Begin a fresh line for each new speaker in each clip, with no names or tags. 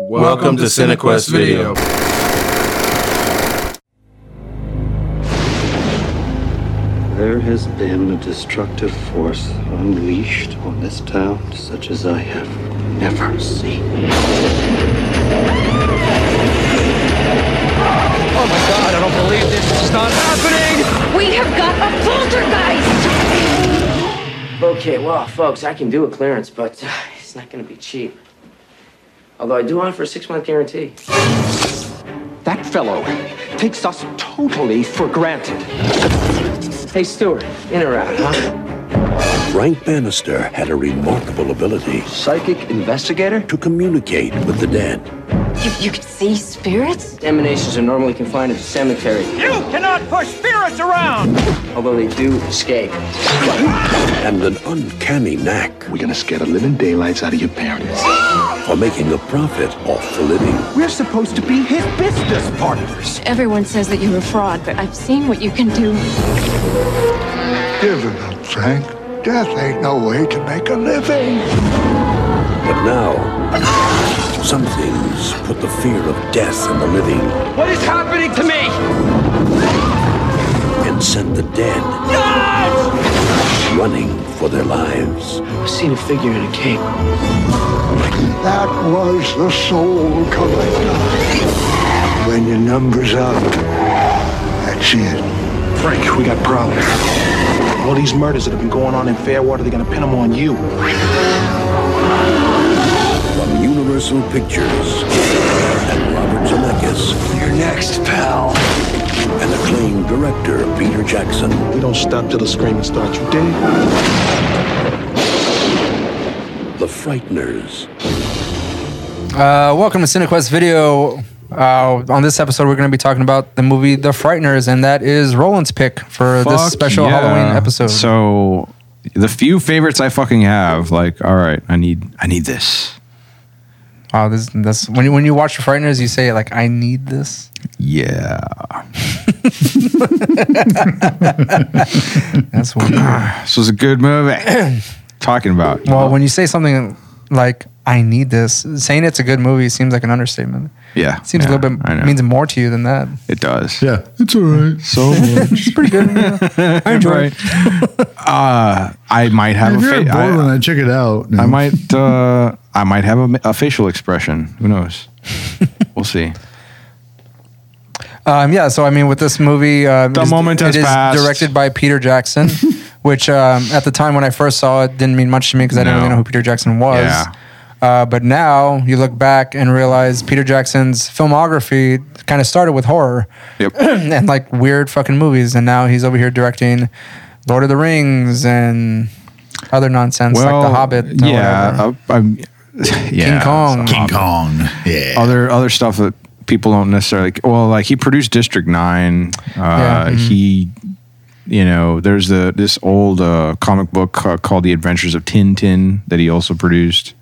Welcome to Cinequest Video.
There has been a destructive force unleashed on this town such as I have never seen.
Oh my god, I don't believe this. It's not happening!
We have got a poltergeist!
Okay, well, folks, I can do a clearance, but uh, it's not going to be cheap. Although I do offer a six-month guarantee.
That fellow takes us totally for granted.
Hey, Stuart, in or out, huh?
Frank Bannister had a remarkable ability
Psychic investigator?
to communicate with the dead.
You, you can see spirits?
Emanations are normally confined to the cemetery. You cannot push spirits around! Although they do escape.
and an uncanny knack
We're gonna scare the living daylights out of your parents.
for making a profit off the living.
We're supposed to be his business partners.
Everyone says that you're a fraud, but I've seen what you can do.
Giving up, Frank. Death ain't no way to make a living.
But now, some things put the fear of death in the living
What is happening to me?
and sent the dead running for their lives.
I've seen a figure in a cape.
That was the soul collector. When your number's up, that's it.
Frank, we got problems. All these murders that have been going on in Fairwater, they're gonna pin them on you.
From Universal Pictures and Robert Zemeckis
You're next, pal.
and acclaimed director Peter Jackson.
We don't stop till the screaming starts. You dig?
The Frighteners.
Uh, welcome to CineQuest Video. Uh, on this episode, we're going to be talking about the movie The Frighteners, and that is Roland's pick for this
Fuck
special
yeah.
Halloween episode.
So the few favorites I fucking have, like, all right, I need I need this.
wow, this, that's when you, when you watch The Frighteners, you say like, "I need this."
Yeah.
That's what.
This was a good movie. Talking about. you
well,
know?
when you say something like, "I need this," saying it's a good movie seems like an understatement.
yeah.
It seems a
yeah,
little bit
I know.
means more to you than that.
it does.
Yeah, it's all right.
So
It's pretty good. I enjoy
right.
it.
uh I might have
If
a
you're
fa-
bored when
I,
I check it out,
I might uh I might have a, a facial expression. Who knows? we'll see.
Um, yeah, so I mean, with this movie, um,
The
it is-
moment has
it is
passed.
directed by Peter Jackson, which um, at the time when I first saw it didn't mean much to me because I didn't
No.
really know who Peter Jackson was.
Yeah.
Uh, but now you look back and realize Peter Jackson's filmography kind of started with horror
Yep.
and like weird fucking movies, and now he's over here directing Lord of the Rings and other nonsense like The Hobbit. or
yeah,
whatever.
I, am yeah,
King Kong.
King Kong. Yeah.
other other stuff that people don't necessarily well like he produced district 9 uh
Yeah, mhm.
he you know there's the this old uh comic book uh, called the adventures of tin tin that he also produced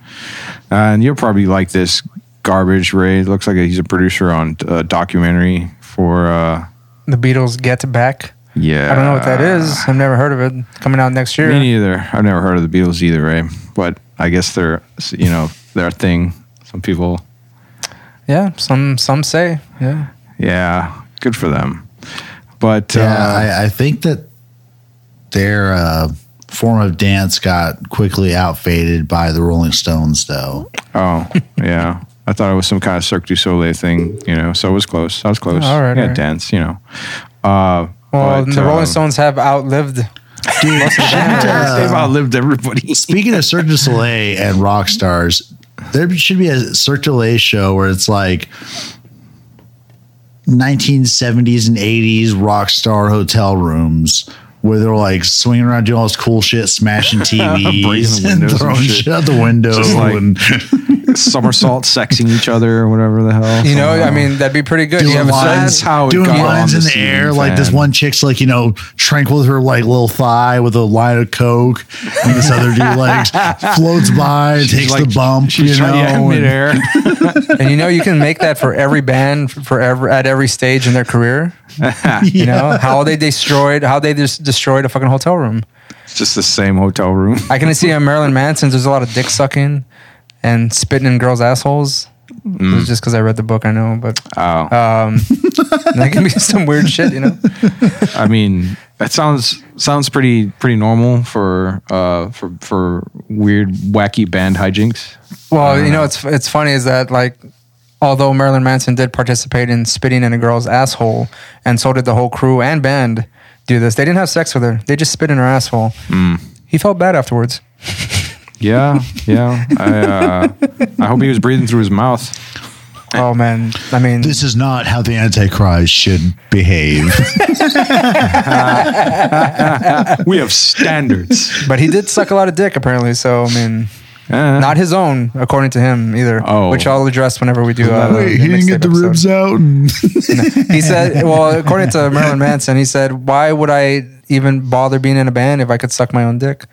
uh, and you'll probably like this garbage ray it looks like he's a producer on a documentary for uh
The Beatles Get Back.
yeah
I don't know what that is. I've never heard of it. Coming out next year.
Uh, me neither i've never heard of the beatles either ray but i guess they're you know they're a thing some people
Yeah, some some say. Yeah.
yeah good for them but
Yeah,
uh,
I, I think that their uh, form of dance got quickly outfaded by the Rolling Stones, though.
Oh, yeah. I thought it was some kind of Cirque du Soleil thing, you know. So it was close. I was close.
All right,
Yeah,
all right.
dance, you know. Uh,
Well,
but,
the Rolling
um,
Stones have outlived.
They've outlived everybody.
Speaking of Cirque du Soleil and rock stars, there should be a Cirque du Soleil show where it's like 1970s and 80s rock star hotel rooms. Where they're like swinging around doing all this cool shit, smashing TVs, and
windows and
throwing
shit.
shit out the window.
Just like-
and
Somersault sexing each other or whatever the hell.
You know, I mean, that'd be pretty good. You
doing
have a
lines,
that's how Oh, it
doing
got
lines
on
in
the
the, air.
scene,
Like this
man.
one chick's like you know tranquil with her like little thigh with a line of coke, and this other dude like floats by, and takes the bump.
She's
you know,
trying to
and-
end midair.
and you know you can make that for every band for ever at every stage in their career. You know how they destroyed how they just destroyed a fucking hotel room.
It's just the same hotel room.
I can see on Marilyn Manson's. There's a lot of dick sucking and spitting in girls' assholes. It
Mm.
was just because I read the book. I know, but um, that can be some weird shit, you know.
I mean, that sounds sounds pretty pretty normal for uh for for weird wacky band hijinks. I
Well,
don't
you know,
know.
it's it's funny is that like, although Marilyn Manson did participate in spitting in a girl's asshole, and so did the whole crew and band do this. They didn't have sex with her; they just spit in her asshole. He felt bad afterwards.
Yeah, yeah. I uh, I hope he was breathing through his mouth.
Oh man, I mean,
This is not how the Antichrist should behave.
we have standards.
but he did suck a lot of dick apparently. So I mean. Not his own, according to him either.
Oh.
which I'll address whenever we do. Uh,
Wait, he didn't
mixtape
get the
episode.
ribs out. And
he said, well, according to Marilyn Manson, he said, why would I even bother being in a band if I could suck my own dick?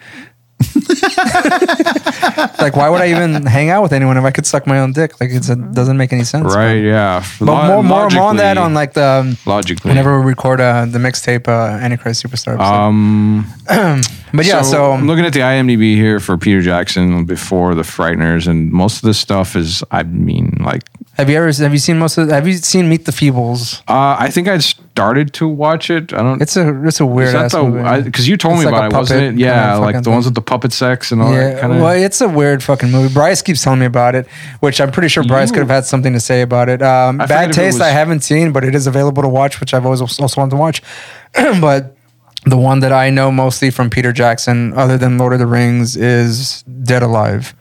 like, why would I even hang out with anyone if I could suck my own dick? Like, it's, it doesn't make any sense.
Right? Yeah.
But more, more, more on that on like the um,
logically.
whenever we record uh, the mixtape uh, Antichrist Superstar. episode.
um.
but yeah, so,
I'm looking at the IMDb here for Peter Jackson before the Frighteners, and most of this stuff is, I mean, like
have you ever have you seen most of? Have you seen Meet the Feebles?
uh, I think I started to watch it. I don't.
It's a it's a weird ass movie.
because you told
It's
me
like a
about it, wasn't
puppet
it? Yeah,
kinda
like
fucking
the ones
thing.
with the puppet sex and all that
Yeah,
kind of.
well, it's a weird fucking movie. Bryce keeps telling me about it, which I'm pretty sure Bryce
You-
could have had something to say about it. Um,
I forget
Bad
if it
Taste, I
was-
haven't seen, but it is available to watch, which I've always also wanted to watch. but the one that I know mostly from Peter Jackson, other than Lord of the Rings, is Dead Alive,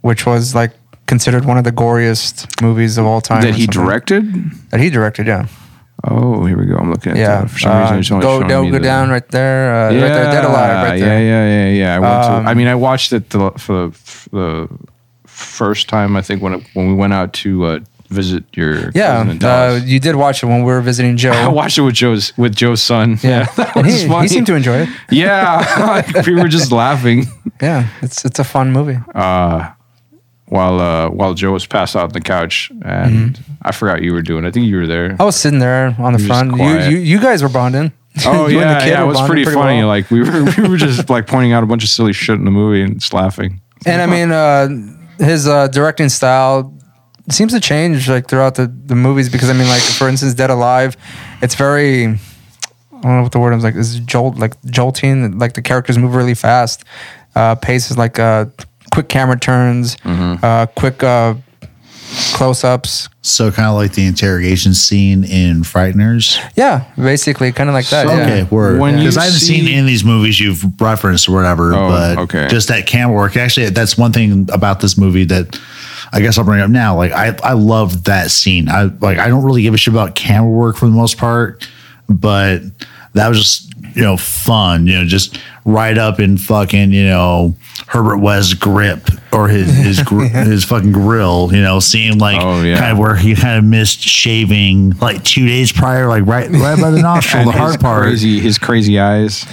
which was like considered one of the goriest movies of all time. or
that he
something.
directed.
That he directed, yeah,
Oh, here we go. I'm looking at
yeah.
that. For some
Uh,
reason, it's only
go
showing
go,
me
go
the-
down right there, uh,
yeah,
right there, Dead Alive, right there.
Yeah, yeah, yeah, yeah. I, went
Um,
to, I mean, I watched it the, for the, for the first time. I think when it, when we went out to uh, visit your cousin in
Yeah, uh,
Dallas.
you did watch it when we were visiting Joe.
I watched it with Joe's with Joe's son.
Yeah,
that
and
was
he,
funny.
he seemed to enjoy it.
yeah, like, we were just laughing
Yeah, it's it's a fun movie.
Oh. while uh, while Joe was passed out on the couch, and
Mm-hmm.
I forgot you were doing. I think you were there.
I was sitting there on the
You're just
front. You,
quiet.
you you guys were bonding.
Oh
You and the
yeah,
kid
yeah,
were
it was
bonding
pretty, funny.
well.
Like we were, we were just like pointing out a bunch of silly shit in the movie and just laughing.
and I mean, uh,
uh-huh.
his uh, directing style seems to change like throughout the, the movies because I mean, like for instance, Dead Alive, it's very I don't know what the word is like. It's jolt like jolting. Like the characters move really fast. Uh, pace is like uh, quick camera turns,
Mm-hmm.
uh, quick uh, close ups.
so kind of like the interrogation scene in Frighteners.
Yeah, basically, kind of like that. yeah.
Okay, word.
When you
Because I haven't
see-
seen any of these movies you've referenced or whatever,
Oh,
but
okay.
just that camera work. Actually, that's one thing about this movie that I guess I'll bring up now. Like I, I love that scene. I like I don't really give a shit about camera work for the most part, but that was just you know fun. You know, just right up in fucking you know Herbert West's grip or his his gr- his fucking grill. You know, seeing like
Oh, yeah.
kind of where he kind of missed shaving like two days prior, like right right by the nostril, the
And his
hard part.
crazy, his crazy eyes.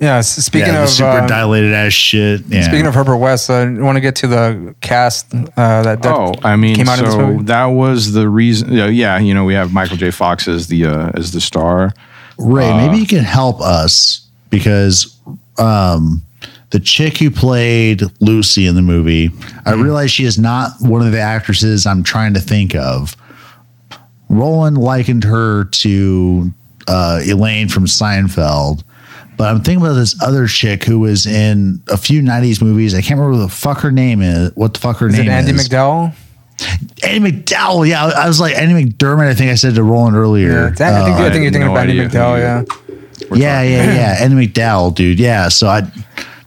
Yeah. s- Speaking
yeah, the
of
super
um,
dilated ass shit. Yeah.
Speaking of Herbert West, I want to get to the cast uh, that, that
oh, I mean,
came out
so
of this movie.
that was the reason. Yeah, yeah, you know, we have Michael J. Fox as the uh, as the star.
Ray,
Uh,
maybe you can help us because um, the chick who played Lucy in the movie, I
Mm-hmm.
realize she is not one of the actresses I'm trying to think of. Roland likened her to uh, Elaine from Seinfeld. But I'm thinking about this other chick who was in a few '90s movies. I can't remember what the fuck her name is. What the fuck her
Is
name
it Andy
is?
McDowell?
Andy McDowell. Yeah, I was like Andy McDermott. I think I said to Roland
Yeah, that- I
earlier.
think,
I
uh,
I think you're
had
thinking
no
about Andy
idea who
McDowell.
you-
Yeah,
yeah, yeah, yeah. Andy McDowell, dude. Yeah. So I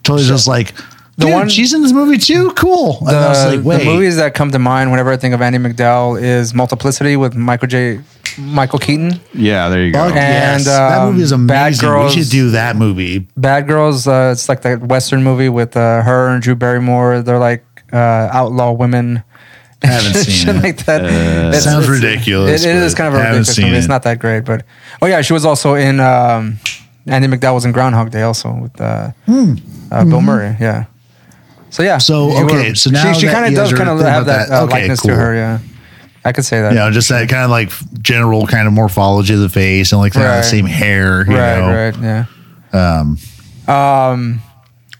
totally just like the
one-
one she's in this movie too. Cool. and I was
the,
like, wait,
the movies that come to mind whenever I think of Andy McDowell is Multiplicity with Michael J. Michael Keaton,
Yeah, there you go.
fuck yes.
and,
that
um,
movie is amazing.
Batgirls-
we should do that movie.
Bad Girls. Uh, it's like that Western movie with uh, her and Drew Barrymore. They're like uh, outlaw women.
I haven't seen
Shit
it. Uh,
like that. It's-
Sounds
it's-
ridiculous,
It, it is
but
kind of a
I haven't
ridiculous
seen
movie. It's
it.
not that great, but oh yeah, she was also in um, Andy McDowell was in Groundhog Day also with uh, uh, Bill Murray. Yeah. So yeah.
Hmm. Mm-hmm. So,
you
okay,
were-
so now
she, she
that
kind of
you
does
guys are
kind of
thinking
have
about
that,
that,
uh,
okay,
likeness to
cool.
her. Yeah. I could say that.
You know, just that kind of like general kind of morphology of the face and like they have
Right.
the same hair. You
right.
know,
Right. Yeah.
Um,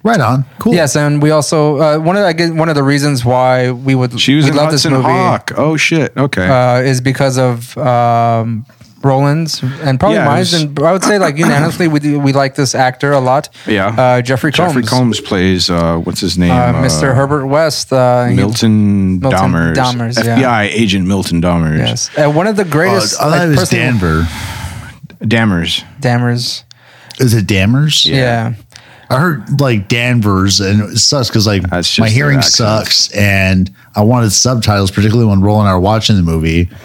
Right on. Cool.
Yes, and we also uh, one of the, I guess one of the reasons why we would
She was
we
in Hudson Hawk. Oh shit. Okay.
uh, is because of um, Roland's and probably
Yeah, it
mine.
was-
And I would say like unanimously, we do, we like this actor a lot.
yeah.
uh, Jeffrey Combs.
Jeffrey Combs plays uh, what's his name?
Uh, Mr. Herbert West. Uh, he-
Milton,
Milton
Dahmers.
Dahmers, yeah.
FBI agent Milton Dahmers. Yes.
uh, one of the greatest.
Oh, I thought it was
personal-
Denver.
Dahmers.
Dammers.
Is it Dammers?
Yeah.
I heard like Danvers, and it sucks because like
That's just
my hearing
their accent.
sucks, and I wanted subtitles, particularly when Roland and I were watching the movie.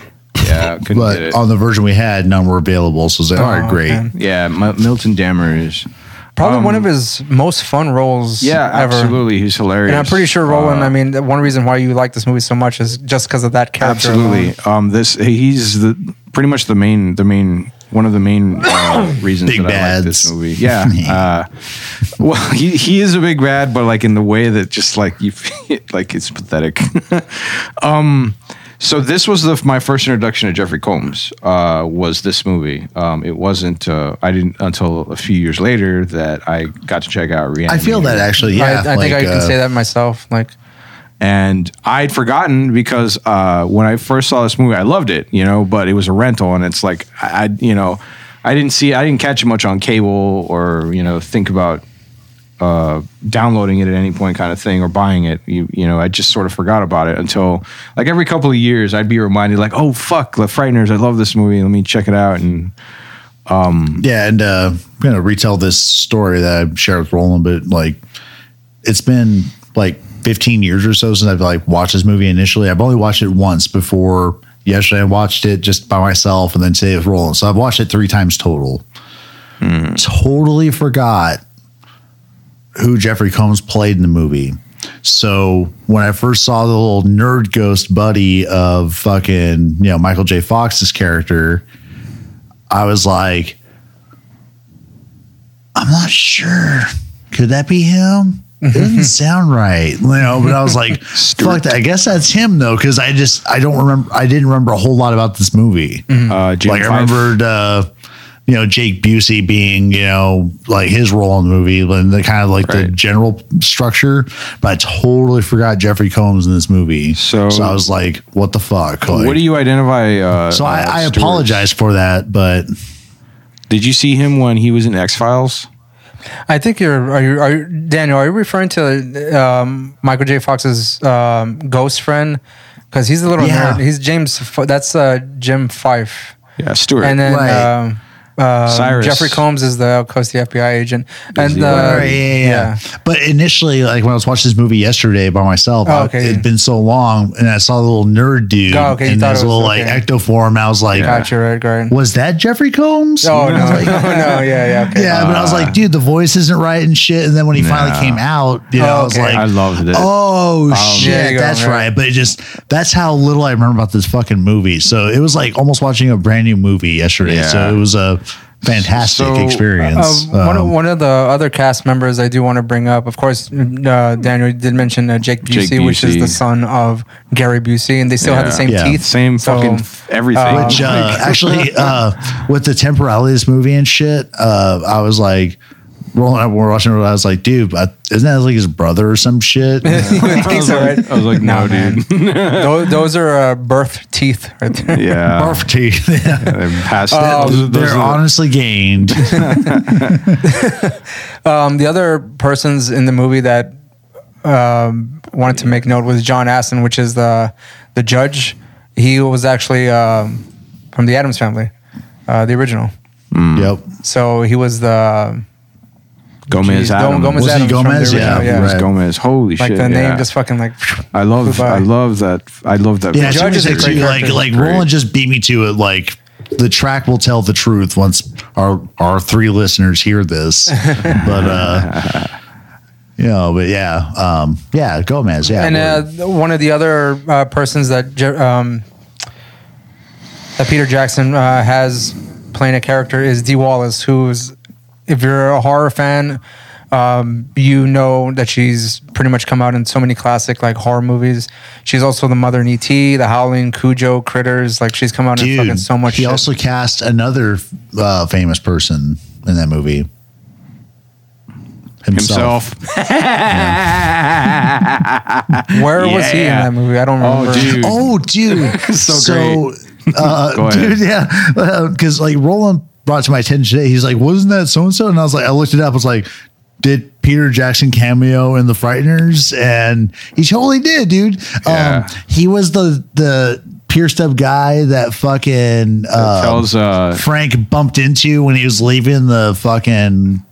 Yeah. Couldn't get
But
it.
on the version we had, none were available. So I was like, all right, great.
Oh, okay.
yeah. Mi- Milton Dahmers.
Probably one of his most fun roles.
Yeah.
ever.
Absolutely. He's hilarious.
And I'm pretty sure Roland. I mean, the one reason why you like this movie so much is just because of that character. alone.
Absolutely. Um, this he's the pretty much the main the main one of the main uh, reasons
Big
that I like
bads.
this movie. Yeah. uh, well, he, he is a big bad, but like in the way that just like you feel like it's pathetic. um. So this was the, my first introduction to Jeffrey Combs. Uh, was this movie? Um, it wasn't. Uh, I didn't until a few years later that I got to check out.
I feel that
Reanimator.
actually. Yeah.
I, I think I
like,
can
uh,
say that myself. Like,
and I'd forgotten because uh, when I first saw this movie, I loved it, you know, but it was a rental, and it's like I, I you know, I didn't see, I didn't catch it much on cable or you know think about uh, downloading it at any point, kind of thing, or buying it. You you know, I just sort of forgot about it until like every couple of years, I'd be reminded, like, oh fuck, The Frighteners, I love this movie, let me check it out, and
Yeah, and uh, I'm gonna retell this story that I shared with Roland, but like, it's been like 15 years or so since I've like watched this movie initially. I've only watched it once before yesterday. I watched it just by myself, and then today with Roland. So I've watched it three times total. Totally forgot who Jeffrey Combs played in the movie. So when I first saw the little nerd ghost buddy of fucking you know Michael J. Fox's character, I was like, I'm not sure. Could that be him?
Mm-hmm.
It doesn't sound right, you know. But I was like, "Fuck that!" I guess that's him though, because I just I don't remember. I didn't remember a whole lot about this movie.
uh,
Mm-hmm.
Jim
Like I
Fife-
remembered, uh, you know, Jake Busey being, you know, like his role in the movie, and the kind of like the
Right.
general structure. But I totally forgot Jeffrey Combs in this movie.
So-
I was like, "What the fuck?" Like,
What do you identify? Uh,
so
uh,
I, I
Stewart?
apologize for that, but
Did you see him when he was in X Files?
I think you're. Are you? Are you, Daniel? Are you referring to um, Michael J. Fox's um, ghost friend? Because he's a little
Yeah.
nerd. He's James. F- that's uh, Jim Fife.
Yeah, Stewart.
And then
Right.
um, um,
Cyrus.
Jeffrey Combs is the of course the FBI agent. And
he?
uh,
Right, yeah, yeah, yeah. But initially, like when I was watching this movie yesterday by myself,
Oh,
I-
okay.
it'd been so long, and I saw the little nerd dude
Oh, okay, you
in
thought
his
it was-
little
okay.
like ectoform. I was like,
Gotcha, right, Gordon.
was that Jeffrey Combs?
Oh
And I
no,
was
no,
like,
yeah, yeah, okay. Uh.
yeah, but I was like, dude, the voice isn't right and shit. And then when he finally
Nah.
came out, you know, I was
Oh, Okay.
like,
I loved it.
Oh
there you
shit,
go,
that's
right.
right. But it just that's how little I remember about this fucking movie. So it was like almost watching a brand new movie yesterday.
Yeah.
So it was a fantastic
So, uh,
experience.
Uh, one, of,
Um,
one of the other cast members I do want to bring up, of course, uh, Daniel did mention uh, Jake, Busey,
Jake
which is
Busey.
the son of Gary Busey, and they still have the
Yeah.
same
Yeah.
teeth.
Same
So,
fucking f- everything.
Which uh, actually, uh, with the temporality of this movie and shit, uh, I was like, rolling up, we're watching it. I was like, dude, but isn't that like his brother or some shit?
I
I
think
was
so,
like,
right?
I was like,
Nah,
no,
man.
dude.
those, those are uh, birth teeth, right there.
Yeah.
Barf teeth.
They're
uh,
past- those- those
They're
are-
honestly gained.
Um, the other persons in the movie that um, wanted to make note was John Aston, which is the the judge. He was actually um, from the Adams family, uh, the original.
Hmm.
yep.
So he was the
Gomez
geez,
Adam.
Gomez
Was he
Adams from the
Gomez? Yeah,
original,
It was
Right.
Gomez. Holy
like
shit.
the name
yeah.
just fucking like
I love
flew by.
I love that I love that.
Yeah,
Judge
Judge
is a great
like
character.
like
Great.
Roland just beat me to it. Like the track will tell the truth once our our three listeners hear this. but uh you know, but yeah, um, yeah, Gomez, yeah,
and
we're-
uh, one of the other uh, persons that Je- um, that Peter Jackson uh, has playing a character is D Wallace, who's if you're a horror fan, um, you know that she's pretty much come out in so many classic like horror movies. She's also the mother in ET, The Howling, Cujo, Critters. Like she's come out in fucking so much.
He
shit.
also cast another uh, famous person in that movie. himself.
Where was he in
Yeah.
that movie? I don't
Oh,
remember.
dude.
Oh, dude.
So Go
Uh,
ahead.
dude, yeah. Because, like, Roland brought to my attention today, he's like, wasn't that so and so? And I was like, I looked it up. I was like, did Peter Jackson cameo in The Frighteners? And he totally did, dude.
Yeah.
Um, he was the, the, Pierced up guy that fucking uh,
tells uh,
Frank bumped into when he was leaving the fucking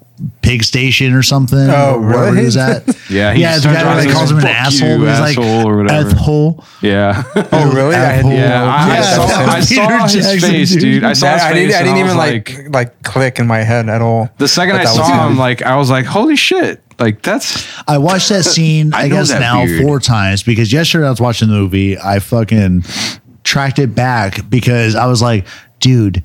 pig station or something.
Oh,
or wherever he
right.
was at.
Yeah, he
yeah.
just
The
turns around
guy
and
that calls him an
says, "Fuck
asshole.
you,
he's like
asshole," or whatever.
Asshole.
yeah.
Oh, really? I had-
Asshole.
Yeah, I, I
Yeah,
saw,
that was
I saw
Peter
his
Jackson,
face, dude.
dude.
I saw his
That- I,
face.
didn't, I
and
didn't
was
even like, like click in my head at all.
the second
But
I
that was
saw
good.
him, like I was like, "Holy shit!" Like that's
I watched that scene,
I
I,
know
guess
that
now
beard.
four times because yesterday I was watching the movie. I fucking tracked it back because I was like, dude,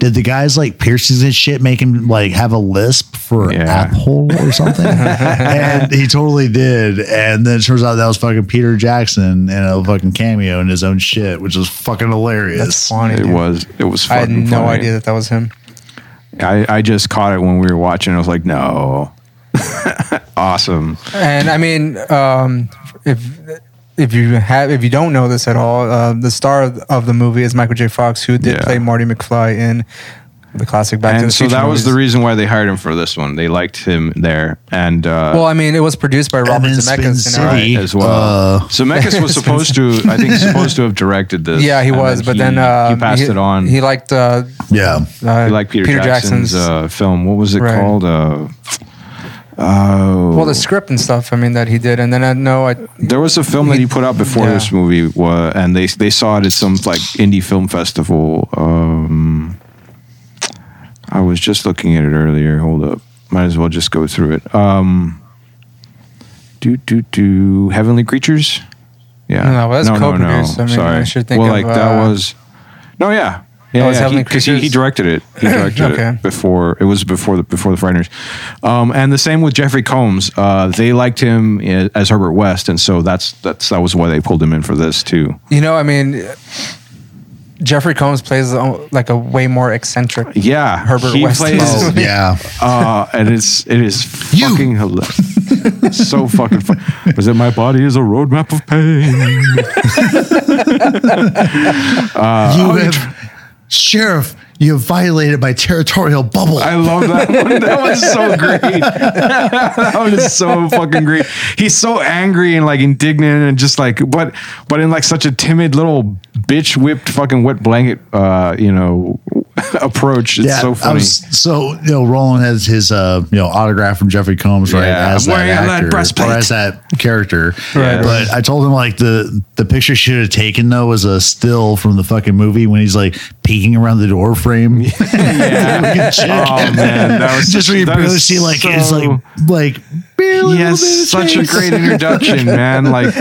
did the guys like piercings and shit make him like have a lisp for
Yeah.
apple or something? and he totally did. And then it turns out that was fucking Peter Jackson and a fucking cameo in his own shit, which was fucking hilarious.
That's funny.
it
dude.
was it was.
I had
fucking
no
funny.
idea that that was him.
I I just caught it when we were watching. I was like, "No, awesome."
And I mean, um, if if you have if you don't know this at all, uh, the star of- of the movie is Michael J. Fox, who did
Yeah.
play Marty McFly in the classic Back to the
and so
Future
that was the
movies.
reason why they hired him for this one. They liked him there, and uh,
well, I mean, it was produced by Robert
in Spin
Zemeckis. and-
City.
right, as well.
Uh,
so Zemeckis was supposed to, I think, supposed to have directed this.
Yeah, he
and
was, but then
he-
uh,
he passed it on.
He liked uh,
yeah.
uh,
I like Peter, Jackson's, uh, film. What was it
Right.
called? Uh, oh,
well, the script and stuff. I mean, that he did, and then I know I
there was a film that he put out before
Yeah.
this movie, wa- and they they saw it at some like indie film festival. Um, I was just looking at it earlier. Hold up, might as well just go through it. Um, do do do heavenly creatures. Yeah,
No, no, that's co-produced. I mean, I should think
well,
of,
like that
uh,
was. No, yeah.
That
Yeah,
was
yeah,
Heavenly
because he, he
Creatures?
directed it. He directed
Okay.
it before it was before the before the Frighteners, um, and the same with Jeffrey Combs. Uh, they liked him i- as Herbert West, and so that's that's that was why they pulled him in for this too.
You know, I mean, Jeffrey Combs plays uh, like a way more eccentric.
Yeah,
Herbert
he
West.
plays-
Oh,
Yeah.
uh, and it's it is
You.
fucking hilarious. so fucking fun. Was it my body is a roadmap of pain? Uh, oh,
you have, Sheriff, you have violated my territorial bubble.
I love that one. That was so great. that was so fucking great. He's so angry and like indignant and just like but but in like such a timid little bitch whipped fucking wet blanket uh you know approach. It's so
I
funny.
was, so you know, Roland has his uh, you know autograph from Jeffrey Combs, right?
Yeah.
As
Wearing
that
that
actor,
breastplate.
or as that character.
Right.
But I told him like the the picture she should have taken though was a still from the fucking movie when he's like peeking around the door frame.
Yeah. oh man, that was
Just where you
that
barely
is
see like
so-
it's like like barely
he has such a great introduction, man. Like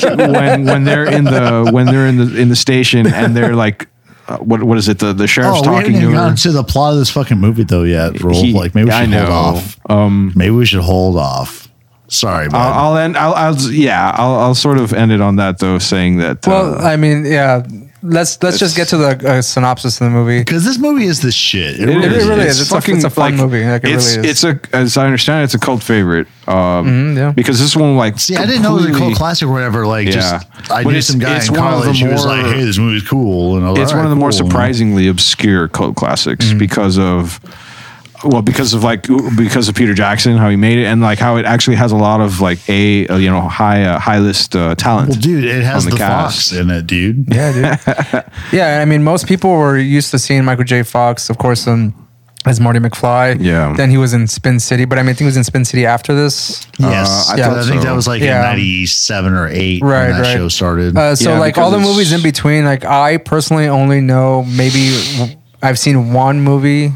when when they're in the when they're in the in the station and they're like, uh, what what is it? The the sheriff's
Oh, we haven't
talking
even
to her.
gotten to the plot of this fucking movie though yet, Roll.
He-
like maybe we
I
should hold
know. Um,
off. maybe we should hold off. Sorry, bud.
I'll, I'll end. I'll, I'll yeah. I'll, I'll sort of end it on that though, saying that.
Well,
uh,
I mean, yeah. Let's let's just get to the uh, synopsis of the movie.
because this movie is the shit. It,
it
really
is.
is.
really is. It's a- it's a fun movie. Like, it
it's
really
it's
is. Mm-hmm.
a as I understand, it, it's a cult favorite. Um,
yeah.
Because this one like
See, I didn't know it was a
completely-
cult classic or whatever. Like, just
Yeah.
I knew
But it's-
some guy
it's
in
one of the
college who was
more-
like, "Hey, this movie's cool," and I was like,
It's
"All
one of the
right,
more
cool."
surprisingly obscure cult classics
Mm-hmm.
because of well because of like because of Peter Jackson how he made it and like how it actually has a lot of like a uh, you know high uh, high list uh, talent.
Well, dude, it has
on
the,
the
fox
cast.
in it, dude.
Yeah, dude. yeah, I mean, most people were used to seeing Michael J. Fox, of course, um, as Marty McFly.
Yeah.
Then he was in Spin City, but I mean, I think he was in Spin City after this.
Yes,
I
I,
thought
I think
so.
that was like
Yeah.
in '97 or
Right,
'8 when that
right.
show started.
Uh, so
Yeah,
like all the
because
movies in
it's-
between, like I personally only know maybe w- I've seen one movie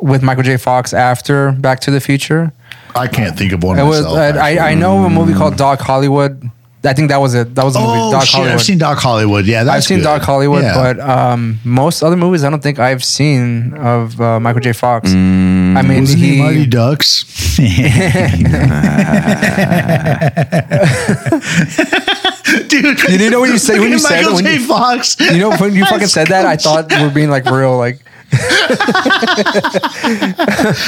with Michael J. Fox after Back to the Future.
I can't think of one
It was uh,
myself.
I, I, I
actually.
know a movie called Doc Hollywood. I think that was it. That was the
oh
movie. Doc
shit,
Hollywood.
I've seen Doc Hollywood. Yeah, that's
I've seen
good.
Doc Hollywood,
Yeah.
but um, most other movies I don't think I've seen of uh, Michael J. Fox. I mean,
Mm. Wasn't he,
he,
Mighty Ducks? Dude,
You know when you say- when you said
Michael
it, when
J.
you-
Fox,
you know, when you fucking said that, I thought we were being like real, like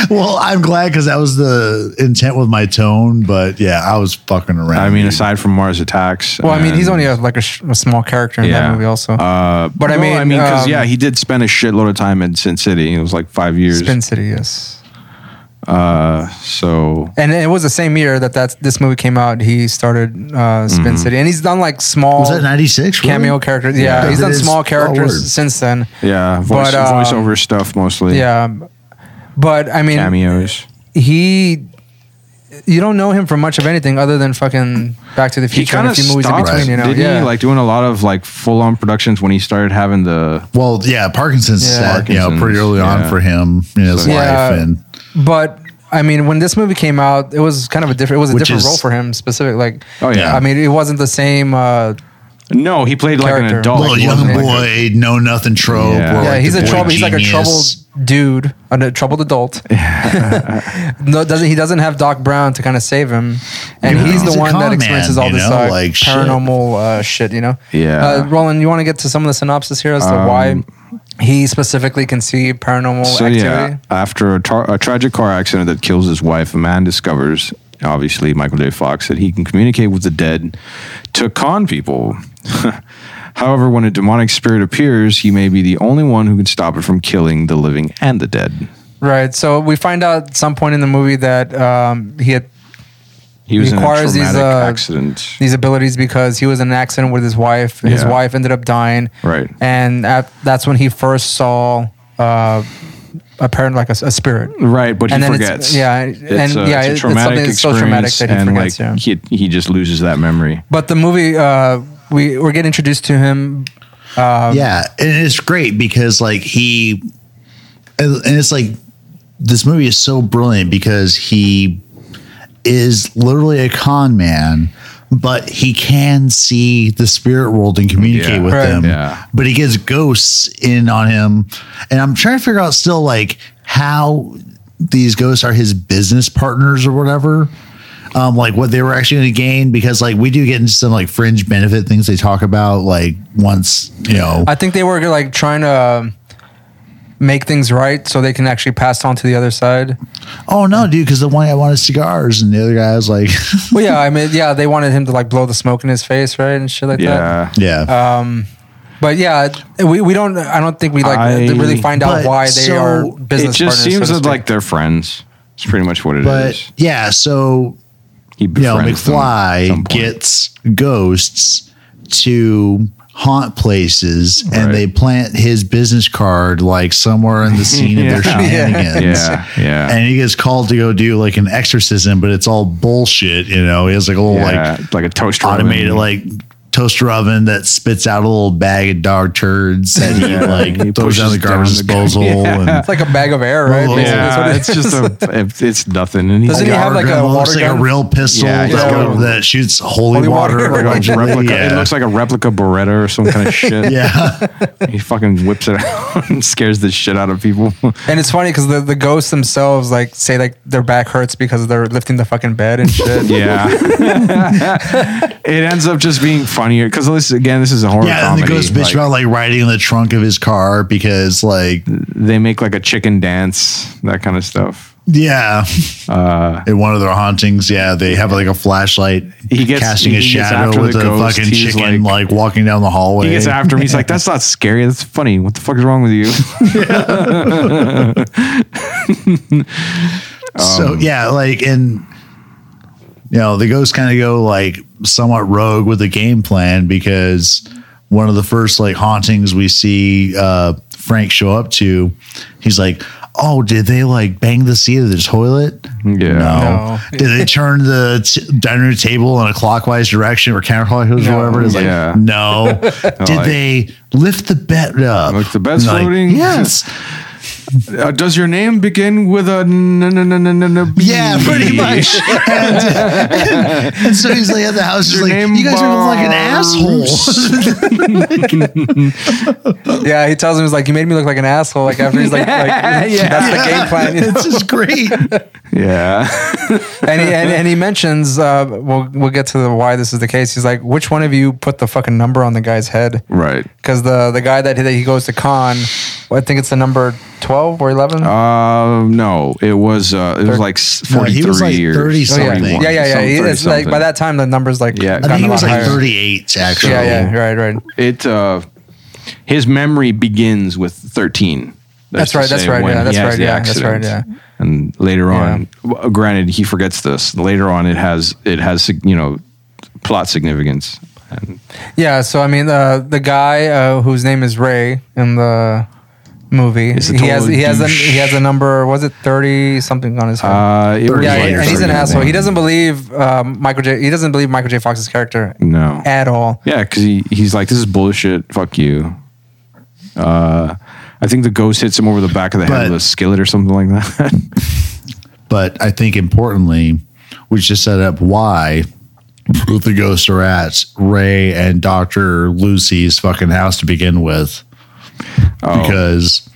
well, I'm glad because that was the intent with my tone, but yeah, I was fucking around.
I mean, aside from Mars Attacks.
Well, I mean, he's
and-
only a, like a, sh- a small character in that movie, also.
Uh,
But I
well,
mean,
I mean, because
um,
yeah, he did spend a shitload of time in Sin City. It was like five years.
Spin City, yes.
Uh, so
And it was the same year that that's, this movie came out. He started uh, Spin
Mhm.
City, and he's done like small
Mm-hmm. Was that 96? really?
cameo characters. Yeah,
Yeah,
he's
that
done
is-
small
oh,
characters
word.
since then.
yeah, voice,
But, um,
voiceover stuff mostly.
Yeah, but I mean,
cameos.
he. You don't know him for much of anything other than fucking Back to the
He
Future
kind
and a
of
few movies in
stopped,
between. You know,
didn't
yeah.
he? Like doing a lot of like full on productions when he started having the
Well, yeah, Parkinson's
Yeah.
set, you know, pretty
Parkinson's,
early
yeah.
on for him in his
So-
Yeah.
life, and
but I mean, when this movie came out, it was kind of a different. It was a
Which
different
is-
role for him, specific. Like,
Oh, yeah.
I mean, it wasn't the same. Uh,
no, he played like an
Character.
adult.
little
He
young
wasn't like a-
boy, know nothing trope.
Yeah.
or,
yeah,
like,
he's
the
a
boy
trouble. He's like a
genius.
troubled dude, a troubled adult. no, doesn't he doesn't have Doc Brown to kind of save him, and
Yeah.
he's the
He's a
one that
con
experiences
man,
all
you
this
know,
uh,
like, shit.
paranormal uh, shit. You know.
Yeah.
Uh, Roland, you want to get to some of the synopsis here as to
Um,
why he specifically can see paranormal
So
activity?
yeah, after a, tar- a tragic car accident that kills his wife, a man discovers, obviously Michael J. Fox, that he can communicate with the dead to con people. However, when a demonic spirit appears, he may be the only one who can stop it from killing the living and the dead.
Right. So we find out at some point in the movie that um, he had
He was
He
in a
acquires
traumatic
these, uh,
accident.
these abilities because he was in an accident with his wife. His
Yeah.
wife ended up dying.
Right.
And at, that's when he first saw uh, a parent like a, a spirit.
Right, but he
and then it's-
forgets.
yeah,
It's,
and yeah, it's something that's so traumatic that he
and
forgets,
like he he just loses that memory.
But the movie, uh, we we get introduced to him.
yeah, and it's great because like he, and and it's like this movie is so brilliant because he is literally a con man, but he can see the spirit world and communicate
Yeah.
with
Right.
them.
Yeah.
But he gets ghosts in on him, and I'm trying to figure out still like how these ghosts are his business partners or whatever. Um, like what they were actually going to gain because like we do get into some like fringe benefit things they talk about like once you know
I think they were like trying to um, make things right so they can actually pass on to the other side.
oh no dude because the one guy wanted cigars and the other guy was like
Well, yeah, I mean, yeah, they wanted him to like blow the smoke in his face, right, and shit like that.
Yeah.
yeah
But yeah, we, we don't. I don't think we like
I-
really find out
But
why they
so
are
it
business.
it just
partners, so
seems
to
that
speak.
like they're friends. It's pretty much what it is.
but yeah so
He
you know
befriends them at some
McFly
point.
gets ghosts to haunt places
Right.
and they plant his business card like somewhere in the scene of their
Yeah.
shenanigans
yeah, yeah.
and he gets called to go do like an exorcism but it's all bullshit you know he has like a little
yeah,
like
like, a toaster
automated
oven.
like toaster oven that spits out a little bag of dog turds that he
Yeah.
like
He
throws
pushes
down the garbage
down the gar-
disposal.
it's like a bag of air, right?
Well,
Basically, that's what
yeah,
it
it's
is.
just a, it- it's nothing. And he's
Doesn't
And
he
got-
have, like, a
Gargamel looks
water
like a
gun?
real pistol
Yeah, he's
that,
got
would-
a-
that shoots holy,
Holy
water.
water.
like a
allegedly.
replica? It
Yeah.
looks like a replica Beretta or some kind of shit.
yeah,
He fucking whips it out and scares the shit out of people.
and it's funny because the, the ghosts themselves like say like their back hurts because they're lifting the fucking bed and shit.
Yeah, it ends up just being funnier because this again, this is a horror
yeah. And
comedy.
the ghost bitch
Like,
about like riding in the trunk of his car because like
they make like a chicken dance, that kind of stuff.
yeah,
Uh,
in one of their hauntings, yeah, they have like a flashlight.
He gets-
casting
he
a
gets
shadow
after
with
the
a
ghost.
fucking
He's
chicken like, walking down the hallway.
He gets after him. He's like, "That's not scary. That's funny. What the fuck is wrong with you?" Um,
so yeah, like and you know the ghosts kind of go like somewhat rogue with the game plan because one of the first like hauntings we see uh, Frank show up to, he's like, "Oh, did they like bang the seat of the toilet?
Yeah.
No. did they turn the t- dining room table in a clockwise direction or counterclockwise
No.
or whatever? It's
Yeah.
like, no. did
Like-
they lift the bed up?
Like, the bed's
And,
floating?
Yes.
Uh, does your name begin with a n- n- n- n- n- n- n- B?
Yeah, pretty much. and, and so he's like at the house, just
Your
like,
name
you guys are like an
Barbs."
asshole.
yeah, he tells him he's like, "You made me look like an asshole." Like after he's like, like "That's the game plan." you know?
it's just great.
Yeah.
and, he, and, and he mentions, uh, we'll we'll get to the why this is the case. He's like, "Which one of you put the fucking number on the guy's head?"
Right.
because the the guy that he, that he goes to con, I think it's the number twelve or eleven.
Uh, no, it was uh, it was like
No,
forty
he
three
was like
years.
30
Oh, yeah. yeah, yeah,
41,
yeah.
some
He-
30
It's like by
something.
that time the numbers like
Yeah. I
I
gotten
think
a
it was
lot
like
higher.
38, actually.
Yeah, yeah, right, right.
it uh, his memory begins with 13
That's
to
right, that's
say
right,
when
yeah,
he
that's
has
right,
the
yeah, that's right,
accident. and later on w- granted he forgets this later on it has it has sig- you know plot significance and
Yeah, so I mean, uh, the guy uh, whose name is Ray in the movie,
He's a
he has
total
he has a,
douche.
he has a number. Was it thirty something on his phone?
uh it was
yeah,
like
and he's an
30, I
asshole. He
think.
doesn't believe um, Michael J. He doesn't believe Michael J. Fox's character
no
at all.
yeah because he, he's like this is bullshit fuck you uh i think the ghost hits him over the back of the head
But-
with a skillet or something like that
But I think importantly, we should set up why with the ghost are at Ray and Dr. Lucy's fucking house to begin with.
Oh.
Because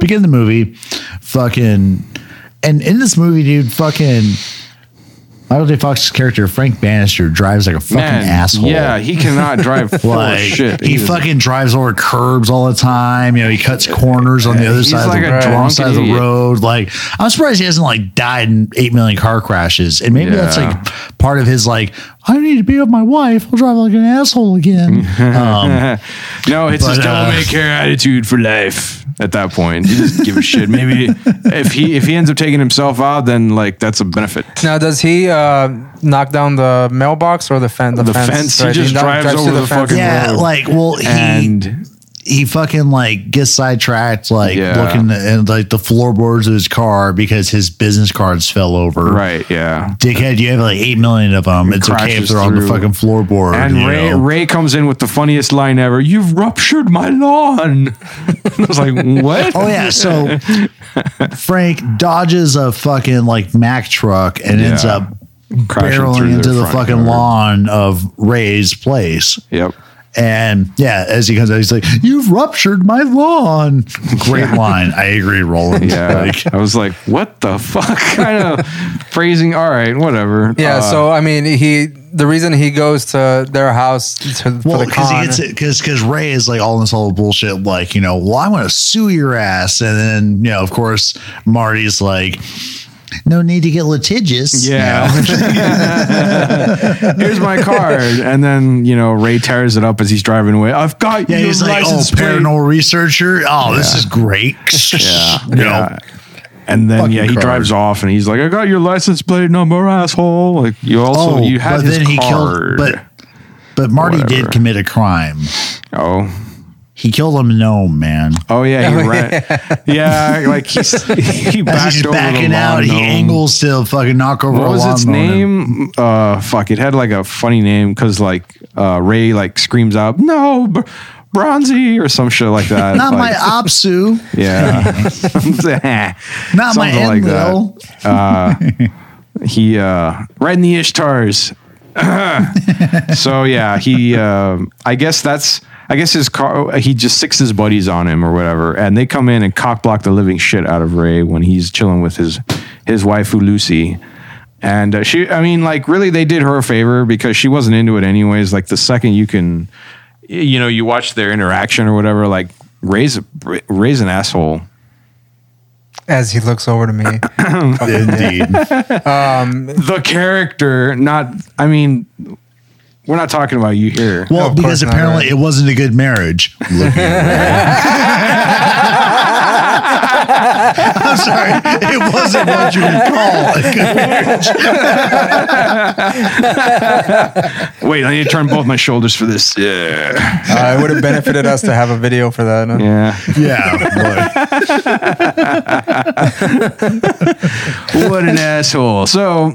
begin the movie, fucking and in this movie, dude, fucking Michael J. Fox's character, Frank Bannister, drives like a fucking
Man,
asshole.
yeah he cannot drive for
Like
shit
he
was-
fucking drives over curbs all the time. You know, he cuts corners on the other
He's
side
like
of
a
the, wrong
drunken
side of the
idiot.
road. Like I'm surprised he hasn't like died in eight million car crashes. And maybe that's
Yeah.
like part of his like I need to be with my wife. I'll drive like an asshole again. um,
No, it's his
But,
don't
uh,
make care attitude for life. At that point, he doesn't give a shit. Maybe if he if he ends up taking himself out, then like that's a benefit.
Now, does he uh, knock down the mailbox or the, fen- the,
The
fence?
fence, he
right?
just
kno-
drives
through
over the
fence.
fucking
yeah,
road.
like well he
And
he fucking like gets sidetracked like
Yeah.
looking at like the floorboards of his car because his business cards fell over.
right, yeah.
Dickhead, you have like eight million of them. It's okay if
crashes
they're on the
through.
fucking floorboard.
And
you
Ray
know?
Ray comes in with the funniest line ever. You've ruptured my lawn. I was like, what?
Oh yeah, so Frank dodges a fucking like Mack truck and ends
Yeah.
up
Crashing through
barreling
their
into the
front
fucking
yard.
lawn of Ray's place.
Yep.
And yeah, as he comes out, he's like, "You've ruptured my lawn." Great line. I agree, Roland.
Yeah.
Like,
I was like, what the fuck kind of phrasing? All right, whatever.
Yeah,
Uh,
so I mean, he the reason he goes to their house to,
well,
for the
because he
con.
gets it because because Ray is like all this whole bullshit, like you know, well, I'm going to sue your ass, and then you know, of course, Marty's like, no need to get litigious.
Yeah. Here's my card. And then, you know, Ray tears it up as he's driving away. I've got
Yeah,
your
he's like, oh,
license plate.
paranormal researcher. Oh, this
Yeah.
is great.
Yeah.
You know?
yeah. And then,
Fucking
yeah, he
card.
drives off and he's like, I got your license plate number, asshole. Like, you also,
Oh,
you had
but
his
then he killed.
card.
But but Marty
Whatever.
did commit a crime.
oh.
He killed a gnome, man.
Oh, yeah, you're right. yeah, like he's, he
As
backed
he's
over the
backing out,
lawn
he
gnome.
angles to fucking knock over
What
a
was
lawn
its
mower.
name? Uh, fuck, it had like a funny name because like uh, Ray like screams out, "No, br- Bronzy" or some shit like that.
Not
like,
my Opsu.
Yeah.
Not my
Something like that.
Enlil.
He uh right in the Ishtars. so yeah, he uh, I guess that's I guess his car he just sticks his buddies on him or whatever, and they come in and cock block the living shit out of Ray when he's chilling with his his waifu Lucy. And uh, she, I mean, like, really, they did her a favor because she wasn't into it anyways. Like, the second you can, you know, you watch their interaction or whatever, like, raise, raise an asshole.
as he looks over to me, uh,
Indeed.
the character, not I mean, we're not talking about you here.
Well,
of course
because
not,
apparently
right?
it wasn't a good marriage. Looking at Ray. I'm sorry. It wasn't what you would call a good marriage.
Wait, I need to turn both my shoulders for this. Yeah.
uh, it would have benefited us to have a video for that. huh?
Yeah.
Yeah. boy.
what an asshole. So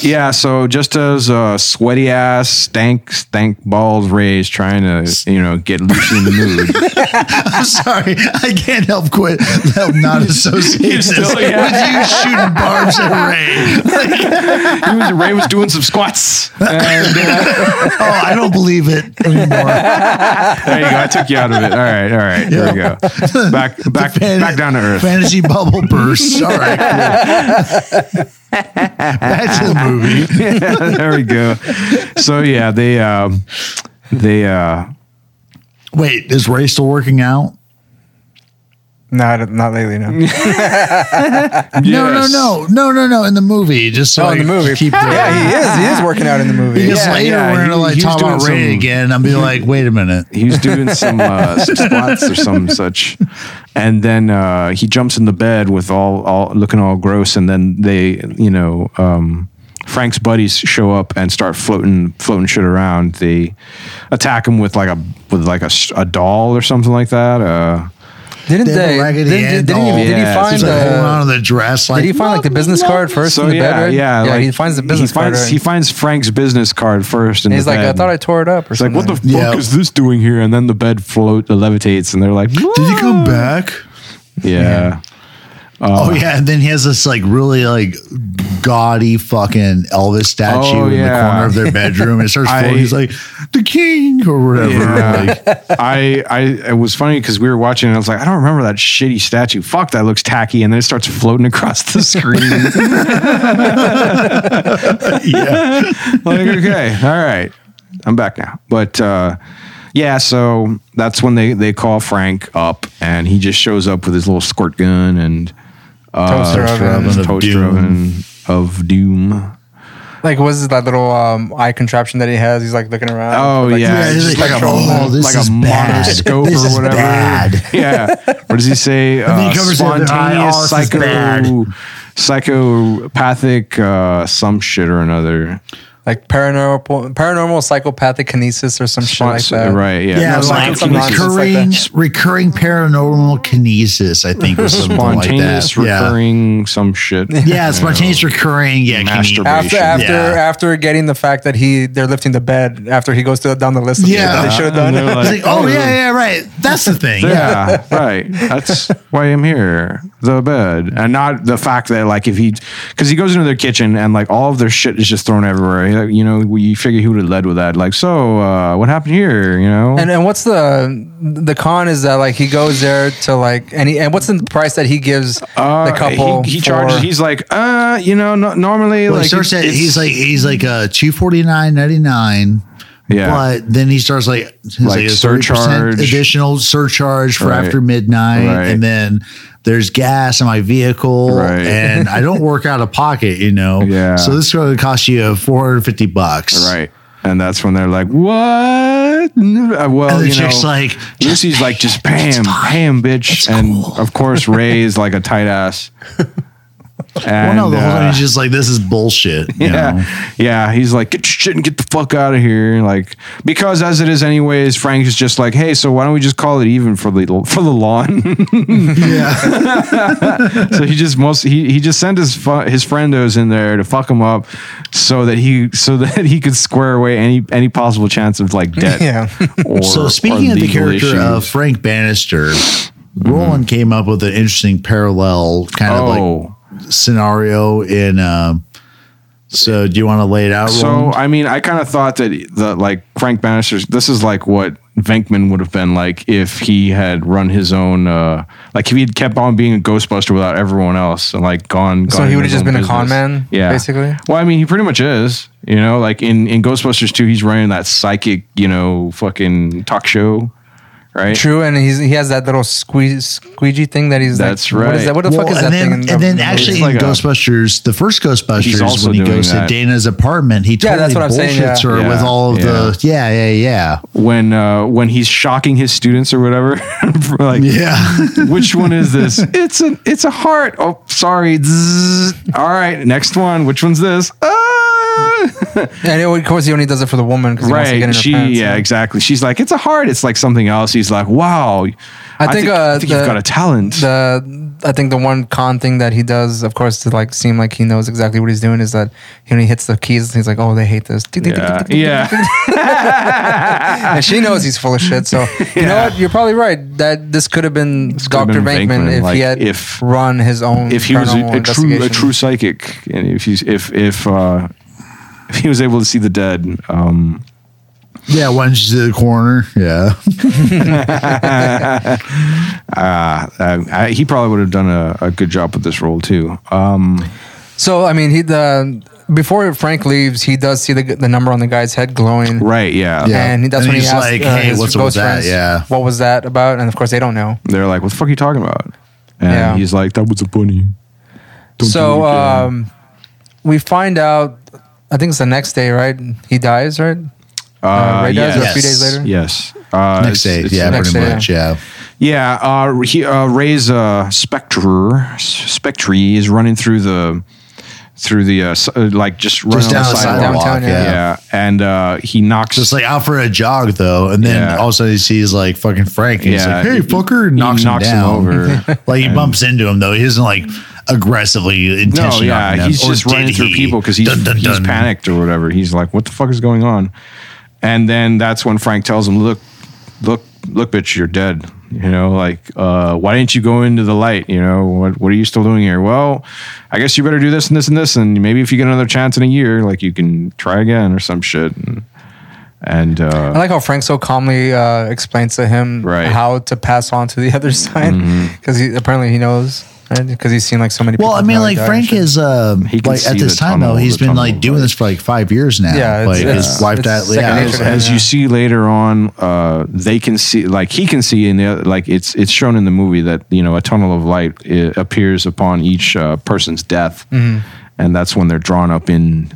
yeah, so just as uh, sweaty ass, stank, stank balls raised trying to, you know, get loose in the mood.
I'm sorry. I can't help quit. Help not associate
You
this
still- yeah.
with you shooting barbs at Ray.
He was, Ray was doing some squats. And, uh,
Oh, I don't believe it anymore.
there you go. I took you out of it. All right, all right. Here we go. Back back
Fan-
back down to earth.
Fantasy bubble burst. Sorry. Back to the movie.
there we go. So yeah, they um, they uh,
Wait, is Ray still working out?
Not not lately, no.
No, no, no, no, no, no. In the movie, just so
Oh, in
I
the movie.
keep
yeah, he is. He is working out in the movie.
Because
yeah,
later
yeah,
we're
he-
gonna like
he was
talk
doing
about Ray
some-
again. I'm be like, wait a minute.
he was doing some, uh, some squats or some such, and then uh, he jumps in the bed with all all looking all gross, and then they you know um, Frank's buddies show up and start floating floating shit around. They attack him with like a with like a, s- a doll or something like that. Uh,
Didn't
They have a
they?
raggedy
didn't-
end
didn't he-
all.
did he
Yeah,
find
He's like holding
the?
on to the dress. Like,
Did he find like the business card first
so
in the
yeah,
bed? right?
yeah,
yeah.
like,
he finds the business
he finds,
card.
He
right?
finds Frank's business card first,
And
in the
he's like, I
bed.
thought I tore it up. Or
It's like,
something.
what the fuck
Yeah.
is this doing here? And then the bed float levitates, and they're like,
Did he come back?
yeah.
oh yeah, and then he has this like really like gaudy fucking Elvis statue
Oh,
in the
yeah.
corner of their bedroom. And it starts
I-
floating. He's like the king or whatever. Like,
I, I it was funny because we were watching and I was like, I don't remember that shitty statue. Fuck, that looks tacky. And then it starts floating across the screen.
yeah,
like, okay, all right, I'm back now. But uh, yeah, so that's when they they call Frank up and he just shows up with his little squirt gun and
Toaster oven.
oven. Of
toaster
doom.
oven of doom.
Like, what is that little um, eye contraption that he has? He's like looking around.
Oh
Like,
yeah,
Yeah,
it's
he's
just
like, "Oh, this is bad.
monoscope
This is
or whatever.
bad.
Yeah, what does he say?
then he
Uh,
covers the other eye,
spontaneous
"Oh, this is
psycho, psychopathic, uh, some shit or another.
Like paranormal, paranormal psychopathic kinesis or some shit like
Spons-
that.
Right? Yeah,
yeah,
No,
like
something like
recurring,
that.
recurring paranormal kinesis. I think was something like that.
spontaneous
Yeah,
recurring some shit.
yeah, spontaneous recurring. Yeah,
Masturbation.
kinesis.
After after
Yeah.
after getting the fact that he they're lifting the bed after he goes to, down the list of
Yeah.
yeah. shit that they should have done.
And they're
It's
like,
like, oh yeah, yeah, right. That's the thing. Yeah.
Yeah, right. That's why I'm here. The bed, and not the fact that like if he, because he goes into their kitchen and like all of their shit is just thrown everywhere. He, like, You know, we figure he would have led with that. Like, so uh, what happened here? You know,
And and what's the the con is that like he goes there to like and he, and what's the price that he gives
Uh,
the couple?
He, he
for-
charges. He's like, uh, you know, no, normally
Well,
like
he starts
it's-
at, he's
it's-
like he's like uh two forty nine ninety nine.
Yeah.
But then he starts like he's
Like
like, a
surcharge.
surcharge additional surcharge for
Right.
after midnight,
Right.
and then there's gas in my vehicle,
Right.
and I don't work out of pocket, you know.
Yeah.
So this is going to cost you uh, four hundred fifty bucks,
right. And that's when they're like, what? Uh, Well,
And the
you know,
chick's like, just
Lucy's
pay
like, just
it.
pay
It's
him,
fine.
pay him, bitch.
It's
and
cool.
of course, Ray is like a tight ass.
Well,
And,
no, the whole
uh,
time he's just like, this is bullshit. You
yeah,
Know?
yeah. He's like, get your shit and get the fuck out of here. Like, because as it is, anyways, Frank is just like, hey, so why don't we just call it even for the for the lawn?
Yeah.
so he just most he, he just sent his fu- his friendos in there to fuck him up so that he so that he could square away any any possible chance of like debt.
Yeah.
Or,
so speaking
or
of the
legal
character of
issues. Mm-hmm.
Frank Bannister, Roland came up with an interesting parallel kind of like
oh.
scenario in um so do you want to lay it out
So
Roland?
I mean, I kind of thought that the like Frank Bannister's this is like what Venkman would have been like if he had run his own uh like if he had kept on being a Ghostbuster without everyone else and like gone. gone
So he
into
would've
his
just
own
been a con man,
yeah,
basically?
Well, I mean, he pretty much is. You know, like in in Ghostbusters two, he's running that psychic, you know, fucking talk show, right?
True, and he's he has that little squeeze squeegee thing that he's like,
That's
What is
right.
that? What the
Well,
fuck is
and
that
then,
thing? in the-
and then
the-
actually
It's like
in
a-
Ghostbusters, the first
He's
Ghostbusters,
also
when he
doing
goes
that.
to Dana's apartment, he
Yeah,
totally
that's what I'm
bullshits
saying, yeah.
her
Yeah,
with all of
yeah.
the yeah, yeah, yeah,
When uh when he's shocking his students or whatever, for, like
yeah.
Which one is this? it's an it's a heart. Oh, sorry. Zzz. All right, next one. Which one's this? Uh, Ah!
and it- of course he only does it for the woman because he wants to get in
right.
her
She
pants.
yeah, exactly. She's like, it's a heart. It's like something else. He's like, wow.
I think, uh,
I think
the-
you've got a talent.
the I think the one con thing that he does, of course, to like seem like he knows exactly what he's doing is that he when he hits the keys, he's like, "Oh, they hate this." Tick, tick, tick,
yeah.
tick, tick, tick.
yeah.
And she knows he's full of shit. So you know what? You're probably right. That this could have been
could've
Doctor
been
Bankman,
Venkman,
if
like,
he had
if-
run his own.
If he was a,
paranormal
a true a
investigation.
true psychic, and if he's if if uh if he was able to see the dead, um
yeah, when she's in the corner. Yeah.
uh, I, I, he probably would have done a, a good job with this role too. Um
So I mean, he the before Frank leaves, he does see the, the number on the guy's head glowing.
Right, yeah.
Yeah.
And he- that's
And
when he
he's
asks
like,
uh,
"Hey,
his
what's up
ghost
with that?"
friends,
Yeah.
what was that about? And of course, they don't know.
They're like, "What the fuck are you talking about?" And
Yeah.
he's like, "That was a bunny." Don't do
so
it again."
um, we find out. I think it's the next day, right? He dies, right?
Uh,
Ray dies, or a
yes.
few days later.
Yes. Uh,
Next
it's-
day,
it's
yeah,
the next
pretty
day.
much, yeah.
Yeah, uh, he, uh, Ray's uh, spectre, spectre is running through the through the uh, s- uh, like just running
Just
on
down
the
the
sidewalk.
sidewalk,
Downtown,
yeah.
yeah.
Yeah, and uh, he knocks.
Just like out for a jog though, and then
Yeah.
all of a sudden he sees like fucking Frank, and he's
Yeah,
like, "Hey,
he-
fucker!" and
he
knocks,
knocks him
him down.
over.
like he bumps into him though. He doesn't like aggressively
no,
intentionally.
yeah,
knocking him.
he's
Or
just
did
running through
he?
people because he's
Dun, dun,
he's
dun.
panicked or whatever. He's like, "What the fuck is going on?" And then that's when Frank tells him, "Look, look, look, bitch, you're dead." You know, like, uh, why didn't you go into the light? You know, what what are you still doing here? Well, I guess you better do this and this and this, and maybe if you get another chance in a year, like you can try again or some shit. And, and uh,
I like how Frank so calmly uh, explains to him
Right. Mm-hmm.
how to pass on to the other side because he apparently he knows because he's seen like so many.
Well,
people
I mean,
die-
like
die and
Frank
shit.
is um,
He can
like at
see
this
the
time
tunnel,
though, he's
the
been
tunnel,
like doing
right.
this for like five years now.
Yeah, it's-
like
it's-
his wife
it's
that
second
yeah,
nature
as,
to him.
as you see later on, uh, they can see like he can see in the other, like it's it's shown in the movie that you know a tunnel of light i appears upon each uh, person's death,
Mm-hmm.
and that's when they're drawn up in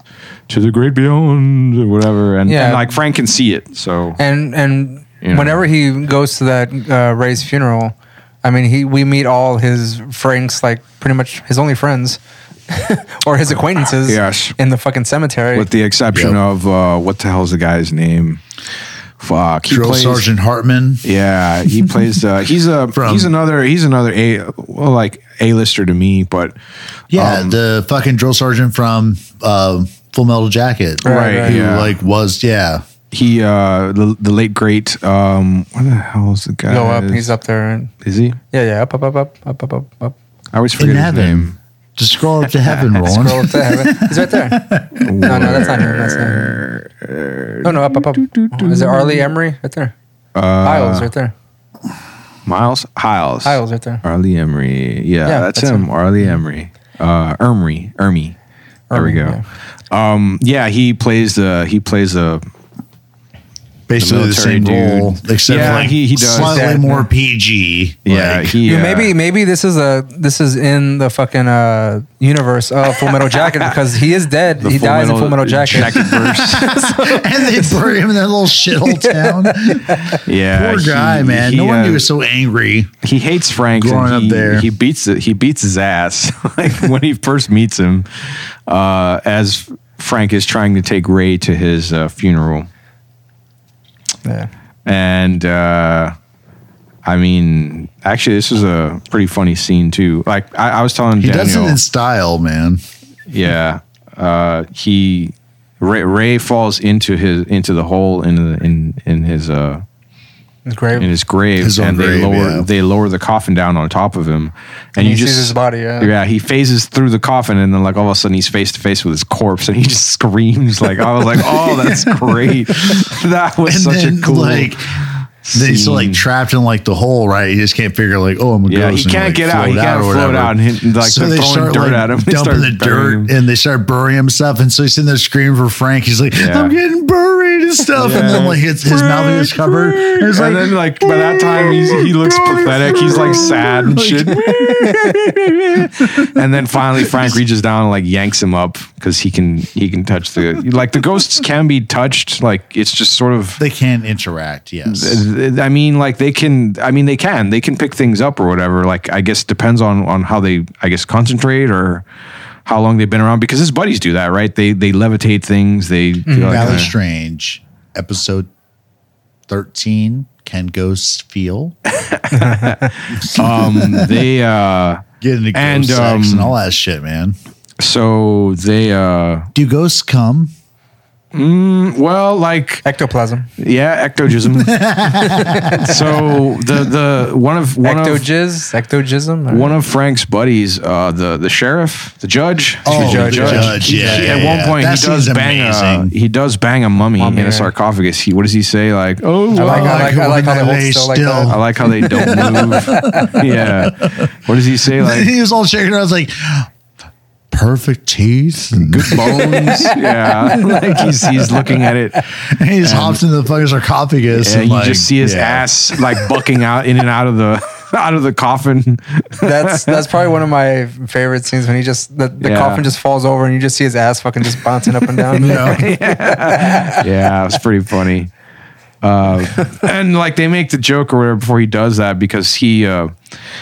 to the great beyond or whatever, and,
Yeah.
and like Frank can see it, so
and and
You know.
whenever he goes to that uh, Ray's funeral, I mean, he we meet all his Franks, like pretty much his only friends or his acquaintances,
Yes.
in the fucking cemetery.
with the exception
Yep.
of uh, what the hell's the guy's name? Fuck, he
Drill
plays-
Sergeant Hartman.
Yeah, he plays. Uh, he's a
From-
he's another he's another a well, like a lister to me, but
Yeah,
um,
the fucking drill sergeant from uh, Full Metal Jacket.
Right, right,
Who
yeah.
like was yeah.
he uh the, the late great um what the hell is the guy
go up, he's up there, and
is he
yeah, yeah, up, up, up, up, up, up, up, up.
i always
In
forget his
heaven.
name
Just scroll up to heaven, Roland.
Scroll up to heaven. He's right there. No, no, that's not him. That's not him. No, no, up, up, up. Oh, is it Arlie Emery right there?
uh,
Hiles right there.
miles hiles
Hiles right there.
arlie emery yeah,
Yeah,
that's,
that's
him.
him.
arlie emery uh ermy ermy there we
Ermy,
go um yeah he plays the he plays the
Basically the,
military
same
dude.
role, except
Yeah,
like
he- he does.
slightly
Yeah.
more PG.
yeah
like,
he
Dude,
uh,
maybe maybe this is a this is in the fucking uh, universe of Full Metal Jacket because he is dead.
the
he dies in Full Metal Jacket.
verse.
and they bury him in that little shithole town.
yeah
Poor guy,
he-
man.
he,
no wonder
uh,
he was so angry.
he hates Frank.
Growing
and
up
he,
there.
he beats it. He beats his ass like when he first meets him, uh, as Frank is trying to take Ray to his uh, funeral,
Yeah.
and uh, I mean, actually, this is a pretty funny scene too. Like I, I was telling
He does
Daniel,
it in style, man.
yeah, uh, he Ray, Ray falls into his into the hole in the, in in his uh,
It's great.
in his grave,
His own
and they
grave,
lower
yeah.
they lower the coffin down on top of him, and,
And
you
he
just
sees his body, yeah.
he phases through the coffin, and then like all of a sudden he's face to face with his corpse, and he just screams like I was like, oh, that's great, that was
And
such
then,
a cool
like, Then he's
scene.
like trapped in like the hole, right? He just can't figure like, oh, I'm a
Yeah,
ghost.
he
and,
can't
like,
get out. He can't
or
float
whatever.
out, and him- like, they're throwing dirt at him. They
dumping
start
the
burying
dirt,
him.
and they start burying him and stuff. And so he's sitting there screaming for Frank. He's like,
Yeah.
I'm getting buried and stuff. And then
Yeah.
like his, his mouth is covered. And, it's
and
like,
then like by that time he's, he looks pathetic. He's like sad and shit. and then finally Frank reaches down and like yanks him up because he can he can touch the like the ghosts can be touched. Like it's just sort of
they can't interact. Yes.
I mean, like they can. I mean, they can. They can pick things up or whatever. Like I guess depends on on how they. I guess concentrate or how long they've been around. Because his buddies do that, right? They they levitate things. They do like
Valley
that.
Strange, episode 13. Can ghosts feel? Mm-hmm.
um, they uh,
Get into ghost
And,
sex
um,
and all that shit, man.
so they uh,
Do ghosts come?
well, like
Ectoplasm.
yeah, ectogism. so the the one of one of
Ectojiz. Ectojism.
one of Frank's buddies, uh, the the sheriff, the judge.
Oh,
Excuse me,
the
judge, yeah,
He-
yeah,
at
yeah.
one point,
That
he does
scene's
bang uh,
amazing.
a he does bang a mummy,
Mummy,
in a
right.
sarcophagus. He what does he say? Like, oh,
I like, I
well,
like, I like how they hold
They
still like
still-
I
that.
like how they don't move. yeah. What does he say? Like,
he was all shaking. I was like, perfect teeth, and
good bones. yeah, like he's, he's looking at it.
And he just hops into the fucking sarcophagus.
Yeah,
and
you
like,
just see his
yeah.
ass like bucking out in and out of the out of the coffin.
That's that's probably one of my favorite scenes when he just the, the
Yeah.
coffin just falls over and you just see his ass fucking just bouncing up and down.
yeah, it's pretty funny. Uh, and like they make the joke or whatever before he does that because he uh,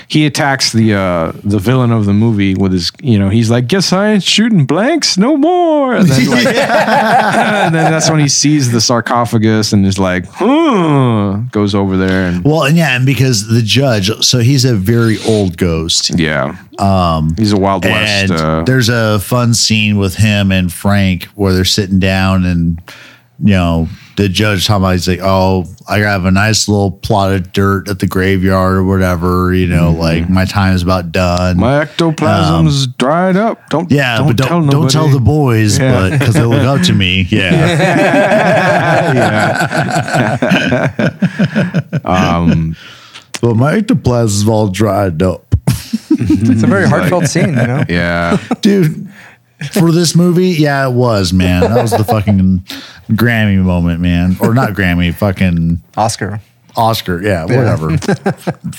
he attacks the uh, the villain of the movie with his you know he's like guess I ain't shooting blanks no more and then, like, and then that's when he sees the sarcophagus and is like hmm, goes over there and
Well, and yeah, and because the judge, so he's a very old ghost.
yeah
Um,
he's a wild
and
west uh,
there's a fun scene with him and Frank where they're sitting down and you know the judge talking about he's like, oh, I have a nice little plot of dirt at the graveyard or whatever. You know, like my time is about done.
Mm-hmm. my ectoplasm's dried up don't
um, yeah,
don't
but don't
tell
don't tell
nobody.
the boys,
Yeah.
but because they look up to me. Yeah,
um,
but my ectoplasm is all dried up,
It's a very heartfelt scene, you know.
yeah. Uh,
dude. For this movie, yeah, it was man. That was the fucking Grammy moment, man, or not Grammy, fucking
Oscar.
Oscar. Yeah, whatever.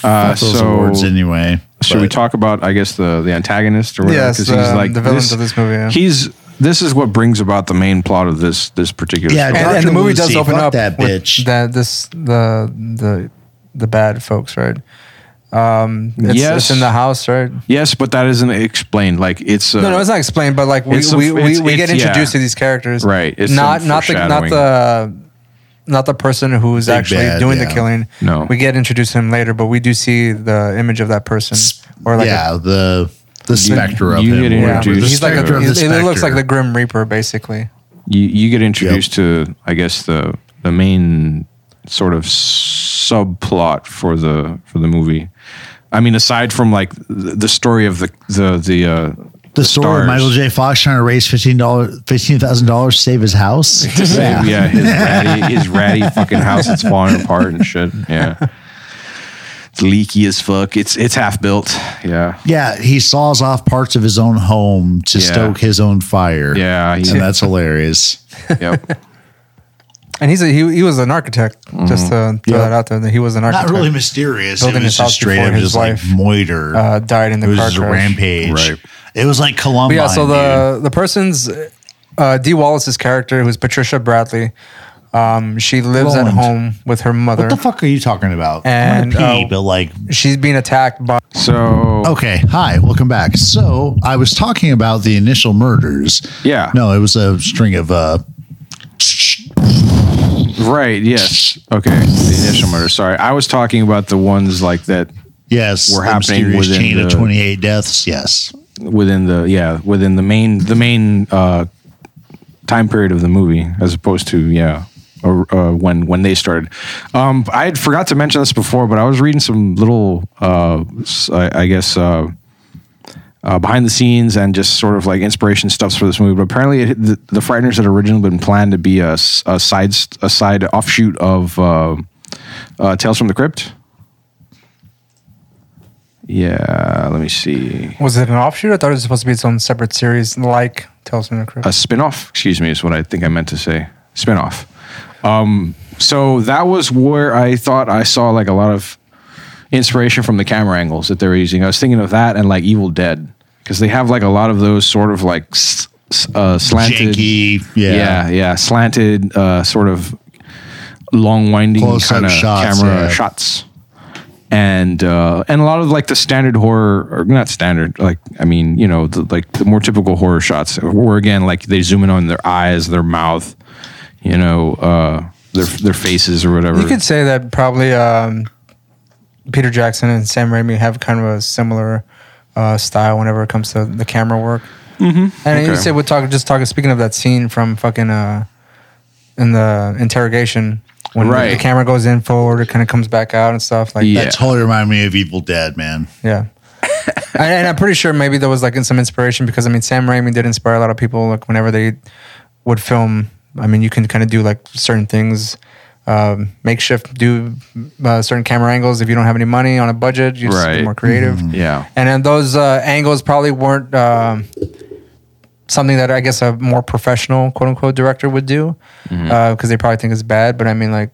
Uh,
Those
so
awards anyway.
should we
but-
talk about I guess the the antagonist or whatever?
Yes, um, the villains of this movie, yeah.
He's this is what brings about the main plot of this this particular.
Yeah,
story.
And, and the
Dr.
movie
Lucy,
does open
fuck
up
that
with
bitch.
that this the the the bad folks, right? Um, it's,
Yes.
it's in the house, right?
yes, but that isn't explained. Like it's uh,
No, no, it's not explained, but like we
It's a-
we, we,
it's-
we get
it's- yeah.
introduced to these characters,
Right, it's
not
some
not the not the not the person who's
Big
actually
bad,
doing
yeah.
the killing.
No.
we get introduced to him later, but we do see the image of that person or like
yeah, the the specter of
you
him.
get
or whatever.
a, yeah,
introduced
The
he's like
specter
a,
of
he,
the
he looks
specter.
like the Grim Reaper, basically.
you you get introduced to I guess the the main sort of subplot for the for the movie. I mean, aside from like the the story of the the the uh,
the story of
stars.
Michael J. Fox trying to raise fifteen dollars, fifteen thousand dollars to save his house.
yeah, yeah his, ratty, his ratty fucking house that's falling apart and shit. Yeah. It's leaky as fuck. It's it's half built. Yeah.
Yeah, he saws off parts of his own home to
Yeah.
stoke his own fire.
Yeah. he-
and that's hilarious.
yep.
And he's a, he, he was an architect. Just
Mm-hmm.
to throw
Yeah.
that out there, that he was an
Not
architect.
really mysterious. It
Building
was
his house
just straight
before
up
his
just
wife,
like moiter.
uh, died in the
it was
car
just a
crash.
rampage.
Right.
It was like
But
Columbine.
yeah, so the the person's uh, D Wallace's character, who's Patricia Bradley, um, she lives at
Roland.
home with her mother.
dude. what the fuck are you talking about?
And,
I'm gonna pee,
uh,
but like
She's being attacked by.
So
Okay. Hi. Welcome back. So I was talking about the initial murders.
Yeah.
No, it was a string of uh,
right, yes. Okay. The initial murder. Sorry. I was talking about the ones like that
yes,
Were
the
happening
mysterious
within
chain of
the-
twenty eight deaths. Yes.
within the yeah, within the main the main uh time period of the movie as opposed to yeah or, uh, when when they started um i had forgot to mention this before but i was reading some little uh s- i, I guess uh uh, behind the scenes and just sort of like inspiration stuffs for this movie, but apparently it, the, the Frighteners had originally been planned to be a, s- a side s- a side offshoot of uh, uh, Tales from the Crypt. Yeah, let me see.
Was it an offshoot? I thought it was supposed to be its own separate series, like Tales from the Crypt.
a spin-off excuse me is what i think i meant to say spin-off um, so that was where i thought i saw like a lot of inspiration from the camera angles that they were using i was thinking of that and like evil dead because they have like a lot of those sort of like s- s- uh, slanted
Janky. Yeah.
yeah yeah, slanted uh, sort of long winding
Close-up
kind of
shots,
camera
yeah.
shots and uh, and a lot of like the standard horror or not standard like I mean you know the, like the more typical horror shots where again like they zoom in on their eyes their mouth you know uh, their their faces or whatever
You could say that probably um, Peter Jackson and Sam Raimi have kind of a similar uh, style whenever it comes to the camera work. Mm-hmm. And you
Okay.
said we're talking just talking. Speaking of that scene from fucking uh, in the interrogation when the- the,
Right.
camera goes in forward, it kind of comes back out and stuff like
Yeah.
That totally reminded me of Evil Dead, man.
that. Yeah. and, and I'm pretty sure maybe there was like some inspiration because I mean Sam Raimi did inspire a lot of people. Like whenever they would film, I mean you can kind of do like certain things, um, makeshift, do uh, certain camera angles. If you don't have any money on a budget, you just be
Right. Mm-hmm.
more creative.
yeah
And then those uh, angles probably weren't um something that I guess a more professional quote unquote director would do because
Mhm.
they probably think it's bad. But I mean, like,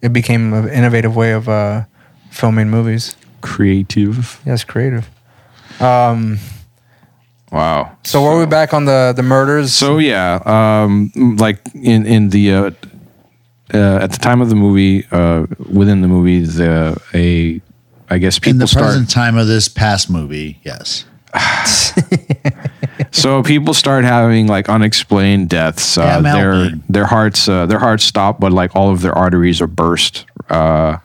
it became an innovative way of uh, filming movies.
Creative.
Yes, creative. Um,
Wow.
so, were we back on the the murders?
So yeah, um, like in in the uh, uh, at the time of the movie, uh, within the movie, the a I guess people
in the
start
present time of this past movie, yes.
so people start having like unexplained deaths. Uh,
MLB.
their their hearts uh, their hearts stop, but like all of their arteries are burst uh,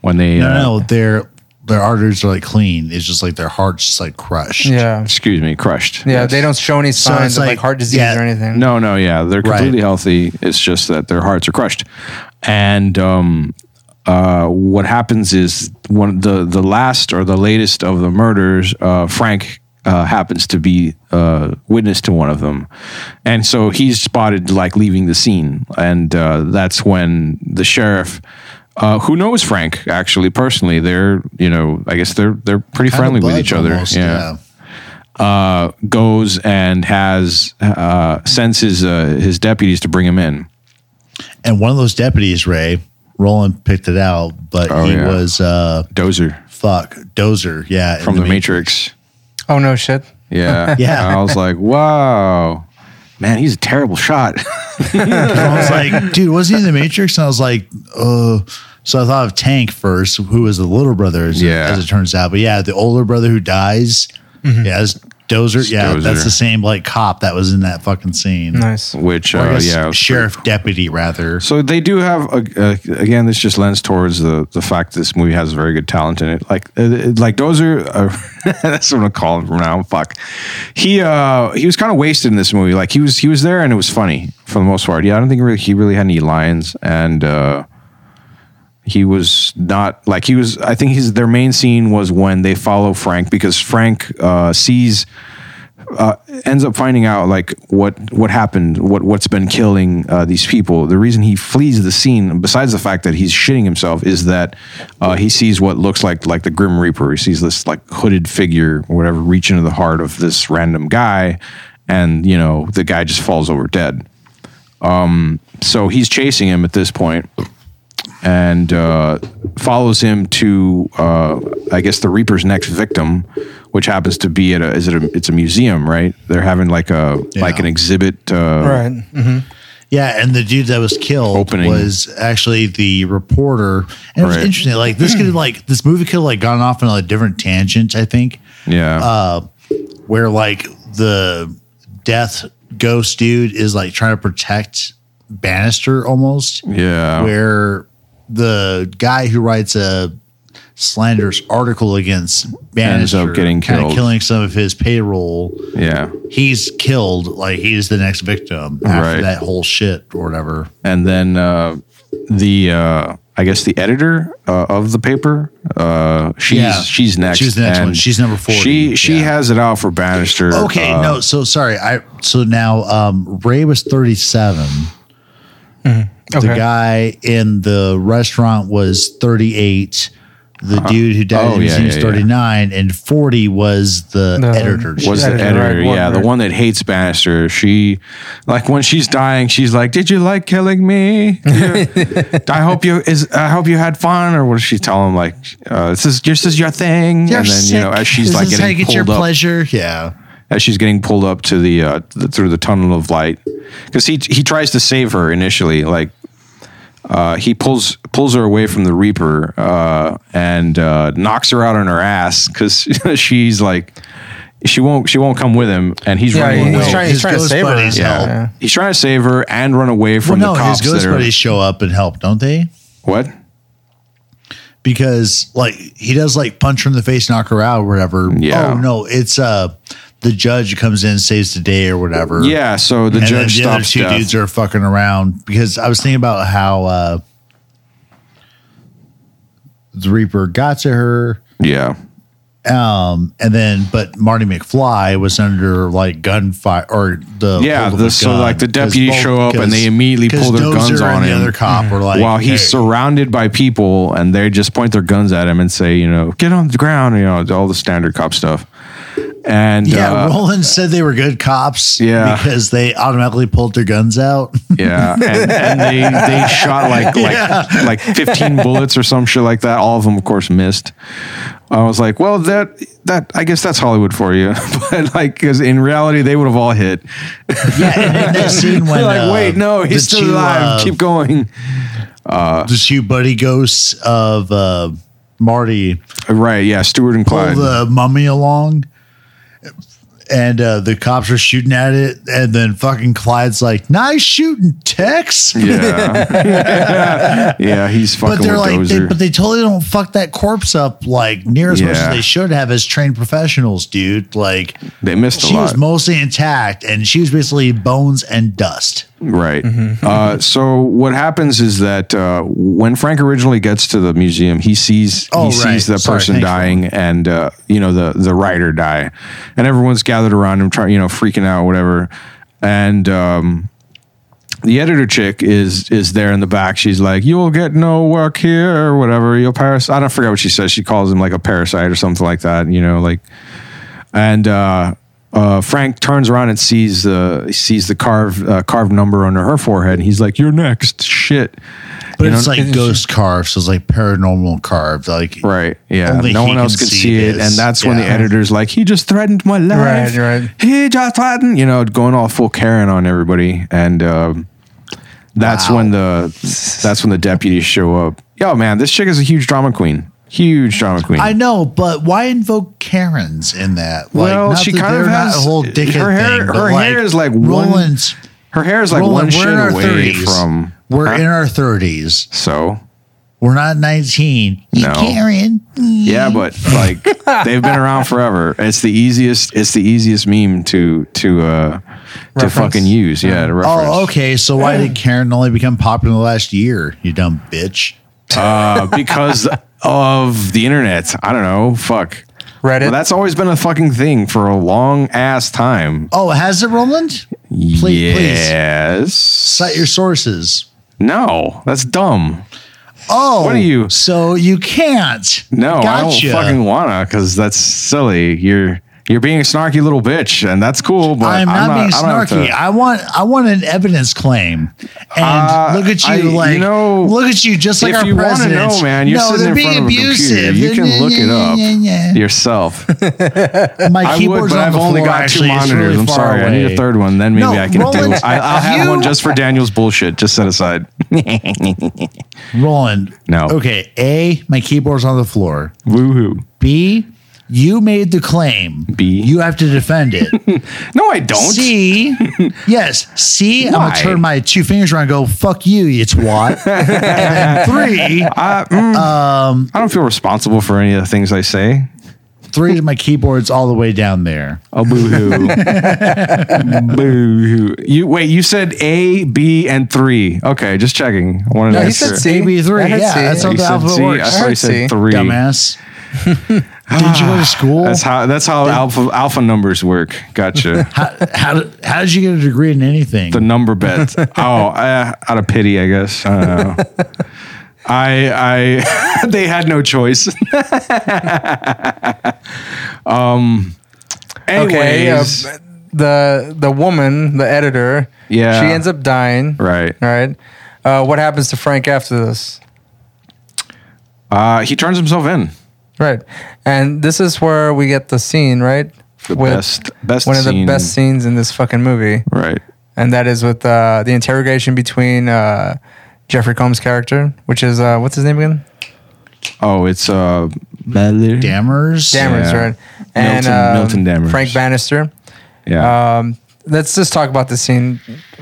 when they uh,
No, no, their their arteries are like clean. It's just like their heart's just like crushed.
Yeah.
Excuse me, crushed.
Yeah, they don't show any
So
signs
it's
of like,
like-
heart disease
yeah.
or anything.
No, no, yeah, they're completely healthy. It's just that their hearts are crushed, and um, uh, what happens is one the the last or the latest of the murders, uh, Frank. Uh, happens to be uh, witness to one of them, and so he's spotted like leaving the scene, and uh, that's when the sheriff, uh, who knows Frank actually personally, they're you know I guess they're they're pretty
Kinda
friendly with
buds
each other,
almost, yeah.
uh, goes and has uh, sends his uh, his deputies to bring him in.
And one of those deputies, Ray, Roland picked it out, but
Oh,
he
yeah.
was uh
Dozer.
Fuck. Dozer, yeah. in
From The Matrix.
Oh no, shit.
Yeah,
Yeah.
And I was like, wow, man, he's a terrible shot.
I was like, dude, wasn't he in the Matrix? And I was like, uh so I thought of Tank first, who was the little brother, as,
Yeah.
as it turns out. But yeah, the older brother who dies.
Mm-hmm.
Yeah, that's Dozer.
It's
yeah,
Dozer.
that's the same like cop that was in that fucking scene.
Nice.
Which
Or I
uh,
guess
yeah, it was
sheriff deputy rather.
So they do have a, uh, again. This just lends towards the the fact this movie has very good talent in it. Like uh, like those are uh, that's what I'm gonna call him from now. on. Fuck. He uh he was kind of wasted in this movie. Like he was he was there and it was funny for the most part. Yeah, I don't think really he really had any lines and. uh he was not like he was i think his their main scene was when they follow frank because frank uh, sees uh, ends up finding out like what what happened what what's been killing uh, these people the reason he flees the scene besides the fact that he's shitting himself is that uh, he sees what looks like like the grim reaper he sees this like hooded figure or whatever reach into the heart of this random guy and you know the guy just falls over dead um so he's chasing him at this point and uh, follows him to, uh, I guess, the Reaper's next victim, which happens to be at a. Is it a? It's a museum, right? They're having like a like an exhibit. Uh,
Right. hmm
Yeah, and the dude that was killed
Opening.
was actually the reporter. And it was
Right.
interesting. Like this could have like this movie could have like gone off on a different tangent, I think.
Yeah.
Uh where like the death ghost dude is like trying to protect Bannister almost.
yeah.
Where the guy who writes a slanderous article against
Ends
Bannister
up getting
kinda
killed.
killing some of his payroll
yeah.
he's killed like he's the next victim after
Right.
that whole shit or whatever
and then uh, the uh, I guess the editor uh, of the paper. Uh, she's
Yeah.
she's next.
She was the next one.
and
She's number 40.
She she has it out for Bannister.
okay
uh,
no so sorry i so now um ray was 37 the
Okay.
guy in the restaurant was 38 the dude who died
Oh,
in the
yeah,
scene was
yeah, yeah.
39 and 40 was the,
The-
editor
was the
Editor,
editor,
right,
yeah, the
Warner.
one that hates Bannister. She, like, when she's dying, she's like, "Did you like killing me? You- I hope you is. I hope you had fun." Or what does she tell him? Like, uh, "This is this is your thing."
You're
and then you know,
sick.
as she's
This
like
is
getting
how you get
pulled
your
up,
pleasure yeah
as she's getting pulled up to the, uh, th- through the tunnel of light, because he he tries to save her initially, like. Uh, he pulls pulls her away from the Reaper uh, and uh, knocks her out on her ass because she's like she won't she won't come with him and he's
Yeah,
running away.
he's trying, he's
His
trying to
ghost
save her.
buddies
Yeah.
help.
He's trying to save her and run away from
well
the
no his
cops
ghost
that are.
buddies show up and help don't they
What?
because like he does like punch her in the face, knock her out, or whatever.
Yeah.
Oh no, it's uh the judge comes in, saves the day or whatever.
Yeah, so the
And then
judge
the other
stops
two
death.
dudes are fucking around because I was thinking about how uh the Reaper got to her.
yeah.
Um, and then but Marty McFly was under like gunfire or the
Yeah,
hold of
the-
a
so, like, the
because
deputies show up and
because-
they immediately
because
pull their guns
and
on
The
him.
other cop were like,
While he's
"Hey,
surrounded by people and they just point their guns at him and say, you know, get on the ground, you know, all the standard cop stuff. And
yeah,
uh,
Roland said they were good cops
Yeah.
because they automatically pulled their guns out.
Yeah, and, and they they shot like like
Yeah.
like fifteen bullets or some shit like that. All of them, of course, missed. I was like, well, that that I guess that's Hollywood for you, but like because in reality they would have all hit.
yeah, in that scene when
They're like,
uh,
wait, no,
the
he's still
two,
alive.
uh,
Keep going.
the two buddy ghosts of uh, Marty
Right? Yeah, Stewart and
pull
Clyde.
the mummy along, and uh, the cops are shooting at it, and then fucking Clyde's like, "Nice shooting, Tex."
Yeah, yeah, he's fucking
But they're
with
like, they,
Dozer.
but they totally don't fuck that corpse up like near as much
Yeah.
as they should have as trained professionals, dude. Like,
they missed a
she
lot.
was mostly intact, and she was basically bones and dust.
Right.
Mm-hmm.
Uh, so what happens is that uh, when Frank originally gets to the museum, he sees
Oh,
he
right.
sees the
Sorry,
person
thanks,
dying and uh, you know the the writer die, and everyone's gathered around him, trying you know freaking out whatever, and. Um, the editor chick is is there in the back. She's like, "You'll get no work here, or whatever. You'll paras." I don't forget what she says. She calls him like a parasite or something like that. You know, like and uh, uh, Frank turns around and sees the sees the carved uh, carved number under her forehead, and he's like, "You're next, shit."
But
You
it's
know,
like ghost carved, so it's like paranormal carved, like
right? Yeah,
Only
no
he
one
can
else could
see
see it,
this.
and that's when the
Yeah.
editor's like, "He just threatened my life.
Right, right.
He just threatened, you know, going all full Karen on everybody." And um, that's
Wow.
when the that's when the deputies show up. Yo, man, this chick is a huge drama queen. Huge drama queen.
I know, but why invoke Karens in that? Like,
Well, she
that
kind of
they're not
has-
a whole dickhead
her hair-
thing, but,
her hair is like one-
Roland's.
her hair is like
Roland,
one
we're in
shade
our
away
30s.
from.
We're
Huh?
in our thirties.
so
We're not nineteen. You
No.
Karen.
Yeah, but like they've been around forever. It's the easiest. It's the easiest meme to to uh to
Reference.
fucking use. Yeah. To reference.
Oh, okay. So why did Karen only become popular in the last year? You dumb bitch.
Uh, because of the internet. I don't know. Fuck.
Reddit.
Well, that's always been a fucking thing for a long ass time.
Oh, has it, Roland? Please, please
yes.
cite your sources.
no, that's dumb.
Oh,
What are you-
So you can't.
No,
gotcha.
I don't fucking wanna because that's silly. You're you're being a snarky little bitch, and that's cool. But
I'm not, being
I don't have
snarky.
to-
I want I want an evidence claim. And
Uh,
look at you,
I- you
like
know,
look at you, just like
if
our
you want to
president.
know, man, you're sitting in front of a computer. You can look it up yourself.
My
I would,
keyboard's
but
on
I've
the
only
floor,
got two
actually. It's
monitors.
really
I'm
far
sorry. I need
away.
a third one. Then maybe
No,
I can
Roland,
do. I, I'll have
you-
one just for Daniel's bullshit. Just set aside.
Roland.
No.
Okay. A. My keyboard's on the floor.
Woohoo!
B. You made the claim.
B.
You have to defend it.
No, I don't.
C. Yes. C. am
Why?
gonna turn my two fingers around and go, fuck you, you twat. and then three.
I, um, I don't feel responsible for any of the things I say.
three of my keyboards all the way down there.
Oh, boo-hoo. boo-hoo. You wait. You said A, B, and three. Okay, just checking. I wanted
No,
to
he
make
said
sure.
C.
AB3,
I heard
yeah,
C.
that's
You
how the
said
alphabet
C.
works.
I thought
I
you
heard C.
said three.
Dumbass. Did you go to school?
That's how that's how alpha alpha numbers work. Gotcha.
how, how, did, how did you get a degree in anything?
the number bet. oh, uh, out of pity, I guess. I don't know. I I they had no choice. um.
Okay, uh,
Um, Anyways,
the the woman, the editor,
Yeah.
she ends up dying.
right.
All right. Uh, what happens to Frank after this?
Uh, he turns himself in.
Right. And this is where we get the scene, right?
The best best
one of the
scene.
best scenes in this fucking movie,
Right.
and that is with uh, the interrogation between uh, Jeffrey Combs' character, which is uh, what's his name again?
Oh, it's uh.
Dammers?
Dammers,
Yeah.
right? And
Milton-
uh,
Milton Dammers.
Frank Bannister.
Yeah.
Um, let's just talk about this scene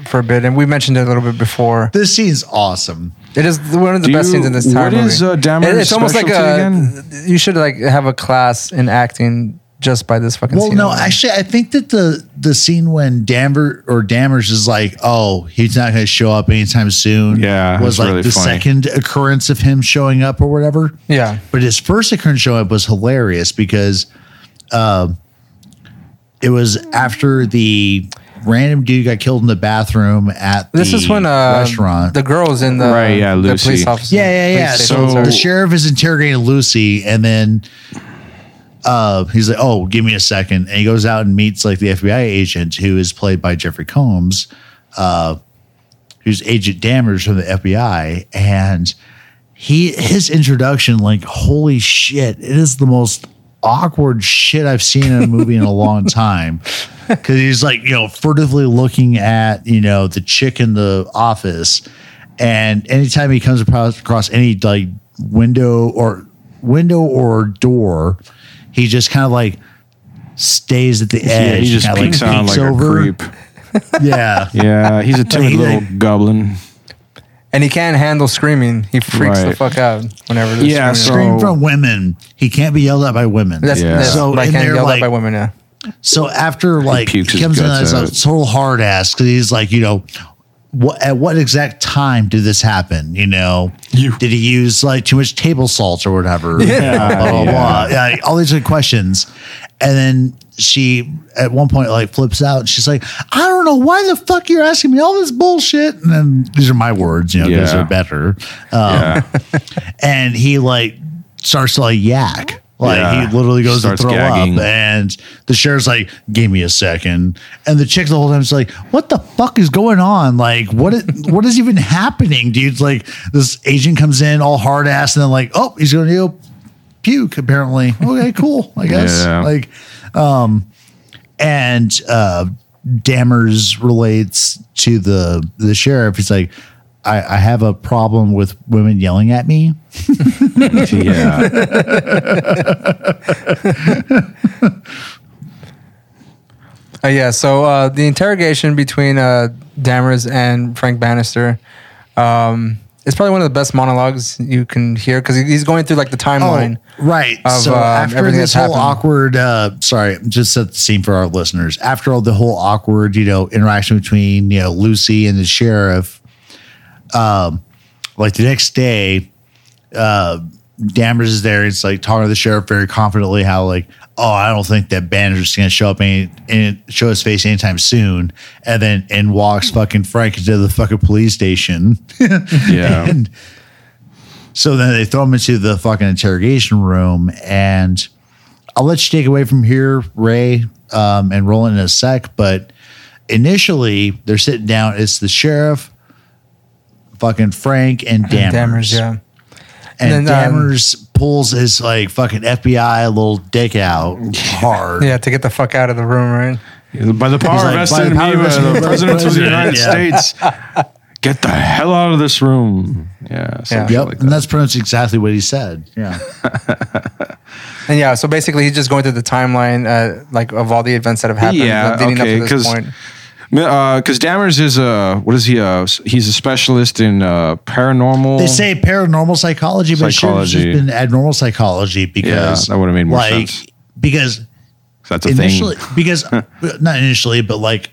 for a bit, and we mentioned it a little bit before.
This scene's awesome.
It is one of the
Do
best
you-
scenes in this entire
what
movie.
is, uh, Dahmer's
It- it's almost like
specialty
a
again?
you should like have a class in acting just by this fucking.
Well,
scene
no,
alone.
actually, I think that the the scene when Danver or Dammers is like, "Oh, he's not going to show up anytime soon,"
Yeah,
was
it's
like
really
the
funny.
second occurrence of him showing up or whatever.
Yeah.
but his first occurrence showing up was hilarious because, um, it was after the random dude got killed in the bathroom at
This
the
is when uh,
restaurant.
the girls in the
Right, yeah,
the
Lucy.
police officer.
yeah, yeah, yeah.
police
So
station,
the
sorry.
sheriff is interrogating Lucy, and then uh, he's like, "Oh, give me a second. and he goes out and meets like the FBI agent who is played by Jeffrey Combs, uh, who's Agent Dammers from the FBI, and he his introduction, like, holy shit, it is the most awkward shit I've seen in a movie in a long time. Cause he's like, you know, furtively looking at, you know, the chick in the office. And anytime he comes across, across any like window or window or door, he just kind of like stays at the edge.
yeah, he just
kinda,
peeks out like a creep.
Yeah.
Yeah, he's a timid
He,
little
like-
goblin.
And he can't handle screaming. He freaks the
Right.
fuck out whenever there's
Yeah,
screaming.
Scream from women. He can't be yelled at by women.
That's, that's
so
like
in
can't
there,
yelled
like,
at by women. Yeah.
So after like he,
pukes his
comes in as
guts
a
out.
total hard ass because he's like, you know, what at what exact time did this happen? You know, did he use like too much table salt or whatever?
Yeah.
blah blah
Yeah.
blah. Yeah, like, all these are questions, and then she at one point like flips out. And she's like, I don't know why the fuck you're asking me all this bullshit. And then these are my words, you know, these
Yeah.
are better. Um, and he like starts to like yak. Like
Yeah.
he literally goes
Starts
to throw
gagging.
up, and the sheriff's like, "Give me a second. And the chick the whole time is like, "What the fuck is going on? Like, what i- what is even happening, dude?" Like this agent comes in all hard ass, and then like, "Oh, he's going to go puke." Apparently, okay, cool, I guess.
Yeah.
Like, um, and uh Dammers relates to the the sheriff. He's like, I, I have a problem with women yelling at me.
yeah.
Uh, yeah. So uh, the interrogation between uh, Dammers and Frank Bannister. Um, it's probably one of the best monologues you can hear because he's going through like the timeline.
Oh, right.
of,
so
um,
after
everything
this
that's
whole
happened.
awkward, uh, sorry, just set the scene for our listeners. After all the whole awkward, you know, interaction between you know Lucy and the sheriff, um, like the next day, uh, Danvers is there. It's like talking to the sheriff very confidently. How like, oh, I don't think that Banner's going to show up any, and show his face anytime soon. And then and walks fucking Frank into the fucking police station.
Yeah.
And so then they throw him into the fucking interrogation room. And I'll let you take away from here, Ray, um, and roll in a sec. But initially, they're sitting down. It's the sheriff, fucking Frank, and
Dammers.
Dammers.
Yeah.
And,
And then, um,
Dammers pulls his like fucking FBI little dick out hard.
Yeah. To get the fuck out of the room, right?
By the power
like,
vested
by the
in
power
me by
vested in me
the
by the
President of the United
President,
States, get the hell out of this room. Yeah. something
Yep.
like
and
that.
that's pretty much exactly what he said. Yeah.
And yeah, so basically he's just going through the timeline, uh, like of all the events that have happened
Yeah,
like, leading up
okay,
to this
'cause-
point.
Because uh, Dammers is a, what is he? A, he's a specialist in uh, paranormal.
They say paranormal psychology, but it should have just
Psychology.
been abnormal psychology because
that would've made more sense.
Because
that's a
initially,
thing.
because not initially, but like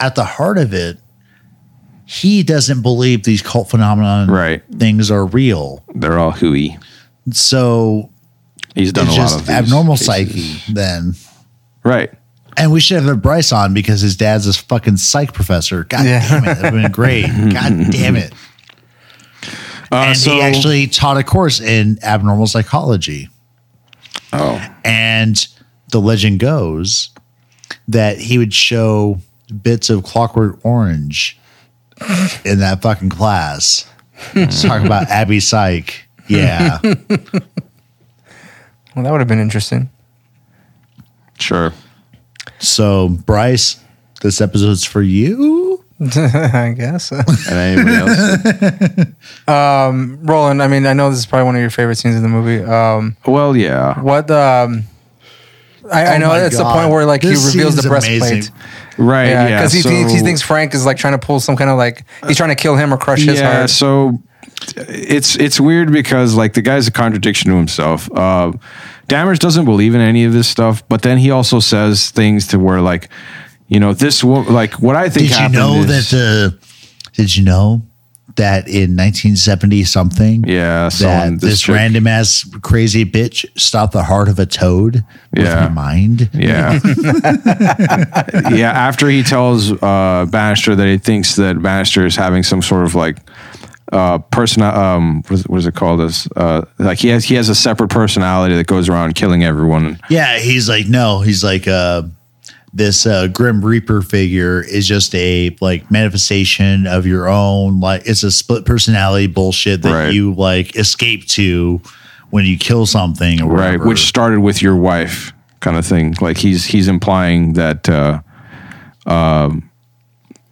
at the heart of it, he doesn't believe these cult phenomenon
Right.
things are real.
They're all hooey.
So
He's done
it's
a lot
just
of these
abnormal
cases.
psyche then.
Right.
And we should have had Bryce on because his dad's a fucking psych professor. God
Yeah.
damn it. That would have been great. God damn it.
Uh,
and
so,
he actually taught a course in abnormal psychology.
oh,
And the legend goes that he would show bits of Clockwork Orange in that fucking class. Let's talk about Abby Psych. Yeah.
Well, that would have been interesting.
sure.
So, Bryce, this episode's for you.
I guess.
And anybody else?
Roland, I mean, I know this is probably one of your favorite scenes in the movie. Um,
well, yeah.
what um I, I
Oh
know
my
it's the
God.
point where like
This
he reveals
scene's
the breastplate.
amazing.
Right.
Yeah,
Yeah.
because he, thinks he thinks Frank is like trying to pull some kind of like he's trying to kill him or crush his
yeah,
heart.
so it's it's weird because like the guy's a contradiction to himself. Uh, Dammers doesn't believe in any of this stuff, but then he also says things to where like, you know, this wo- like what I think
Did you
happened
know that
is-
the, did you know that in 1970 something?
yeah, someone-
That this
chick-
random ass crazy bitch stopped the heart of a toad with
Yeah.
her mind.
Yeah. yeah. After he tells uh, Bannister that he thinks that Bannister is having some sort of like uh, person. Um, what is, what is it called? This uh, like he has he has a separate personality that goes around killing everyone.
Yeah, he's like no, he's like uh, this uh, Grim Reaper figure is just a like manifestation of your own like it's a split personality bullshit that
Right.
you like escape to when you kill something or
right
whatever.
which started with your wife kind of thing like he's he's implying that uh um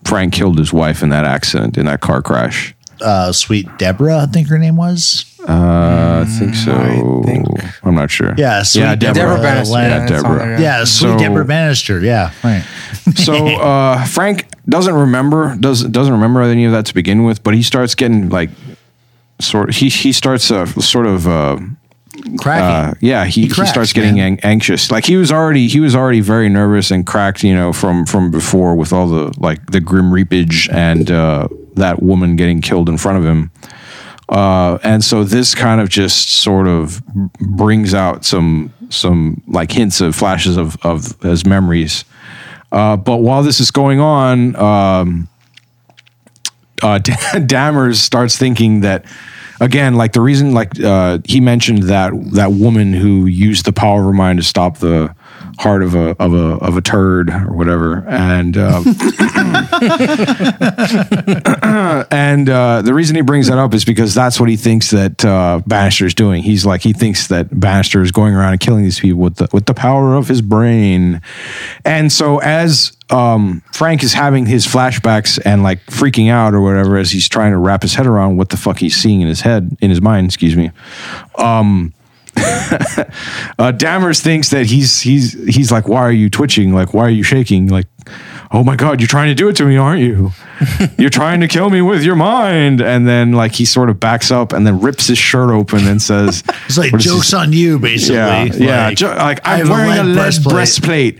frank killed his wife in that accident in that car crash
uh, sweet Deborah, I think her name was.
uh, I think so. I am not sure.
Yeah, sweet
yeah, Deborah.
Deborah Bannister.
Yeah, Deborah.
Yeah, sweet
So-
Deborah Bannister. Yeah, right.
so uh, Frank doesn't remember does doesn't remember any of that to begin with, but he starts getting like sort he he starts uh, sort of uh,
Cracking.
Uh, yeah, he,
He
he,
cracks,
starts getting an- anxious. Like he was already he was already very nervous and cracked, you know, from from before with all the like the grim reapage and uh, that woman getting killed in front of him. Uh, and so this kind of just sort of brings out some some like hints of flashes of of his memories. Uh, but while this is going on, um, uh, Dammers starts thinking that again, like the reason, like uh, he mentioned that that woman who used the power of her mind to stop the heart of a of a of a turd or whatever, and um, and uh, the reason he brings that up is because that's what he thinks that uh, Bannister is doing. He's like he thinks that Bannister is going around and killing these people with the with the power of his brain. And so as um, Frank is having his flashbacks and like freaking out or whatever as he's trying to wrap his head around what the fuck he's seeing in his head in his mind, excuse me. Um, uh, Dammers thinks that he's he's he's like, why are you twitching? Like, why are you shaking? Like, oh my god, you're trying to do it to me, aren't you? you're trying to kill me with your mind. And then like he sort of backs up and then rips his shirt open and says,
It's like
what is
jokes
this?
on you, basically.
Yeah,
like,
yeah. jo- like
I
I'm
have a
wearing
lead
a lead breastplate.
breastplate.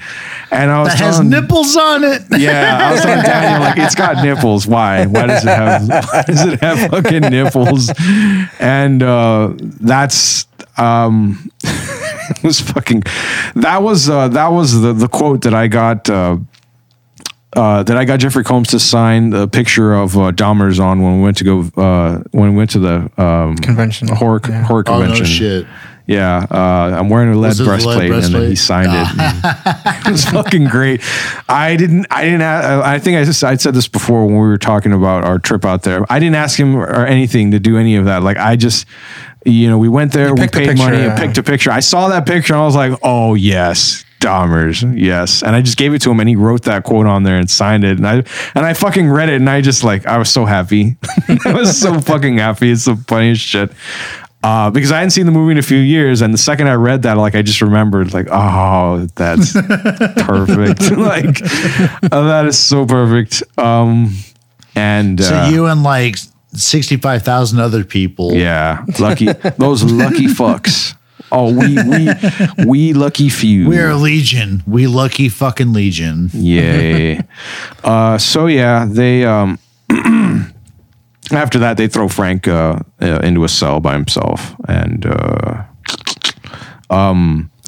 and I was
that has
telling-
nipples on it.
yeah, I was telling Daniel like it's got nipples. Why? Why does it have? Why does it have fucking nipples? And uh, that's um, it was fucking. That was uh, that was the the quote that I got. Uh, uh, that I got Jeffrey Combs to sign the picture of uh, Dahmer's on when we went to go uh, when we went to the um, convention horror horror
Oh, no
convention.
shit.
Yeah, uh, I'm wearing a lead
Was it the lead
breastplate, and then he
breastplate? Ah.
signed it. it was fucking great. I didn't. I didn't. Ask, I think I just. I said this before when we were talking about our trip out there. I didn't ask him or anything to do any of that. Like I just, you know, we went there, we
picked a
paid
picture,
money, and
yeah.
picked a picture. I saw that picture, and I was like, oh yes. Dahmer's, yes, and I just gave it to him, and he wrote that quote on there and signed it, and I and I fucking read it, and I just like I was so happy, I was so fucking happy. It's the funniest shit uh, because I hadn't seen the movie in a few years, and the second I read that, like I just remembered, like, oh, that's perfect. like, oh, that is so perfect. Um, and uh,
So you and like sixty-five thousand other people.
yeah, lucky those lucky fucks. Oh, we we we lucky few.
We are legion. We lucky fucking legion.
Yay. uh, so yeah, they um, after that they throw Frank uh, uh, into a cell by himself, and uh, um,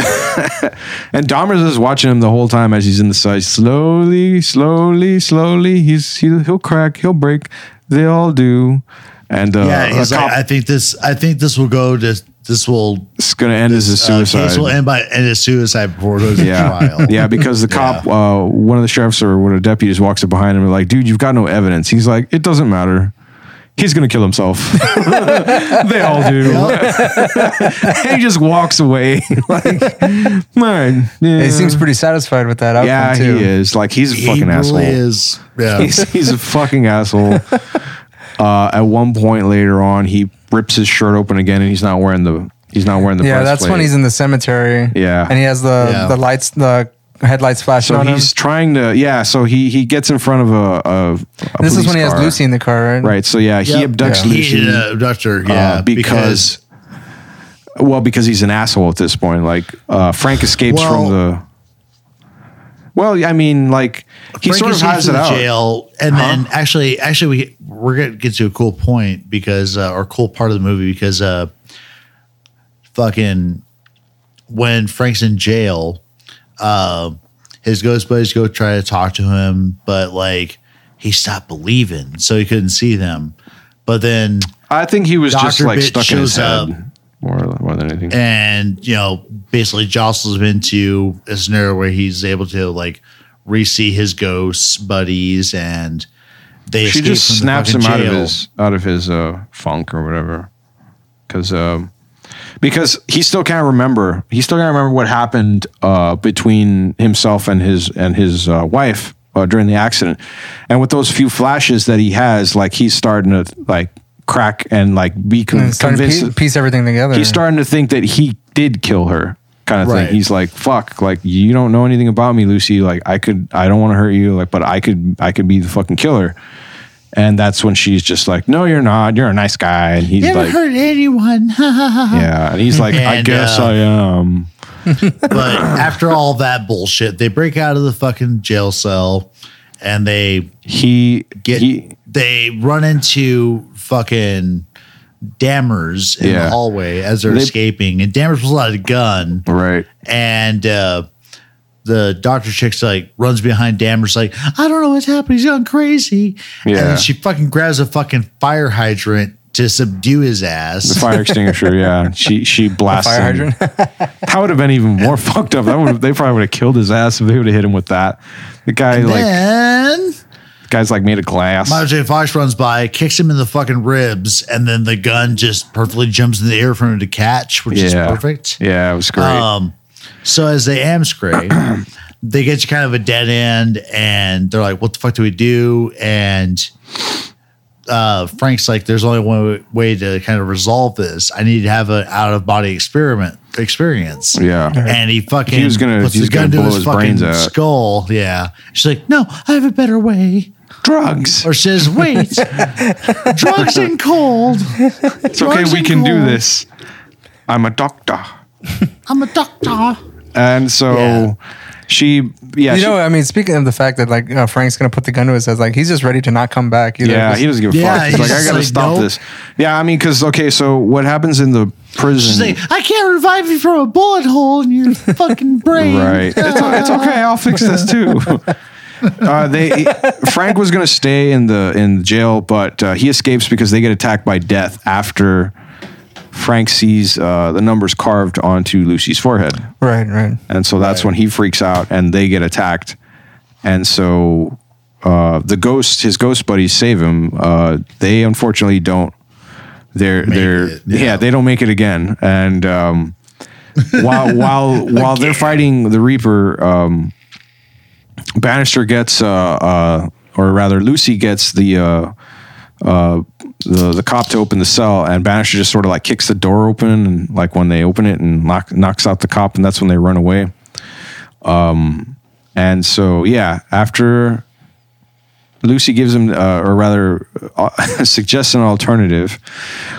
and Dahmer's just watching him the whole time as he's in the cell. Slowly, slowly, slowly, he's he'll, he'll crack, he'll break. They all do, and uh,
yeah, he's
a
like,
cop
I think this. I think this will go to. This will.
is going to end as a
Uh,
suicide.
case will end by end as suicide before it goes to
yeah.
trial.
Yeah, because the cop, Uh, one of the sheriffs or one of the deputies walks up behind him and like, dude, you've got no evidence. He's like, it doesn't matter. He's gonna kill himself. they all do. and he just walks away. like, man,
He seems pretty satisfied with that outcome
yeah,
too.
he is. Like, he's a
He
fucking
really
asshole.
is. Yeah.
He's, he's a fucking asshole. Uh, at one point later on, he rips his shirt open again, and he's not wearing the he's not wearing the
yeah, that's when
breastplate.
he's in the cemetery.
Yeah.
and he has the
Yeah.
the lights, the headlights flashing
So
on him.
he's trying to, yeah. So he he gets in front of a. a, a
This is
police
when he has
car.
Lucy in the car, right?
Right. So yeah, he
Yep.
abducts
Yeah.
Lucy.
He, uh, abducts her,
uh,
yeah,
because, Well, because he's an asshole at this point. Like uh, Frank escapes from
Well-
the. Well, I mean, like he
Frank
sort of
escapes
has
to
it
the
out. Uh-huh.
Jail, and
Huh?
then actually, actually, we we're gonna get to a cool point because uh, or cool part of the movie because uh, fucking when Frank's in jail, uh, his ghost buddies go try to talk to him, but like he stopped believing, so he couldn't see them. But then
I think he was just
Dr.
like
Bit
stuck in his
shows up.
head more, more than anything.
and you know basically jostles him into a scenario where he's able to like re-see his ghosts buddies and they
she
escape
just
from the
snaps him
fucking
out of
jail.
his out of his uh, funk or whatever, because um, because he still can't remember. He still can't remember what happened uh, between himself and his and his uh, wife uh, during the accident. And with those few flashes that he has, like he's starting to like crack and like be con-
And starting to
convinced.
pie- piece everything together.
He's starting to think that he did kill her, kind of
Right.
thing. He's like, "Fuck! Like you don't know anything about me, Lucy. Like I could, I don't want to hurt you. Like, but I could, I could be the fucking killer." And that's when she's just like, "No, you're not. You're a nice guy." And he's
never
like,
hurt anyone
"Yeah," and he's like, "I
And,
guess
uh,
I am."
but after all that bullshit they break out of the fucking jail cell and they
He
get
he,
they run into fucking dammers in
Yeah.
the hallway as they're
They-
escaping and dammers pulls out a gun
right.
and uh, the doctor chick's like runs behind Dammers like I don't know what's happening. He's gone crazy.
Yeah.
And then she fucking grabs a fucking fire hydrant to subdue his
The
ass.
fire extinguisher, yeah. She she blasts
fire
him.
hydrant.
That would have been even more fucked up. That would they probably would have killed his ass if they would have hit him with that. The guy like
then
guy's like made of glass.
Michael J. Fox runs by, kicks him in the fucking ribs, and then the gun just perfectly jumps in the air for him to catch, which is
Yeah.
perfect.
Yeah, it was great.
Um, so as they amscray, they get you kind of a dead end, and they're like, "What the fuck do we do?" And uh, Frank's like, "There's only one w- way to kind of resolve this. I need to have an out of body experiment experience."
Yeah.
and he fucking
He was gonna-
puts
he was
his gun
gonna
to
blow
his,
his
fucking
brains out.
skull. Yeah, she's like, "No, I have a better way."
drugs.
Or says, "Wait, drugs and cold.
It's okay, we can do this. I'm a doctor.
I'm a doctor."
And so
Yeah.
she, yeah,
you
she-
know, I mean, speaking of the fact that like uh, Frank's gonna put the gun to his head, like he's just ready to not come back. Either.
yeah,
Just-
he doesn't give a
Yeah,
fuck.
he's
He's like, I
just
gotta
like,
stop
nope.
this. Yeah, I mean, because, okay, so what happens in the
She's
prison?
like, I can't revive you from a bullet hole in your fucking brain.
Right. It's, it's okay. I'll fix this too. Uh, they Frank was going to stay in the in the jail, but uh, he escapes because they get attacked by death after Frank sees uh, the numbers carved onto Lucy's forehead.
right, right.
And so that's when he freaks out and they get attacked. And so uh, the ghost, his ghost buddies save him. Uh, they unfortunately don't. They're they're
it,
yeah.
yeah.
they don't make it again. And um, while while while they're fighting the Reaper, um, Bannister gets uh, uh, or rather Lucy gets the. Uh, the the cop to open the cell, and Bannister just sort of like kicks the door open, and like when they open it and knock, knocks out the cop, and that's when they run away. Um, and so yeah, after Lucy gives him, uh, or rather, uh, suggests an alternative,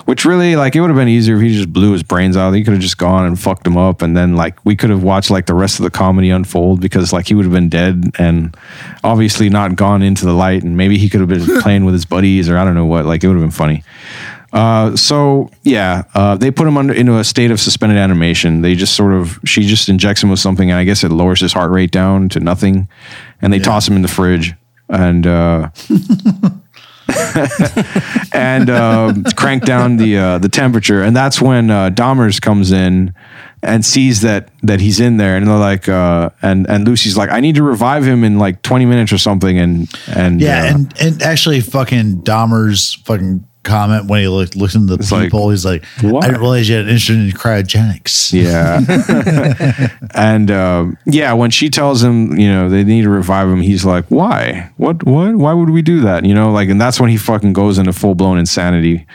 which really like it would have been easier if he just blew his brains out. He could have just gone and fucked him up, and then like we could have watched like the rest of the comedy unfold because like he would have been dead and obviously not gone into the light, and maybe he could have been playing with his buddies or I don't know what. Like it would have been funny. Uh, so yeah, uh, they put him under into a state of suspended animation. They just sort of she just injects him with something, and I guess it lowers his heart rate down to nothing, and they toss him in the fridge. And uh, and uh, crank down the uh, the temperature. And that's when uh, Dahmers comes in and sees that that he's in there, and they're like, uh, and and Lucy's like, I need to revive him in like twenty minutes or something, and and
Yeah,
uh,
and and actually, fucking Dahmer's fucking comment when he looked looked into the
like,
people, he's like,
"What?"
I didn't realize you had an interest in cryogenics.
Yeah. and um, yeah, when she tells him, you know, they need to revive him, he's like, why? What? What? Why would we do that? You know, like, and that's when he fucking goes into full blown insanity.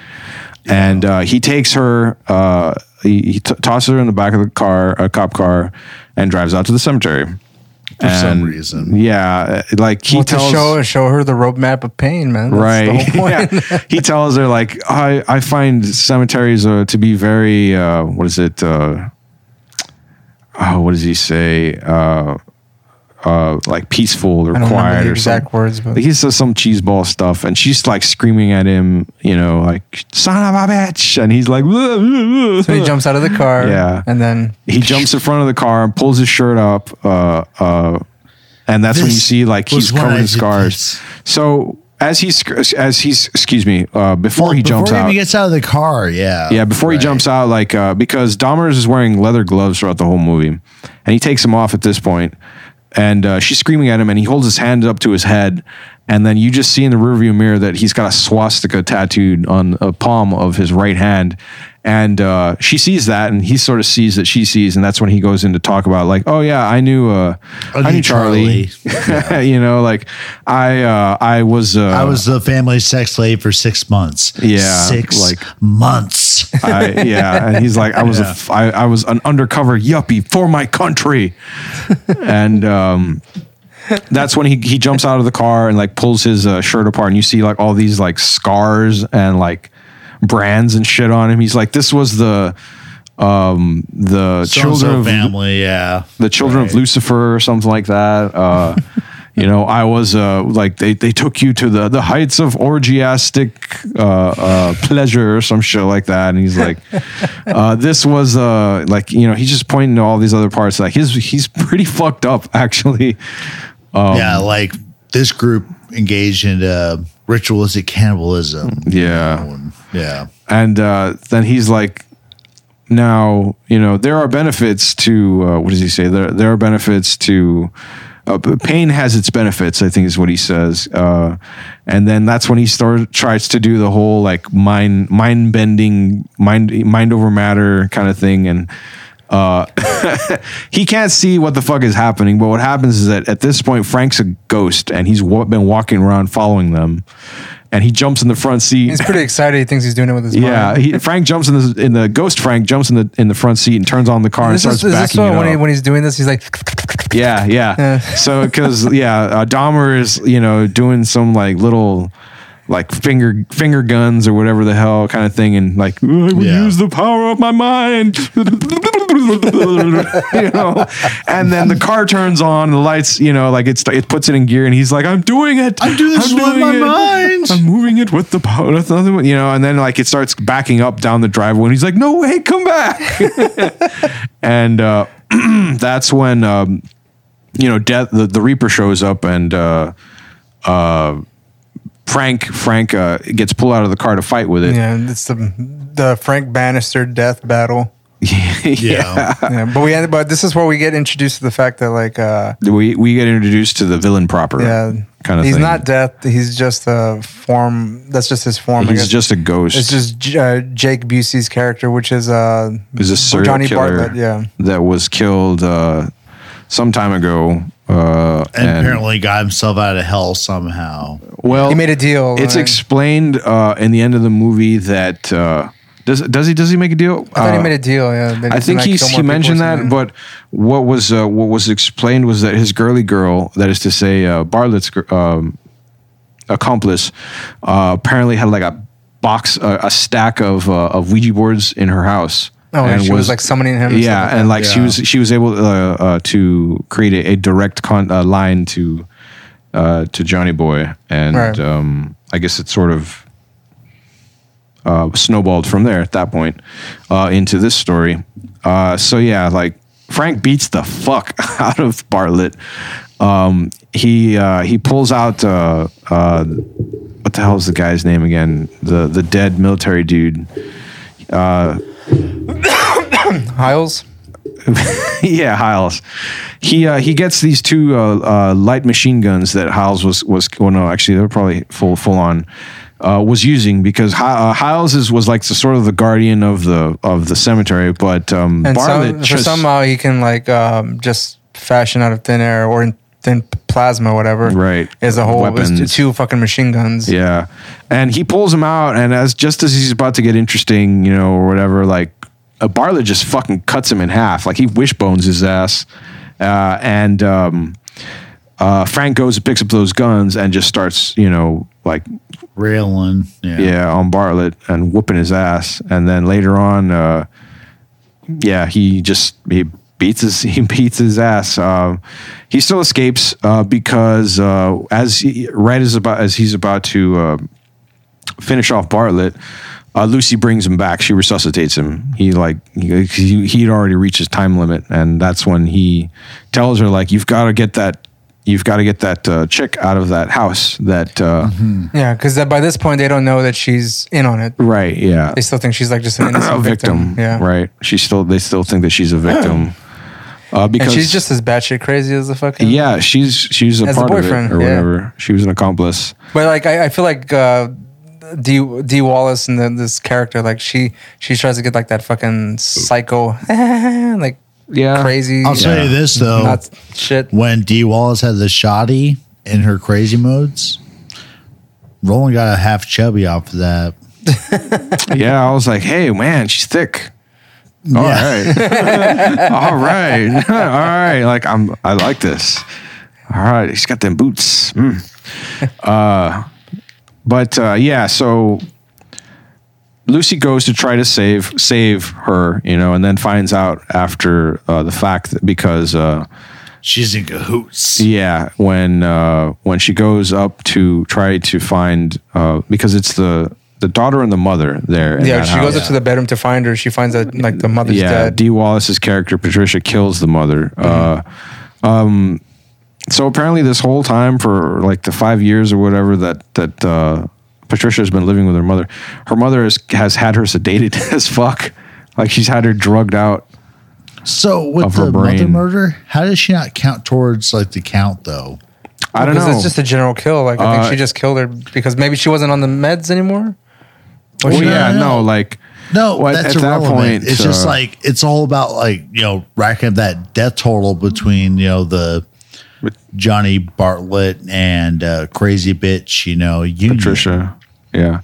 And uh, he takes her, uh, he, he t- tosses her in the back of the car, a cop car, and drives out to the cemetery.
For some
And,
reason.
Yeah. uh, Like, he
Well,
tells.
to show show her the roadmap of pain, man. That's
Right.
The whole point.
Yeah. He tells her like I, I find cemeteries uh, to be very uh, what is it? Uh, oh, what does he say? Uh, uh, like peaceful or
I don't remember
quiet
the
or something.
exact words, but
Like, he says some cheeseball stuff, and she's like screaming at him, you know, like "son of a bitch," and he's like,
so he jumps out of the car.
Yeah.
and then
He jumps in front of the car and pulls his shirt up, uh, uh, and that's when you
This
see like
was
he's
when
covered
I
in
did
scars.
this.
So as he's as he's excuse me uh, before
Well,
he jumps
before
out.
he gets out of the car, yeah.
yeah, before he jumps out, like uh, because Dahmer's is wearing leather gloves throughout the whole movie, and he takes them off at this point, and uh, she's screaming at him, and he holds his hand up to his head, and then you just see in the rearview mirror that he's got a swastika tattooed on a palm of his right hand, and uh, she sees that, and he sort of sees that she sees, and that's when he goes in to talk about like, oh yeah, I knew, uh, I knew,
knew
Charlie, you know, like I uh, I was uh,
I was the family's sex slave for six months.
Yeah,
Six
like-
months.
I, yeah, and he's like, I was a f I I was an undercover yuppie for my country, and um, that's when he he jumps out of the car and like pulls his uh, shirt apart, and you see like all these like scars and like brands and shit on him. He's like, this was the um the
So-and-so
children of
family, yeah.
the children of Lucifer or something like that. Uh, you know, I was uh, like they, they took you to the, the heights of orgiastic uh, uh, pleasure or some shit like that, and he's like, uh, this was uh, like you know he's just pointing to all these other parts like his he's pretty fucked up actually. Um,
yeah, like this group engaged in uh, ritualistic cannibalism. Oh,
yeah.
Yeah.
and uh, then he's like, "Now you know there are benefits to uh, what does he say? There there are benefits to uh, p- pain has its benefits. I think is what he says. Uh, and then that's when he start tries to do the whole like mind mind bending mind mind over matter kind of thing and. Uh, he can't see what the fuck is happening, but what happens is that at this point, Frank's a ghost and he's wa- been walking around following them. And he jumps in the front seat.
He's pretty excited. He thinks he's doing it with his
Yeah,
mind.
he, Frank jumps in the in the ghost. Frank jumps in the in the front seat and turns on the car
This
and
is,
starts
is this what-
backing it
when, he,
up.
when he's doing this, he's like,
yeah, yeah.
Yeah.
So because yeah, uh, Dahmer is you know doing some like little like finger finger guns or whatever the hell kind of thing, and like I will
Yeah.
use the power of my mind. you know, and then the car turns on, the lights, you know, like it's it puts it in gear, and he's like, "I'm doing it,
I'm doing this with my mind."
I'm moving it with the power, with nothing, you know." And then like it starts backing up down the driveway, and he's like, "No way, come back!" and uh, that's when um, you know death the, the reaper shows up and uh uh frank frank uh gets pulled out of the car to fight with it
yeah, it's the, the Frank Bannister death battle.
Yeah.
yeah, but we ended, but this is where we get introduced to the fact that like uh
we we get introduced to the villain proper
yeah
kind of
he's
thing.
not death he's just a form that's just his form I
he's
guess.
just a ghost
it's just J- uh, Jake Busey's character which is uh
is a serial
Johnny
killer
Bartlett yeah
that was killed uh some time ago uh
And, apparently got himself out of hell somehow.
well
he made a deal
it's
right?
explained uh in the end of the movie that uh does does he does he make a deal
I thought
Uh,
he made a deal yeah that
I
he's
think
gonna
he
kill more
he
people or
mentioned that,
something.
but what was uh, what was explained was that his girly girl, that is to say, uh, Bartlett's gr- um, accomplice, uh, apparently had like a box, uh, a stack of uh, of Ouija boards in her house.
Oh, and she was, like, summoning him and stuff
Yeah,
like
and
that.
like she
Yeah.
was she was able uh, uh, to create a, a direct con- uh, line to uh, to Johnny Boy, and
Right.
um, I guess it sort of uh, snowballed from there at that point uh, into this story. Uh, so yeah, like Frank beats the fuck out of Bartlett. Um, he uh, he pulls out uh, uh, what the hell is the guy's name again? The the dead military dude.
Hiles
yeah, Hiles. He uh, he gets these two uh, uh, light machine guns that Hiles was was well, no, actually they were probably full full on uh, was using because Hi- uh, Hiles is, was like the sort of the guardian of the of the cemetery, but um,
and
Bartlett
some, uh, for
just-
somehow he can like um just fashion out of thin air or in thin plasma whatever
Right.
is a whole it's
Weapons.
two fucking machine guns
Yeah. And he pulls him out, and as just as he's about to get interesting, you know, or whatever, like uh, Bartlett just fucking cuts him in half. Like he wishbones his ass. Uh, and um, uh, Frank goes and picks up those guns and just starts, you know, like
Railing. Yeah.
yeah, on Bartlett and whooping his ass. And then later on, uh, yeah, he just he beats his he beats his ass. Um, he still escapes uh, because uh, as he, right as about as he's about to uh, finish off Bartlett. Uh, Lucy brings him back. She resuscitates him. He like he he- he'd already reached his time limit, and that's when he tells her like, "You've got to get that you've got to get that uh, chick out of that house. That uh,
Yeah, because by this point they don't know that she's in on it.
right, yeah,
They still think she's like just an
a
innocent victim.
victim.
Yeah,
right. She still they still think that she's a victim uh, because
and she's just as batshit crazy as the fucking
yeah she's she's a
As a
part of it
boyfriend,
or
yeah.
whatever. She was an accomplice.
But like I, I feel like uh, D D Wallace and then this character like she she tries to get like that fucking psycho like
yeah
crazy.
I'll say this though.
Not shit.
When D Wallace had the shoddy in her crazy modes, Roland got a half chubby off of that.
yeah, I was like, hey man, she's thick. All right, all right, all right. Like I'm, I like this. All right, he's got them boots. Mm. Uh, but uh, yeah, so Lucy goes to try to save save her, you know, and then finds out after uh, the fact that because. Uh,
She's in cahoots.
yeah, when uh, when she goes up to try to find uh, because it's the the daughter and the mother there. in
Yeah,
that
she goes
house.
up to the bedroom to find her. She finds that like the mother's
yeah,
dead.
D. Wallace's character Patricia kills the mother. Uh, um, so apparently, this whole time for like the five years or whatever that that uh, Patricia has been living with her mother, her mother has, has had her sedated as fuck. Like she's had her drugged out.
So
Of
with
her
the mother
brain.
murder, how does she not count towards like the count though? Oh,
I don't
Because
know.
It's just a general kill. Like I
Uh,
think she just killed her because maybe she wasn't on the meds anymore. Or
well,
she-
No, no,
yeah, no,
no.
like
No,
Well,
that's
at that
irrelevant.
point,
it's just
uh,
like it's all about like you know racking up that death total between you know the Johnny Bartlett and uh, crazy bitch. You know, union.
Patricia. Yeah,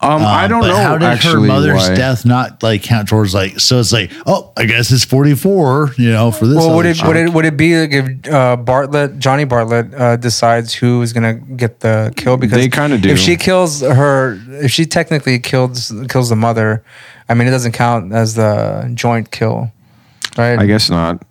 um, I
Um,
don't
but
know.
How did her
actually
mother's
why.
death not like count towards like? So it's like, oh, I guess it's forty four. You know, for this.
Well, would
other
it,
chick.
would it would it be like if uh, Bartlett Johnny Bartlett uh, decides who is gonna get the kill because
They kinda do.
If she kills her, if she technically kills kills the mother, I mean it doesn't count as the joint kill, right?
I guess not.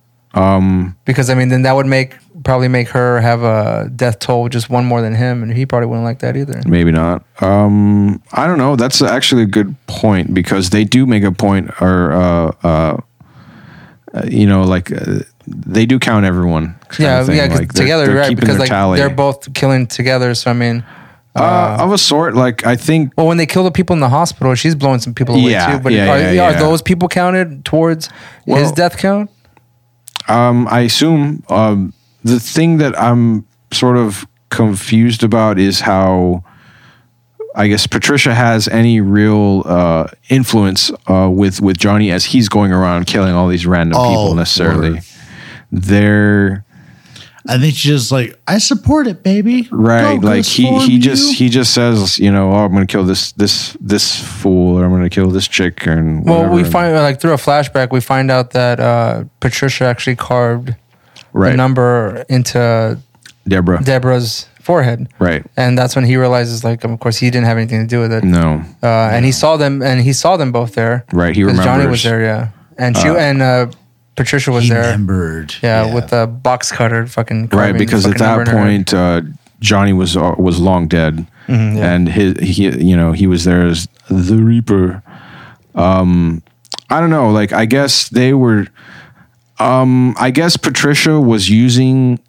because I mean then that would make probably make her have a death toll just one more than him, and he probably wouldn't like that either.
Maybe not. Um, I don't know. That's actually a good point because they do make a point, or uh, uh, uh, you know, like uh, they do count everyone. kind
Yeah,
of thing.
yeah, 'cause
Like, they're-
together,
they're
right?
keeping
Because
their
like
tally.
they're both killing together, so I mean.
uh, of a sort. Like I think
Well, when they kill the people in the hospital, she's blowing some people away
Yeah,
too. But
yeah,
are,
yeah,
are
yeah.
those people counted towards
Well-
his death count?
Um, I assume um, the thing that I'm sort of confused about is how I guess Patricia has any real uh, influence uh, with with Johnny as he's going around killing all these random people
Oh,
necessarily.
word.
They're
I think she's just like, I support it, baby.
right,
Go,
like he
Ghostform,
he
you.
just he just says you know oh I'm gonna kill this this this fool or I'm gonna kill this chick and
Well, we
whatever."
find like through a flashback, we find out that uh, Patricia actually carved
right
the number into
Deborah
Deborah's forehead,
right
and that's when he realizes, like, of course, he didn't have anything to do with it.
no
Uh, and he saw them, and he saw them both there.
Right, he
'Cause Johnny
remembers.
was there, yeah, and she and uh, Patricia was
He
there,
remembered.
yeah, with a box cutter, fucking
right
carving
because
the
at
fucking
that
number in her-
point uh, johnny was uh, was long dead
Mm-hmm,
and his he you know he was there as the reaper um i don't know like i guess they were um i guess patricia was using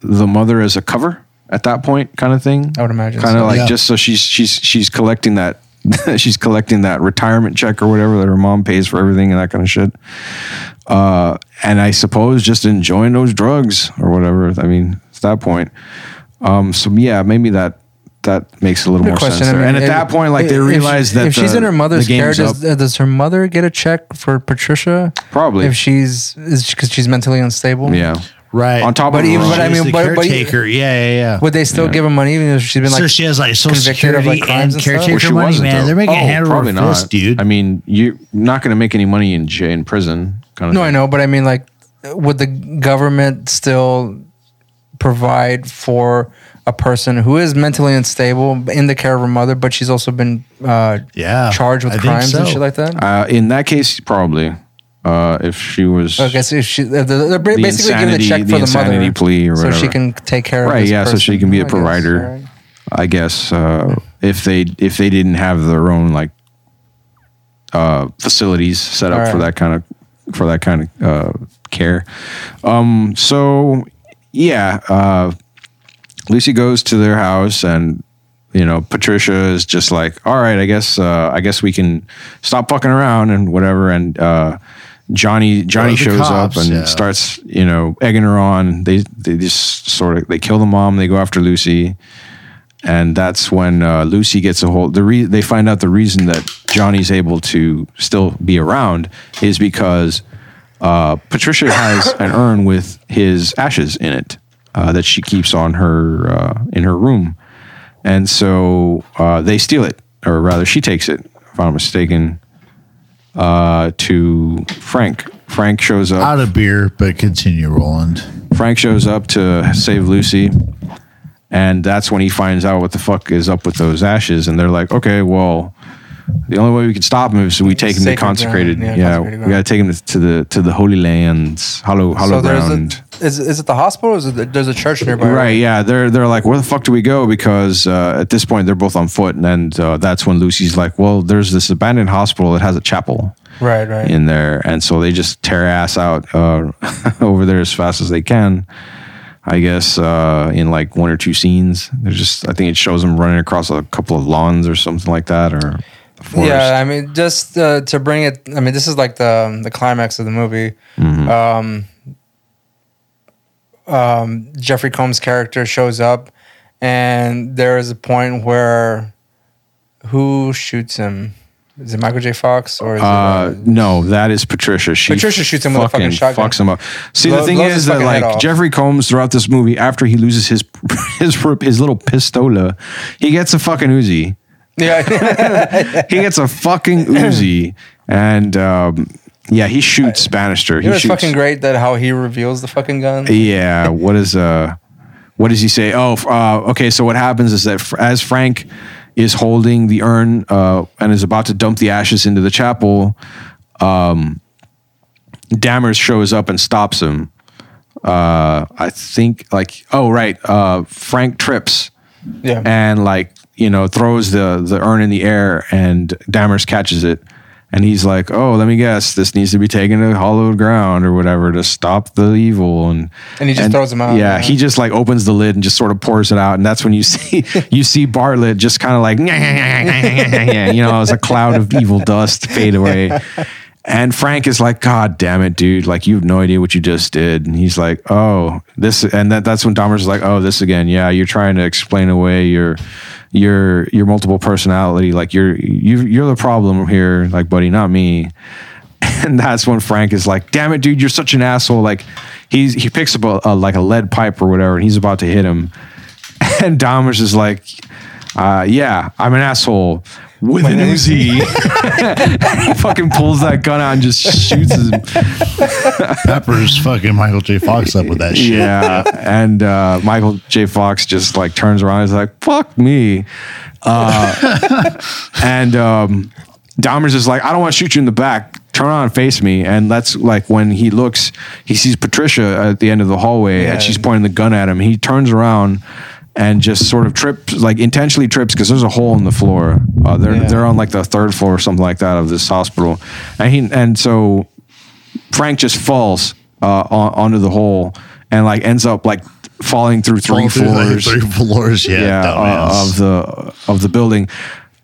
the mother as a cover at that point kind of thing
I would imagine
kind of
so.
like
Yeah.
just so she's she's she's collecting that she's collecting that retirement check or whatever that her mom pays for everything and that kind of shit uh, and I suppose just enjoying those drugs or whatever. I mean, at that point, um, so yeah, maybe that that makes a little more
Good question.
sense.
I
there.
mean,
and at
if-
that point, like they
if-
realize
if,
that
if she's
the-
in her mother's
the game's
care, does, uh,
up.
does her mother get a check for Patricia?
Probably.
If she's because she's mentally unstable.
yeah,
right
on top
But
of
even-
her
but
own-
I
She's
mean,
the
but- but-
caretaker. yeah, yeah, yeah.
Would they still give her money even if she's been
so
like?
she has like social
convicted of,
security
like, crimes
and
and stuff?
caretaker
Well, she
money,
wasn't,
man.
though.
They're making
Oh,
hand over
probably
fist,
not.
dude.
I mean, you're not going to make any money in jail, in prison. Kind of
No, I know, but I mean, like, would the government still provide for a person who is mentally unstable in the care of her mother, but she's also been uh,
Yeah,
charged
I
with
think
crimes and
so.
shit like that?
Uh, in that case, probably. Uh, if she was
I guess if she, they're, they're basically giving
insanity-
the check
the
for the,
insanity
mother,
plea or
so she
whatever.
can take care of
right
this
yeah so she
person.
can be
I
a
guess,
provider
alright.
i guess uh, if they if they didn't have their own like uh, facilities set up for
Alright.
that kind of for that kind of uh, care um, so yeah uh, Lucy goes to their house and you know Patricia is just like, all right, I guess uh, I guess we can stop fucking around and whatever. And uh, Johnny Johnny
the
shows
cops,
up and
yeah.
starts you know egging her on. They they just sort of they kill the mom. They go after Lucy. And that's when uh, Lucy gets a hold. The re- they find out the reason that Johnny's able to still be around is because uh, Patricia has an urn with his ashes in it uh, that she keeps on her uh, in her room, and so uh, they steal it, or rather, she takes it, if I'm not mistaken, uh, to Frank. Frank shows up.
Out of beer, but continue, Roland.
Frank shows up to save Lucy, and that's when he finds out what the fuck is up with those ashes. And they're like, okay, well, the only way we can stop him is we take him
Sacred
to consecrated.
ground, yeah,
yeah,
consecrated
we gotta take him to the to the holy lands, hollow hollow
there's
ground.
a, is, is it the hospital? Or is it, there's a church nearby?
Right, yeah, they're they're like, where the fuck do we go? Because uh, at this point, they're both on foot, and, and uh, that's when Lucy's like, well, there's this abandoned hospital that has a chapel
right, right.
in there, and so they just tear ass out uh, over there as fast as they can. I guess uh, in like one or two scenes, there's just I think it shows them running across a couple of lawns or something like that, or a forest.
Yeah, I mean, just uh, to bring it. I mean, this is like the the climax of the movie.
Mm-hmm.
Um, um, Jeffrey Combs' character shows up, and there is a point where who shoots him? Is it Michael J. Fox or is
Uh,
it, uh,
no, that is Patricia. She
Patricia shoots him with a fucking shotgun.
Fucks him up. See,
Blow-
the thing
blows his
is that
fucking head
like
off.
Jeffrey Combs throughout this movie, after he loses his his his little pistola, he gets a fucking Uzi.
yeah,
He gets a fucking Uzi, and um, yeah, he shoots Bannister.
it
He
was
shoots.
fucking great that how he reveals the fucking gun.
yeah, what is uh, what does he say? Oh, f- uh, okay. So what happens is that fr- as Frank is holding the urn uh, and is about to dump the ashes into the chapel, um, Dammers shows up and stops him. Uh, I think like oh right, uh, Frank trips
Yeah,
and like you know throws the the urn in the air and Dammers catches it and he's like oh let me guess this needs to be taken to hollowed ground or whatever to stop the evil and
And he just throws him out,
yeah,
yeah.
he just like opens the lid and just sort of pours it out and that's when you see you see Bartlett just kind of like you know as a cloud of evil dust fade away. And Frank is like, God damn it, dude! Like you have no idea what you just did. And he's like, Oh, this, and that, that's when Dahmer's like, Oh, this again. Yeah, you're trying to explain away your your your multiple personality. Like you're you you're the problem here, like buddy, not me. And that's when Frank is like, Damn it, dude, you're such an asshole. Like he's he picks up a, a like a lead pipe or whatever, and he's about to hit him. And Dahmer's is like, uh, Yeah, I'm an asshole. With an Uzi, he fucking pulls that gun out and just shoots him.
Peppers fucking Michael J. Fox up with that shit.
Yeah. And uh, Michael J. Fox just like turns around and is like, fuck me. Uh, and um, Dahmer's just like, I don't want to shoot you in the back. Turn around and face me. And that's like when he looks, he sees Patricia at the end of the hallway and she's pointing the gun at him. He turns around and just sort of trips, like intentionally trips because there's a hole in the floor. Uh, they're, they're on like the third floor or something like that of this hospital. And he, and so Frank just falls uh, on, onto the hole and like ends up like falling through
Fall
three
through, like,
floors,
three floors. Yeah,
yeah, uh,
dumbass.
of the of the building.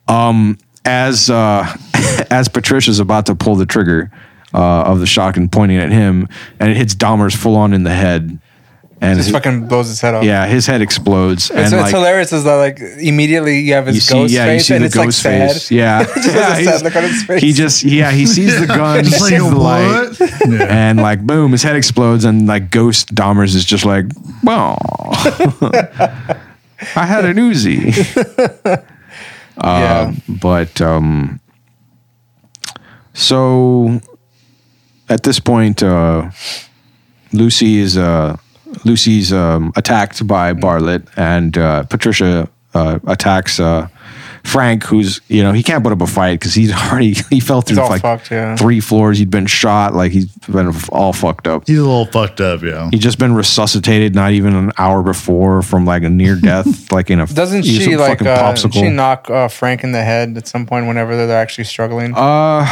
Um, as uh, as Patricia's about to pull the trigger uh, of the shotgun pointing at him, and it hits Dahmer's full on in the head, and
just
his-
fucking blows his head off.
yeah, his head
It's,
explodes. and
it's
like,
hilarious is that like immediately you have his ghost face and it's like sad.
Yeah,
just has a
Yeah,
sad look on his face.
he just yeah he sees the gun,
Just like,
sees the light,
what? Yeah.
and like boom, his head explodes, and like Ghost Dahmer's is just like, well, I had an Uzi, Uh,
yeah.
but um, so at this point, uh, Lucy is uh, Lucy's um, attacked by Bartlett, and uh, Patricia uh, attacks uh, Frank, who's you know he can't put up a fight because he's already he fell through
all
like
fucked, yeah.
three floors. He'd been shot, like he's been all fucked up.
He's a little fucked up, yeah.
He'd just been resuscitated not even an hour before from like a near death, like in a
Doesn't
you know,
she
some
like
fucking
uh,
popsicle.
she knock uh, Frank in the head at some point whenever they're actually struggling?
Uh,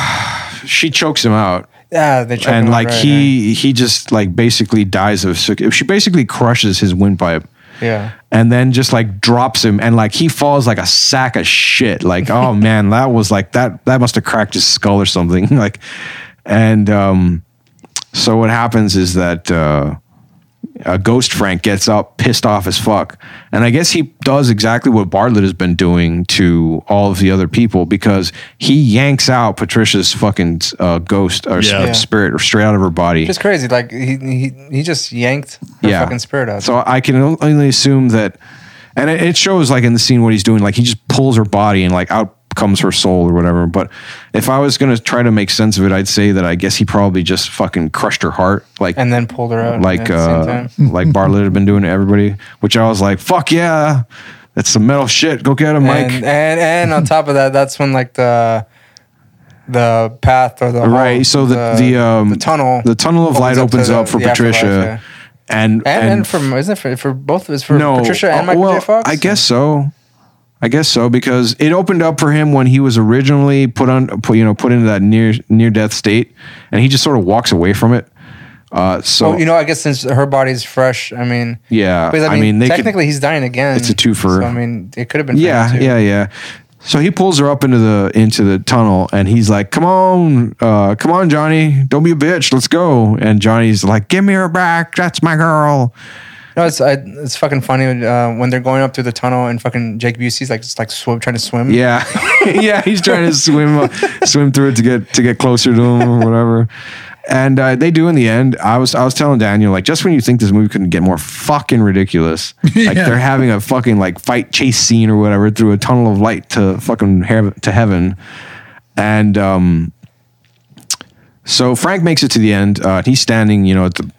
she chokes him out.
yeah, they choke him
and
out,
like
right,
he he just like basically dies of circ- she basically crushes his windpipe
right. yeah.
and then just like drops him and like he falls like a sack of shit. Like, oh man, that was like that that must have cracked his skull or something. like and um so what happens is that uh uh, Ghost Frank gets up, pissed off as fuck. And I guess he does exactly what Bartlett has been doing to all of the other people because he yanks out Patricia's fucking uh, ghost or
Yeah.
sp- spirit or straight out of her body.
Just crazy. Like he he, he just yanked her fucking spirit out.
So I can only assume that, and it, it shows like in the scene what he's doing. Like he just pulls her body and like out comes her soul or whatever. But if I was gonna try to make sense of it, I'd say that I guess he probably just fucking crushed her heart, like
and then pulled her out.
like
at the same
uh,
time.
like Bartlett had been doing to everybody. Which I was like, fuck yeah, that's some metal shit. Go get him, Mike.
And, and and on top of that, that's when like the the path or the hall-
right. So the the, um
the tunnel
the tunnel of light
to
opens
the-
up for
the afterlife,
Patricia.
yeah.
And,
and, and for isn't it for, for both of us for Patricia and
uh,
Michael
well,
J. Fox.
I guess so. I guess so because it opened up for him when he was originally put on, put, you know, put into that near near death state, and he just sort of walks away from it. Uh, so
oh, you know, I guess since her body's fresh, I mean,
Yeah,
because Uh, I
I
mean,
mean, they could-
technically he's dying again.
It's a twofer.
So, I mean, it could have been. for
yeah,
him, too.
yeah, yeah. So he pulls her up into the into the tunnel, and he's like, "Come on, uh, come on, Johnny, don't be a bitch, let's go." And Johnny's like, "Give me her back, that's my girl."
No, it's I, it's fucking funny uh, when they're going up through the tunnel and fucking Jake Busey's like just like swim, trying to swim.
Yeah, yeah, he's trying to swim uh, swim through it to get to get closer to him or whatever. And uh, they do in the end. I was I was telling Daniel like just when you think this movie couldn't get more fucking ridiculous, like
Yeah.
they're having a fucking like fight chase scene or whatever through a tunnel of light to fucking heav- to heaven, and um, so Frank makes it to the end. Uh, he's standing, you know, at the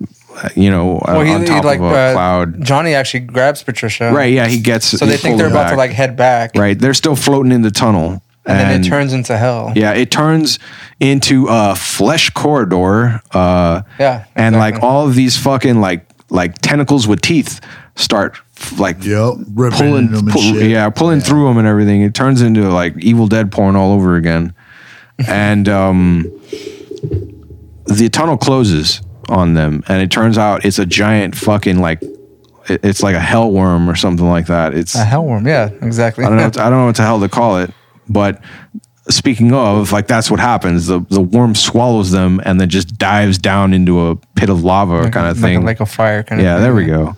you know uh,
Well, he,
on
he
top
like
of a
uh,
cloud.
Johnny actually grabs Patricia.
Right, yeah, he gets-
So
he
they think
pulls
they're
her
about to
back.
like head back,
Right, they're still floating in the tunnel,
and, then it turns into hell.
Yeah, it turns into a flesh corridor. Uh,
Yeah,
and like all of these fucking like like tentacles with teeth start f- like
ripping
pulling,
them and
pull-
shit.
yeah, pulling through them and everything. It turns into like Evil Dead porn all over again, and um, the tunnel closes on them, and it turns out it's a giant fucking like it- it's like a hell worm or something like that. It's
A hellworm. Yeah, exactly.
I don't know. What, I don't know what the hell to call it. But speaking of, like that's what happens. The the worm swallows them and then just dives down into a pit of lava
Like a-
kind
like
of
a-
thing,
like a fire kinda
Yeah,
thing,
there we go.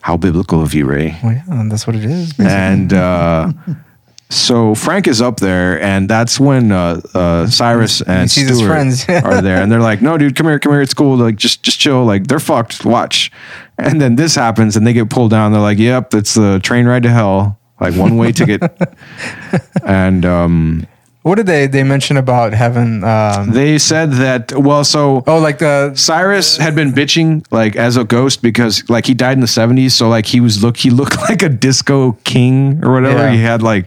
How biblical of you, Ray.
Well, yeah, and that's what it is. basically.
And uh, so Frank is up there, and that's when uh, uh, Cyrus and
sees his
Stuart
friends.
are there, and they're like, "No, dude, come here, come here. It's cool. Like, just just chill. Like, they're fucked. Watch." And then this happens, and they get pulled down. They're like, "Yep, it's the train ride to hell. Like one way ticket." and um,
what did they they mention about heaven? Um,
they said that well, so
oh, like the
Cyrus had been bitching like as a ghost because like he died in the seventies, so like he was look he looked like a disco king or whatever.
Yeah.
He had like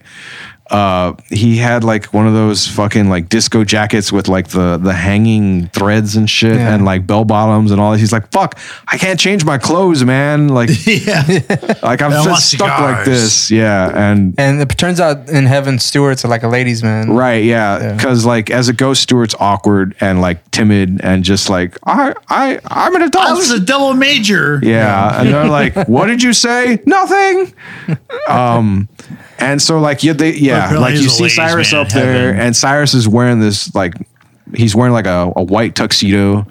uh he had like one of those fucking like disco jackets with like the the hanging threads and shit
Yeah.
and like bell bottoms and all this. He's like, fuck, I can't change my clothes, man. Like like I'm
I want
just stuck
cigars.
like this. Yeah. And
and it turns out in heaven Stewart's are like a ladies' man.
Right, yeah, because like as a ghost, Stuart's awkward and like timid and just like I, I, I'm an adult. I was
a double major.
Yeah, and they're like, "What did you say? Nothing." Um, and so like yeah, they, yeah,
Apparently
like you
he's a
see
ladies'
Cyrus
man
up
in
there,
heaven.
and Cyrus is wearing this like he's wearing like a, a white tuxedo,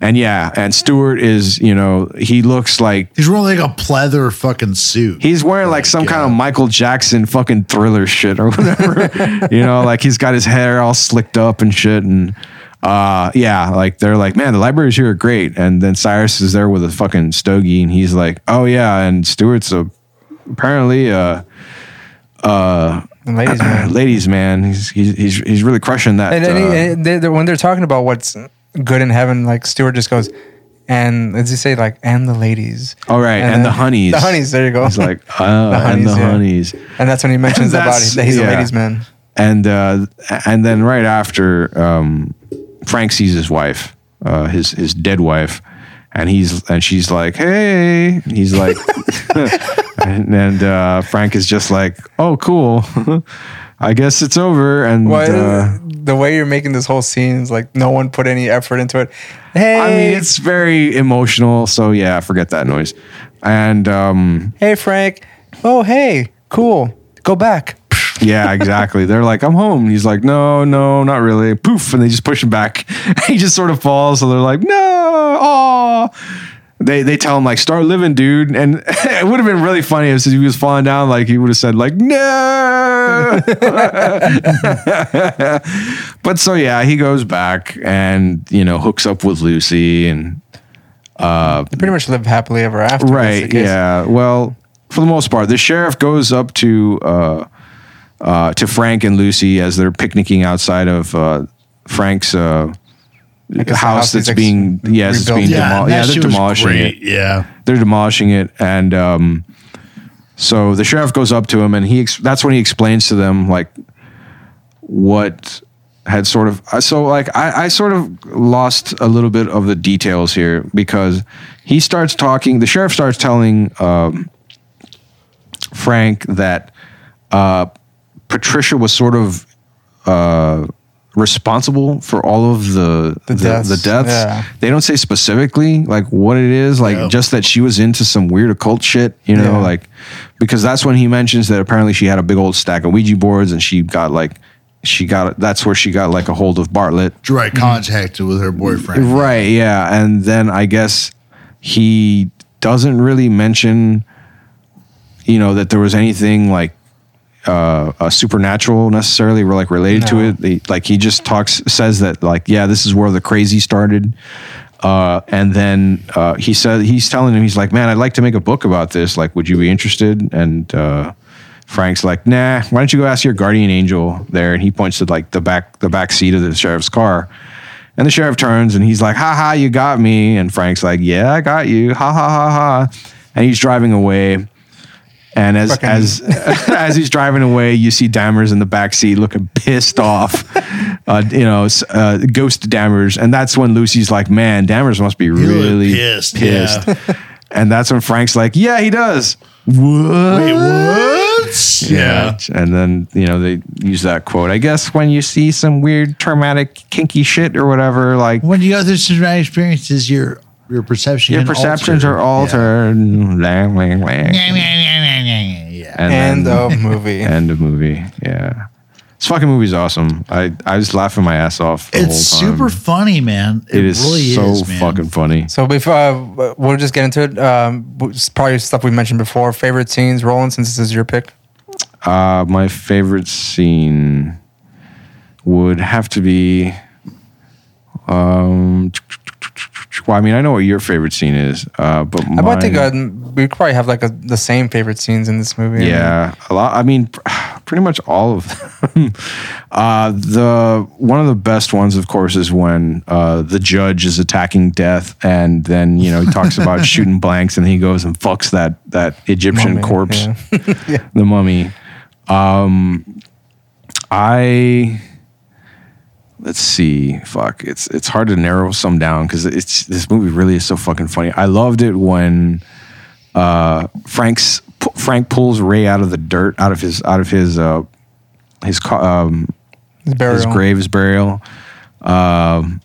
and yeah, and Stuart is you know he looks like
He's wearing like a pleather fucking suit.
He's wearing
Oh
like some kind of Michael Jackson fucking thriller shit or whatever. you know, like he's got his hair all slicked up and shit. And uh, yeah, like they're like, man, the libraries here are great. And then Cyrus is there with a fucking stogie and he's like, oh yeah. And Stewart's a, apparently uh uh,
ladies man,
ladies man, he's he's he's, he's really crushing that.
And, then
uh,
he, and they, they, when they're talking about what's good in heaven, like Stewart just goes, and as you say, like, and the ladies.
all right, and, the
then-
honeys,
Oh, The honeys, there you go.
He's like, oh, and the
yeah.
honeys.
And that's when he mentions about
That's-
that he's
yeah.
a ladies' man.
and uh, and then right after um, Frank sees his wife, uh, his his dead wife, and he's and she's like, "Hey," and he's like, and, and uh, Frank is just like, "Oh, cool, I guess it's over." And
Why
uh,
the way you're making this whole scene is like no one put any effort into it. Hey,
I mean, it's very emotional, so yeah, forget that noise. And um,
hey, Frank. oh hey, cool, go back.
yeah, exactly. They're like, I'm home. And he's like, no, no, not really. Poof. And they just push him back. he just sort of falls. So they're like, no, aw. They, they tell him like start living, dude, and it would have been really funny if he was falling down. Like he would have said like no, but so yeah, he goes back and you know hooks up with Lucy and uh,
They pretty much live happily ever after. is the
right
case.
yeah well for the most part the sheriff goes up to uh uh to frank and lucy as they're picnicking outside of uh frank's uh
guess the
house,
house is
that's
ex-
being yes it's
rebuilt.
being
Yeah,
demolished
that
yeah
shit
they're
was
demolishing
great,
it
Yeah.
they're demolishing it and um so the sheriff goes up to him and he ex- that's when he explains to them like what had sort of uh, so like I, I sort of lost a little bit of the details here because he starts talking the sheriff starts telling um, frank that uh, patricia was sort of uh, responsible for all of the the,
deaths,
the deaths.
yeah.
they don't say specifically like what it is like
Yeah.
just that she was into some weird occult shit you know
Yeah.
like because that's when he mentions that apparently she had a big old stack of ouija boards and she got like she got that's where she got like a hold of bartlett
Right, contacted with her boyfriend.
right yeah and then i guess he doesn't really mention you know that there was anything like uh, uh supernatural necessarily or like related to it They- like he just talks says that like yeah this is where the crazy started uh, and then uh, he said he's telling him he's like man i'd like to make a book about this like would you be interested and uh, frank's like nah why don't you go ask your guardian angel there and he points to like the back the back seat of the sheriff's car and the sheriff turns and he's like, ha ha, you got me. And Frank's like, yeah, I got you. Ha ha ha ha. And he's driving away. And as
Fucking-
as as he's driving away, you see Dammers in the back seat looking pissed off, uh, you know, s- uh, ghost Dammers. And that's when Lucy's like, "Man, Dammers must be really
pissed,
pissed." and that's when Frank's like, "Yeah, he does." What?
Wait, what?
Yeah. And then, you know, they use that quote. I guess when you see some weird traumatic kinky shit or whatever, like
When you go through traumatic experiences, your your perception
your
can
perceptions
alter.
are altered. Blah, blah, blah.
Yeah.
And
End
then-
of movie.
End of movie. Yeah. This fucking movie's awesome. I, I was laughing my ass off. The
It's
whole time.
super funny, man. It,
It is
really
so
is, man.
fucking funny.
So before uh, we'll just get into it. Um, it's probably stuff we mentioned before. Favorite scenes, Roland, since this is your pick.
Uh, my favorite scene would have to be. Um, well, I mean, I know what your favorite scene is, uh, but
I
mine,
might think uh, we probably have like a, the same favorite scenes in this movie. Um,
yeah, a lot. I mean, pr- pretty much all of them. uh, the one of the best ones, of course, is when uh, the judge is attacking death, and then you know he talks about shooting blanks, and he goes and fucks that that Egyptian
Mummy,
corpse,
Oh, yeah. Yeah.
the mummy. Um, I let's see. Fuck, it's it's hard to narrow some down because it's this movie really is so fucking funny. I loved it when uh, Frank's pu- Frank pulls Ray out of the dirt, out of his out of his uh, his ca- um,
his burial.
his grave, his burial. Um,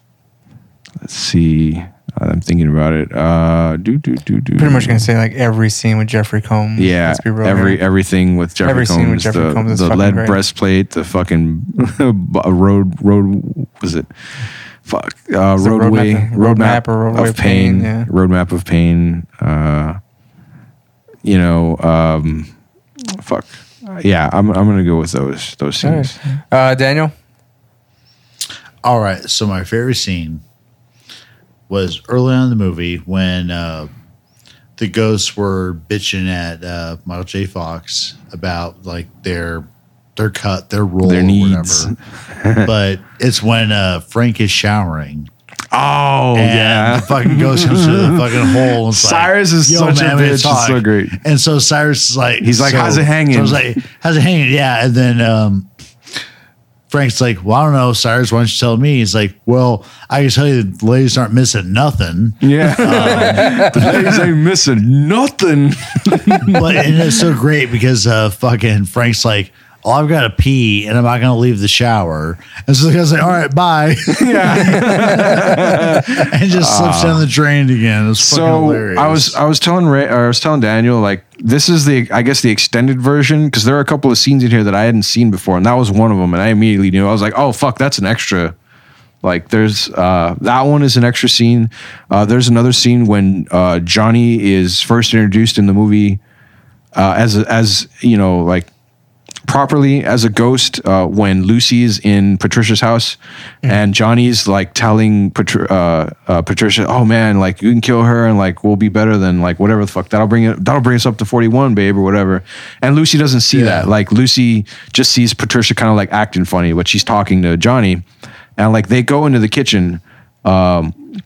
let's see. I'm thinking about it. Uh, do do do do.
Pretty much gonna say like every scene with Jeffrey Combs.
Yeah,
Let's be real
every
here.
everything with Jeffrey
Every
Combs,
scene with Jeffrey
the,
Combs is
the
fucking
lead
great.
breastplate, the fucking b- road road was it? Fuck, uh,
it
roadway
roadmap-
roadmap,
roadmap or roadway
of pain,
pain, yeah.
roadmap of pain. Uh, you know, um, fuck, yeah, I'm I'm gonna go with those those
All
scenes.
right. Uh, Daniel,
All right. So my favorite scene was early on in the movie when uh, the ghosts were bitching at uh, Michael J. Fox about like their their cut, their role,
Their
or
needs.
whatever. but it's when uh, Frank is showering.
Oh
and
yeah,
the fucking ghost comes through the fucking hole. And it's
Cyrus
like,
is
"Yo,
such a
man, we
bitch.
gotta
It's
talk."
so great.
And so Cyrus is like,
He's like,
so-
"How's it hanging?"
So I was like, "How's it hanging?" Yeah, and then um, Frank's like, "Well, I don't know, Cyrus. Why don't you tell me?" He's like, "Well, I can tell you, the ladies aren't missing nothing."
Yeah, the ladies ain't missing nothing.
but and it's so great because uh, fucking Frank's like,
"Oh, I've got to pee, and I'm not going to leave the shower," and so the guy's like, "All right, bye," yeah, and just slips
Ah.
down the drain again. It's fucking
so
hilarious.
I was I was telling Ray, or I was telling Daniel like this is the I guess the extended version because there are a couple of scenes in here that I hadn't seen before and that was one of them and I immediately knew I was like oh fuck that's an extra like there's uh, that one is an extra scene uh, there's another scene when uh, Johnny is first introduced in the movie uh, as a- as you know like properly as a ghost uh, when Lucy's in Patricia's house and Johnny's like telling Patri- uh, uh, Patricia, "Oh man, like you can kill her and like we'll be better than like whatever the fuck that'll bring it that'll bring us up to forty one, babe, or whatever." And Lucy doesn't see that. Like Lucy just sees Patricia kind of like acting funny, but she's talking to Johnny, and like they go into the kitchen. Um,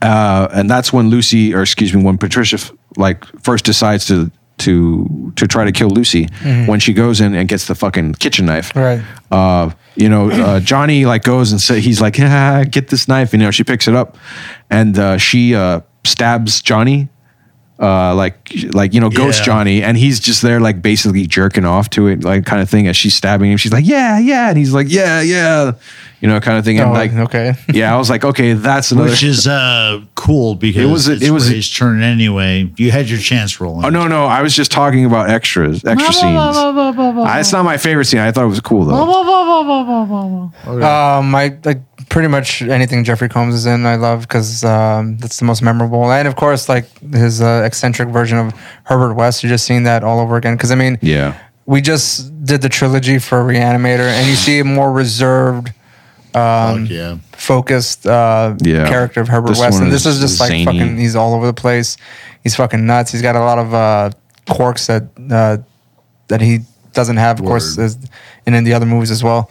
uh, and that's when Lucy, or excuse me, when Patricia f- like first decides to to to try to kill Lucy
Mhm.
when she goes in and gets the fucking kitchen knife.
Right.
Uh, you know, uh, Johnny like goes and say he's like, "Ah, get this knife. You know, she picks it up, and uh, she uh, stabs Johnny, uh, like like you know, ghost
Yeah.
Johnny, and he's just there like basically jerking off to it, like kind of thing. As she's stabbing him, she's like, "Yeah, yeah," and he's like, "Yeah, yeah," you know, kind of thing. And
Oh,
like,
okay,
yeah, I was like, okay, that's another.
which is uh cool because it was
was a-
it's
it was a-
Ray's turn anyway. You had your chance rolling.
Oh no, no, I was just talking about extras, extra scenes. I- it's not my favorite scene. I thought it was cool though.
Um, I like pretty much anything Jeffrey Combs is in. I love because um, that's the most memorable, and of course, like his uh, eccentric version of Herbert West. You're just seeing that all over again. Because I mean,
Yeah.
we just did the trilogy for Reanimator, and you see a more reserved, um, focused uh,
Yeah.
character of Herbert
This
West.
one
And this
is
is just like
zany.
fucking, he's all over the place. He's fucking nuts. He's got a lot of uh, quirks that uh, that he doesn't have, of course, as, and in the other movies as well.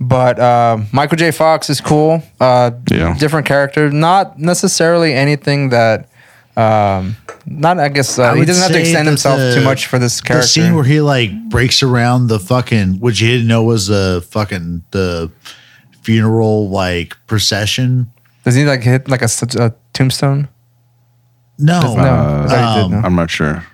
But uh, Michael J. Fox is cool. Uh,
Yeah.
Different character, not necessarily anything that. Um, not I guess
I
uh, he
would
doesn't have to
say
extend
that
himself
the-
too much for this
The scene
character.
where he like breaks around the fucking, which you didn't know was the fucking the funeral like procession.
Does he like hit like a, s- a tombstone?
No,
Does- no.
uh,
I thought he did, no.
I'm not sure.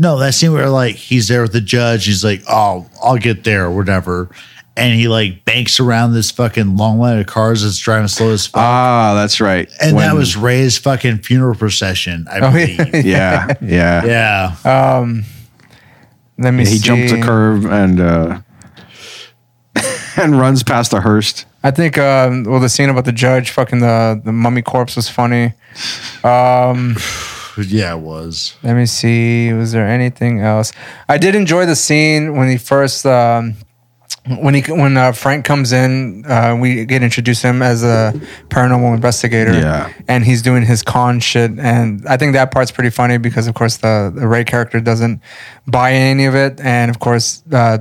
No, that scene where like he's there with the judge, he's like, "Oh, I'll get there, or whatever," and he like banks around this fucking long line of cars that's driving slow as fuck.
Ah, that's right.
and that
When-
was Ray's fucking funeral procession, I
Oh, yeah.
believe.
yeah, yeah.
yeah.
Um, let me.
And
see.
he jumps a curve and uh, and runs past the Hearst.
I think. Um, well, the scene about the judge fucking the the mummy corpse was funny. Um,
yeah, it was.
Let me see. Was there anything else? I did enjoy the scene when he first. Um, when he when uh, Frank comes in, uh, we get introduced to him as a paranormal investigator,
Yeah.
and he's doing his con shit, and I think that part's pretty funny because of course the, the Ray character doesn't buy any of it, and of course uh,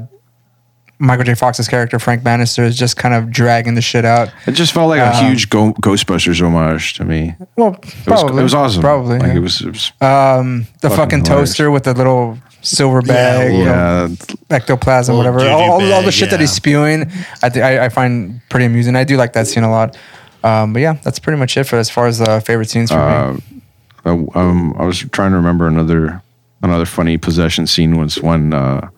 Michael J. Fox's character Frank Bannister is just kind of dragging the shit out.
It just felt like a
Um,
huge Go- Ghostbusters homage to me.
Well,
It was,
probably
it was awesome.
Probably,
Like
yeah.
it was. It was
Um, the
Fucking
fucking,
hilarious.
toaster with the little silver bag, you know,
yeah,
ectoplasm,
Little
whatever.
doo-doo
All, all, all the
bag,
shit that he's
yeah.
spewing, I, th- I I find pretty amusing. I do like that scene a lot. Um, but yeah, that's pretty much it for as far as uh, favorite scenes for
Uh,
me.
I, um, I was trying to remember another another funny possession scene was when, uh,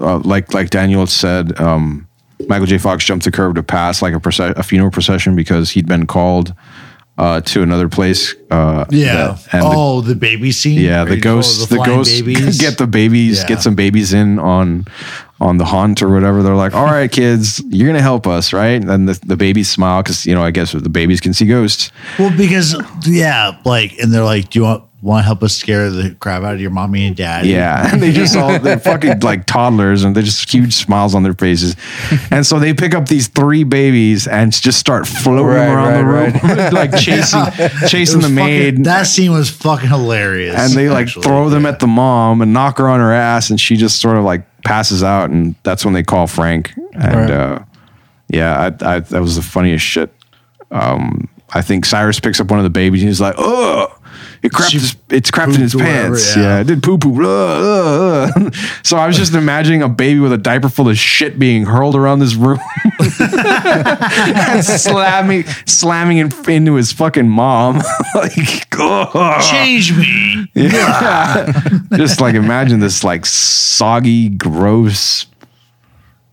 uh, like like Daniel had said, um, Michael J. Fox jumped the curb to pass like a, proce- a funeral procession because he'd been called uh, to another place. Uh,
Yeah.
that- and the-
oh, the, baby scene.
yeah,
Where
the
you follow
ghosts, the,
flying
ghosts
babies.
get the babies,
Yeah.
get some babies in on on the haunt or whatever. They're like, "All right, kids, you're gonna help us, right?" And the, the babies smile because you know, I guess the babies can see ghosts.
Well, because yeah, like, and they're like, "Do you want want to help us scare the crap out of your mommy and dad?"
Yeah, and they just all they're fucking like toddlers, and they just huge smiles on their faces, and so they pick up these three babies and just start floating
Right,
around
right,
the room, like chasing chasing
It was
the maid,
Fucking, that scene was fucking hilarious.
and they like
actually.
throw them at the mom and knock her on her ass, and she just sort of like passes out, and that's when they call Frank, and uh, yeah, I, I, that was the funniest shit. Um, I think Cyrus picks up one of the babies, and he's like, "Oh." It crapped his, it's crapped in his
pooped or whatever,
pants.
yeah.
yeah, I did poo poo. Uh, uh, uh. So I was just imagining a baby with a diaper full of shit being hurled around this room, and slamming, slamming in, into his fucking mom. like, oh.
change me.
Yeah. just like imagine this like soggy, gross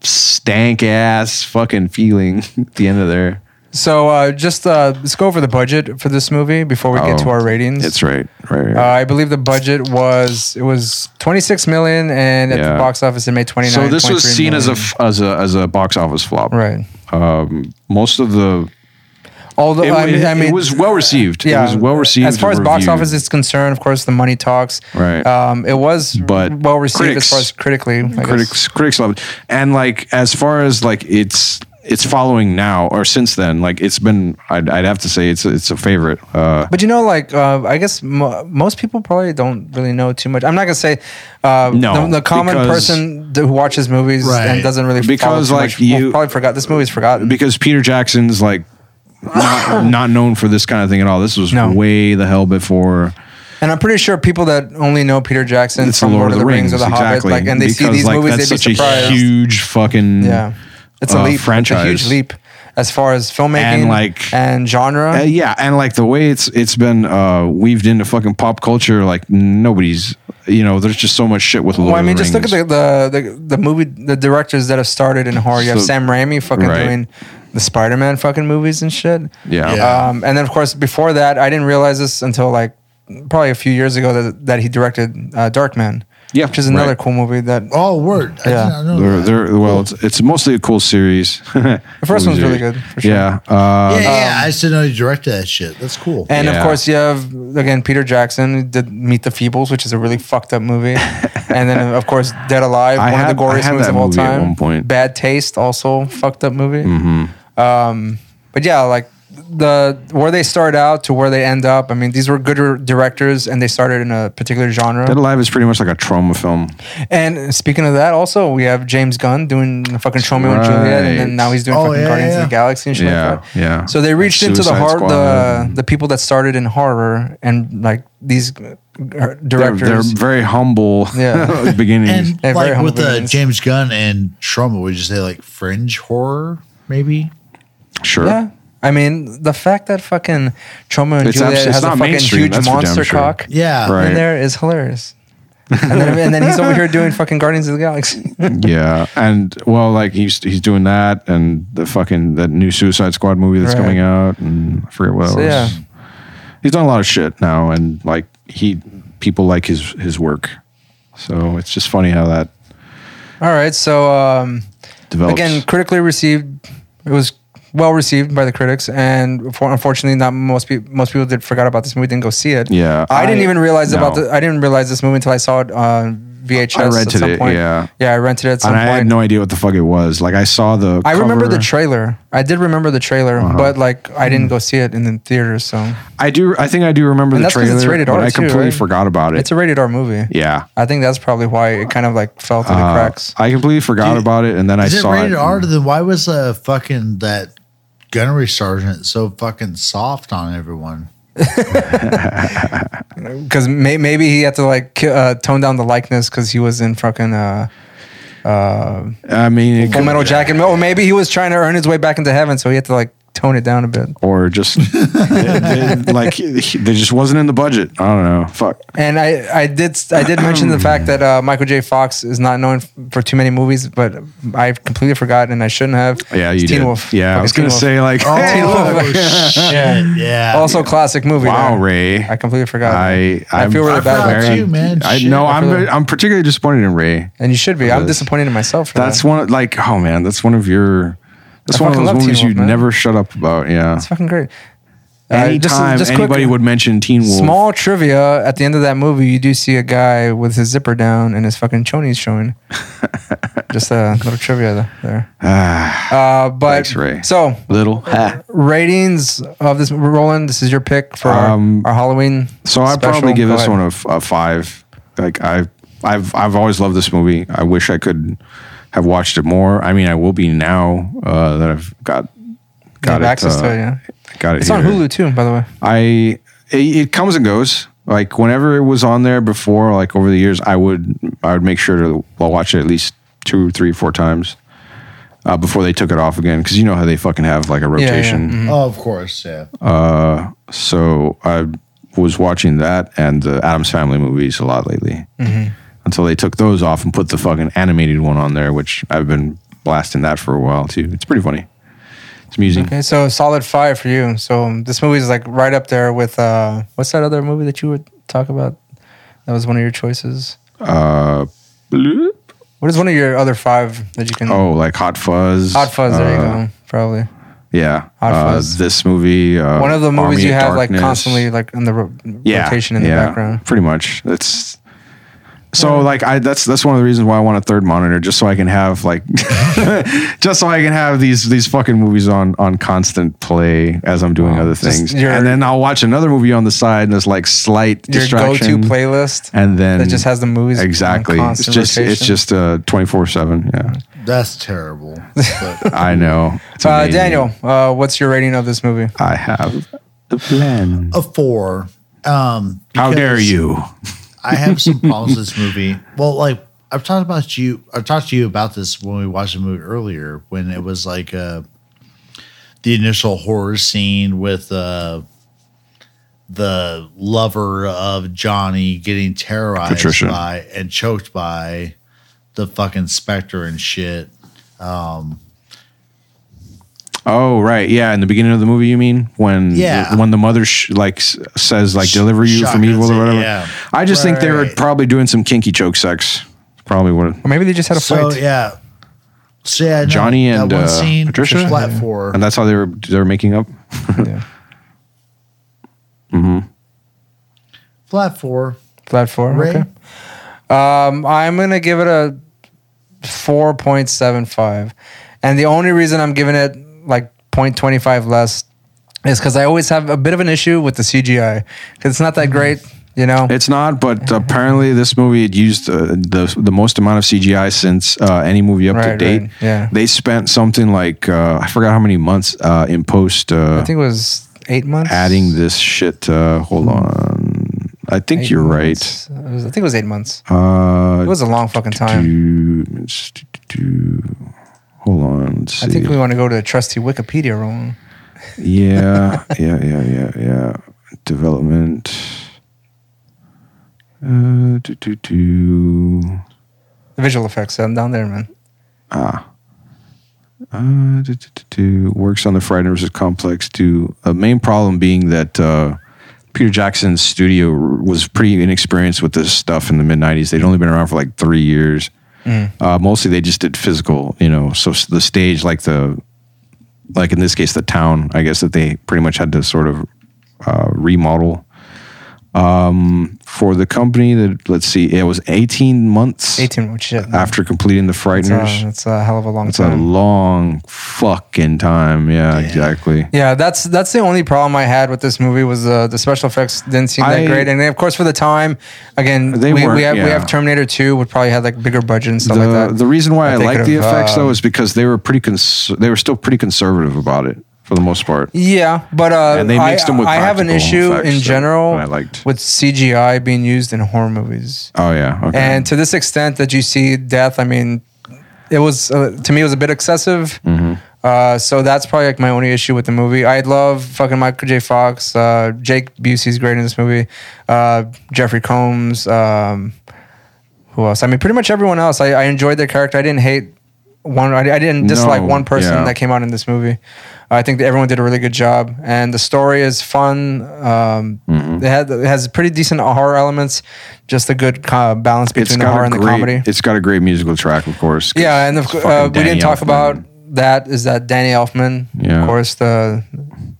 stank ass fucking feeling at the end of there.
So uh, just uh, let's go over the budget for this movie before we get
Oh,
to our ratings.
That's right. Right. right.
Uh, I believe the budget was it was 26 million, and at
Yeah.
the box office it made 29.
so this was seen as a f- as a as a box office flop.
Right.
Um, most of the
although
it,
I mean,
it-
I mean
it was well received. it was well received
As far as
and
box
reviewed.
office is concerned, of course, the money talks.
Right.
Um, it was
But
well received
critics-
as far as critically. I guess.
critics critics love it and like as far as like it's it's following now or since then like it's been i'd, I'd have to say it's it's a favorite uh
But you know, like uh, I guess mo most people probably don't really know too much. I'm not gonna say uh,
No,
the, the common
because-
person th- who watches movies
Right.
and doesn't really follow
Because,
too
like,
much will
you-
probably forgot this movie's forgotten.
because peter jackson's like not, not known for this kind of thing at all this was way the hell before
And I'm pretty sure people that only know Peter Jackson
it's
from Lord, of the Rings, or The Hobbit, like, and they see
Because,
these
like,
movies,
that's
they'd be
such a
surprised.
huge fucking
yeah, it's a
uh,
leap,
franchise
it's a huge leap as far as filmmaking
And, like-
and genre.
Uh, yeah, and like the way it's it's been uh, weaved into fucking pop culture, like nobody's, you know, there's just so much shit with. Lord
well, I
of
mean,
the
just
Rings.
look at the, the the the movie, the directors that have started in horror. You have
So-
Sam Raimi fucking
right.
doing the Spider-Man fucking movies and shit.
Yeah. Yeah.
Um, and then of course before that, I didn't realize this until like probably a few years ago that that he directed uh, Darkman.
Yeah,
which is another
right.
cool movie that.
Oh, word. I
Yeah.
did not know
They're,
that.
they're, well, it's, it's mostly a cool series. the
first one's really good, for sure.
Yeah. Uh,
yeah, yeah. I just didn't know you directed that shit. That's cool.
And
Yeah.
of course, you have again Peter Jackson who did Meet the Feebles, which is a really fucked up movie. and then of course Dead Alive,
I
one
had-
of the
I
goriest
had
movies
that
of all
movie at
time.
one point.
Bad Taste, also fucked up movie.
mhm.
Um, but yeah, like the where they start out to where they end up. I mean, these were good r- directors, and they started in a particular genre.
Dead Alive is pretty much like a trauma film.
and speaking of that, also we have James Gunn doing the fucking Romeo and Juliet, and
Right.
then now he's doing
Oh,
fucking
yeah,
Guardians
yeah,
of the Galaxy and shit
Yeah,
like that.
yeah.
So they reached into the
Suicide
heart, the
Squad.
the people that started in horror, and like these uh,
They're, they're
directors.
very humble
Yeah.
beginnings.
And
Yeah, very
like
humble
uh,
with the
beginnings.
James Gunn and Trumbo, would you say like fringe horror, maybe?
sure.
yeah. I mean, the fact that fucking Troma and
It's
Juliet
abs- it's
has a
not
fucking
mainstream,
huge
that's for damn
monster
sure.
cock.
Yeah.
Right.
in there is hilarious. and, then, and then he's over here doing fucking Guardians of the Galaxy.
yeah, and well, like he's he's doing that, and the fucking that new Suicide Squad movie that's
Right.
coming out, and I forget what
So,
else.
yeah.
he's done a lot of shit now, and like he people like his his work, so it's just funny how that
All right, so um,
develops.
again, critically received. It was well received by the critics, and for, unfortunately, not most people. Most people did forgot about this movie, didn't go see it.
yeah,
I, didn't even realize
no.
about the. I didn't realize this movie until I saw it uh, on VHS.
I rented
at some
it,
point.
yeah.
yeah, I rented it at some
and I
point.
had no idea what the fuck it was. Like I saw the.
I remember the
cover. Uh-huh.
trailer. I did remember the trailer, but like I didn't go see it in the theater, so
I do. I think I do remember
And
the
that's 'cause
trailer.
it's rated
but
R
I
too,
completely
right?
forgot about it.
it's a rated R movie.
yeah.
I think that's probably why it kind of like fell through the
Uh,
cracks.
I completely forgot
Dude,
about it, and then I
Is it
saw
rated
it.
R? Then why was uh, fucking that gunnery sergeant so fucking soft on everyone?
because may, maybe he had to like ki- uh, tone down the likeness because he was in fucking uh, uh,
I mean, it
Full
could-
Metal Jacket, or maybe he was trying to earn his way back into heaven, so he had to like tone it down a bit.
or just they- they- like he- he- they just wasn't in the budget. I don't know. Fuck.
And I, I did, I did mention the fact that uh, Michael J. Fox is not known f- for too many movies, but I completely forgot, and I shouldn't have.
Yeah, you
It's
did.
Teen Wolf.
Yeah, I
Fucking
was gonna
Teen Wolf.
say like,
Oh, shit. Yeah.
Also, classic movie.
wow,
there.
Ray.
Oh, I completely forgot.
I
I
I'm-
feel really
I'm
bad about
very-
that too, man.
I
Shit,
know.
I
I'm
feel that.
I'm particularly disappointed in Ray.
and you should be. I'm
Yes.
disappointed in myself. For
That's
that.
one like oh man, that's one of your. That's
I
one of
fucking
those
love Teen
movies you
Wolf, man.
never shut up about. Yeah.
It's fucking great. Uh,
Anytime
quick-
anybody would mention Teen Wolf,
Small trivia: at the end of that movie, you do see a guy with his zipper down and his fucking chonies showing. Just a little trivia there.
ah,
Uh, but
Thanks, Ray.
so
little. Ah.
ratings of this, Roland. This is your pick for our-
Um,
our, Halloween.
So I
special.
probably give
Go
this
ahead.
one a, f- a five. Like I, I've I've always loved this movie. I wish I could have watched it more. I mean, I will be now uh, that I've got
You
got
have
it,
access
uh,
to it. Yeah,
got it.
it's on
here.
Hulu too, by the way.
I it, it comes and goes. Like whenever it was on there before, like over the years, I would I would make sure to watch it at least two, three, four times uh, before they took it off again. Because you know how they fucking have like a
yeah, Mm-hmm.
rotation.
Oh, of course. Yeah.
Uh, so I was watching that and the Adams Family movies
Mm-hmm.
a lot lately until they took those off and put the fucking animated one on there, which I've been blasting that for a while too. It's pretty funny. It's amusing.
Okay, so solid five for you. So um, this movie is like right up there with uh, what's that other movie that you would talk about? That was one of your choices.
Uh, bloop.
What is one of your other five that you can?
oh, like Hot Fuzz.
Hot Fuzz. There
uh,
you go. Probably
Yeah.
Hot
Uh,
Fuzz.
this movie. Uh,
one of the movies
Army
you
of
have like
Darkness.
constantly like in the ro- rotation in the background.
Pretty much. That's so like I that's that's one of the reasons why I want a third monitor, just so I can have like just so I can have these these fucking movies on on constant play as I'm doing other things.
your-
And then I'll watch another movie on the side and it's like slight
Your go-to
distraction.
playlist
and then
that just has the movies on
Exactly. It's
constant
just it's
rotation.
just uh twenty four seven. Yeah.
That's terrible. But
I know. It's
Uh,
amazing.
Daniel, uh, what's your rating of this movie?
I have the plan.
a four. Um,
How dare
because
you?
I have some problems with this movie. Well, like I've talked about you. I've talked to you about this when we watched the movie earlier, when it was like uh, the initial horror scene with uh, the lover of Johnny getting terrorized
Patricia.
by and choked by the fucking specter and shit. Um,
Oh right, yeah. In the beginning of the movie, you mean when
Yeah.
when the mother sh- like s- says like deliver you from
shotguns
evil
it,
or whatever.
yeah.
I just think they were
Right.
probably doing some kinky choke sex. Probably what
Or maybe they just had a
so
fight.
yeah, so yeah, no,
Johnny and
that one
uh,
scene,
Patricia,
the flat four.
and that's how they were they were making up.
Yeah.
hmm
flat four.
Flat four.
Ray?
Okay. Um, I'm gonna give it a four point seven five, and the only reason I'm giving it like 0.25 less is because I always have a bit of an issue with the CGI because it's not that
Mm-hmm.
great. You know,
It's not, but apparently this movie had used uh, the the most amount of CGI since uh, any movie up to
Right,
date.
right, yeah.
They spent something like uh, I forgot how many months uh, in post. Uh,
I think it was eight months.
adding this shit. Uh, hold on, I think
Eight
you're
months. It was- I think it was eight months.
right. Uh,
It was a long fucking time.
do- let's do- do- do- hold on. Let's see.
I think we want to go to the trusty Wikipedia room.
yeah, yeah, yeah, yeah, yeah. Development. Uh, do, do, do.
The visual effects down down there, man.
Ah. Uh, do, do, do, do. Works on the Friday versus Complex. To a main problem being that uh, Peter Jackson's studio r- was pretty inexperienced with this stuff in the mid '90s. They'd only been around for like three years. Uh, mostly, they just did physical, you know. So s- the stage, like the, like in this case, the town. I guess that they pretty much had to sort of uh, remodel. Um, for the company that let's see, it was 18 months
Eighteen, uh, which shit. man.
after completing the
It's a,
Frighteners.
it's a hell of a long
It's a
time.
long fucking time. Yeah, exactly.
Yeah, that's that's the only problem I had with this movie was uh, the special effects didn't seem that
I-
great, and then, of course for the time, again
They
we, we
weren't,
have we
yeah.
have Terminator Two would probably have like bigger budget and stuff
the,
like that.
the reason why I,
But they
like
could've,
the effects
uh,
though is because they were pretty cons- they were still pretty conservative about it for the most part.
yeah, but uh,
And they mixed
I,
them with
I have an
practical
issue
effects
in
that-
general
that I liked.
with CGI being used in horror movies,
Oh yeah. Okay.
and to this extent that you see death, I mean, it was uh, to me it was a bit excessive.
Mhm.
Uh, so that's probably like my only issue with the movie. I love fucking Michael J. Fox. Uh, Jake Busey's great in this movie. Uh, Jeffrey Combs. Um, who else? I mean, pretty much everyone else. I, I enjoyed their character. I didn't hate one. I, I didn't dislike
No,
one person
yeah.
that came out in this movie. I think that everyone did a really good job, and the story is fun. Um,
Mhm.
It, had, it has pretty decent horror elements, just a good uh, balance between
it's
the
got
horror
a
and
great,
the comedy.
It's got a great musical track, of course. 'cause
Yeah, and of
it's
cou-
fucking
uh, we
Danny
didn't talk
Elfman.
about that. Is that Danny Elfman?
Yeah.
Of course, the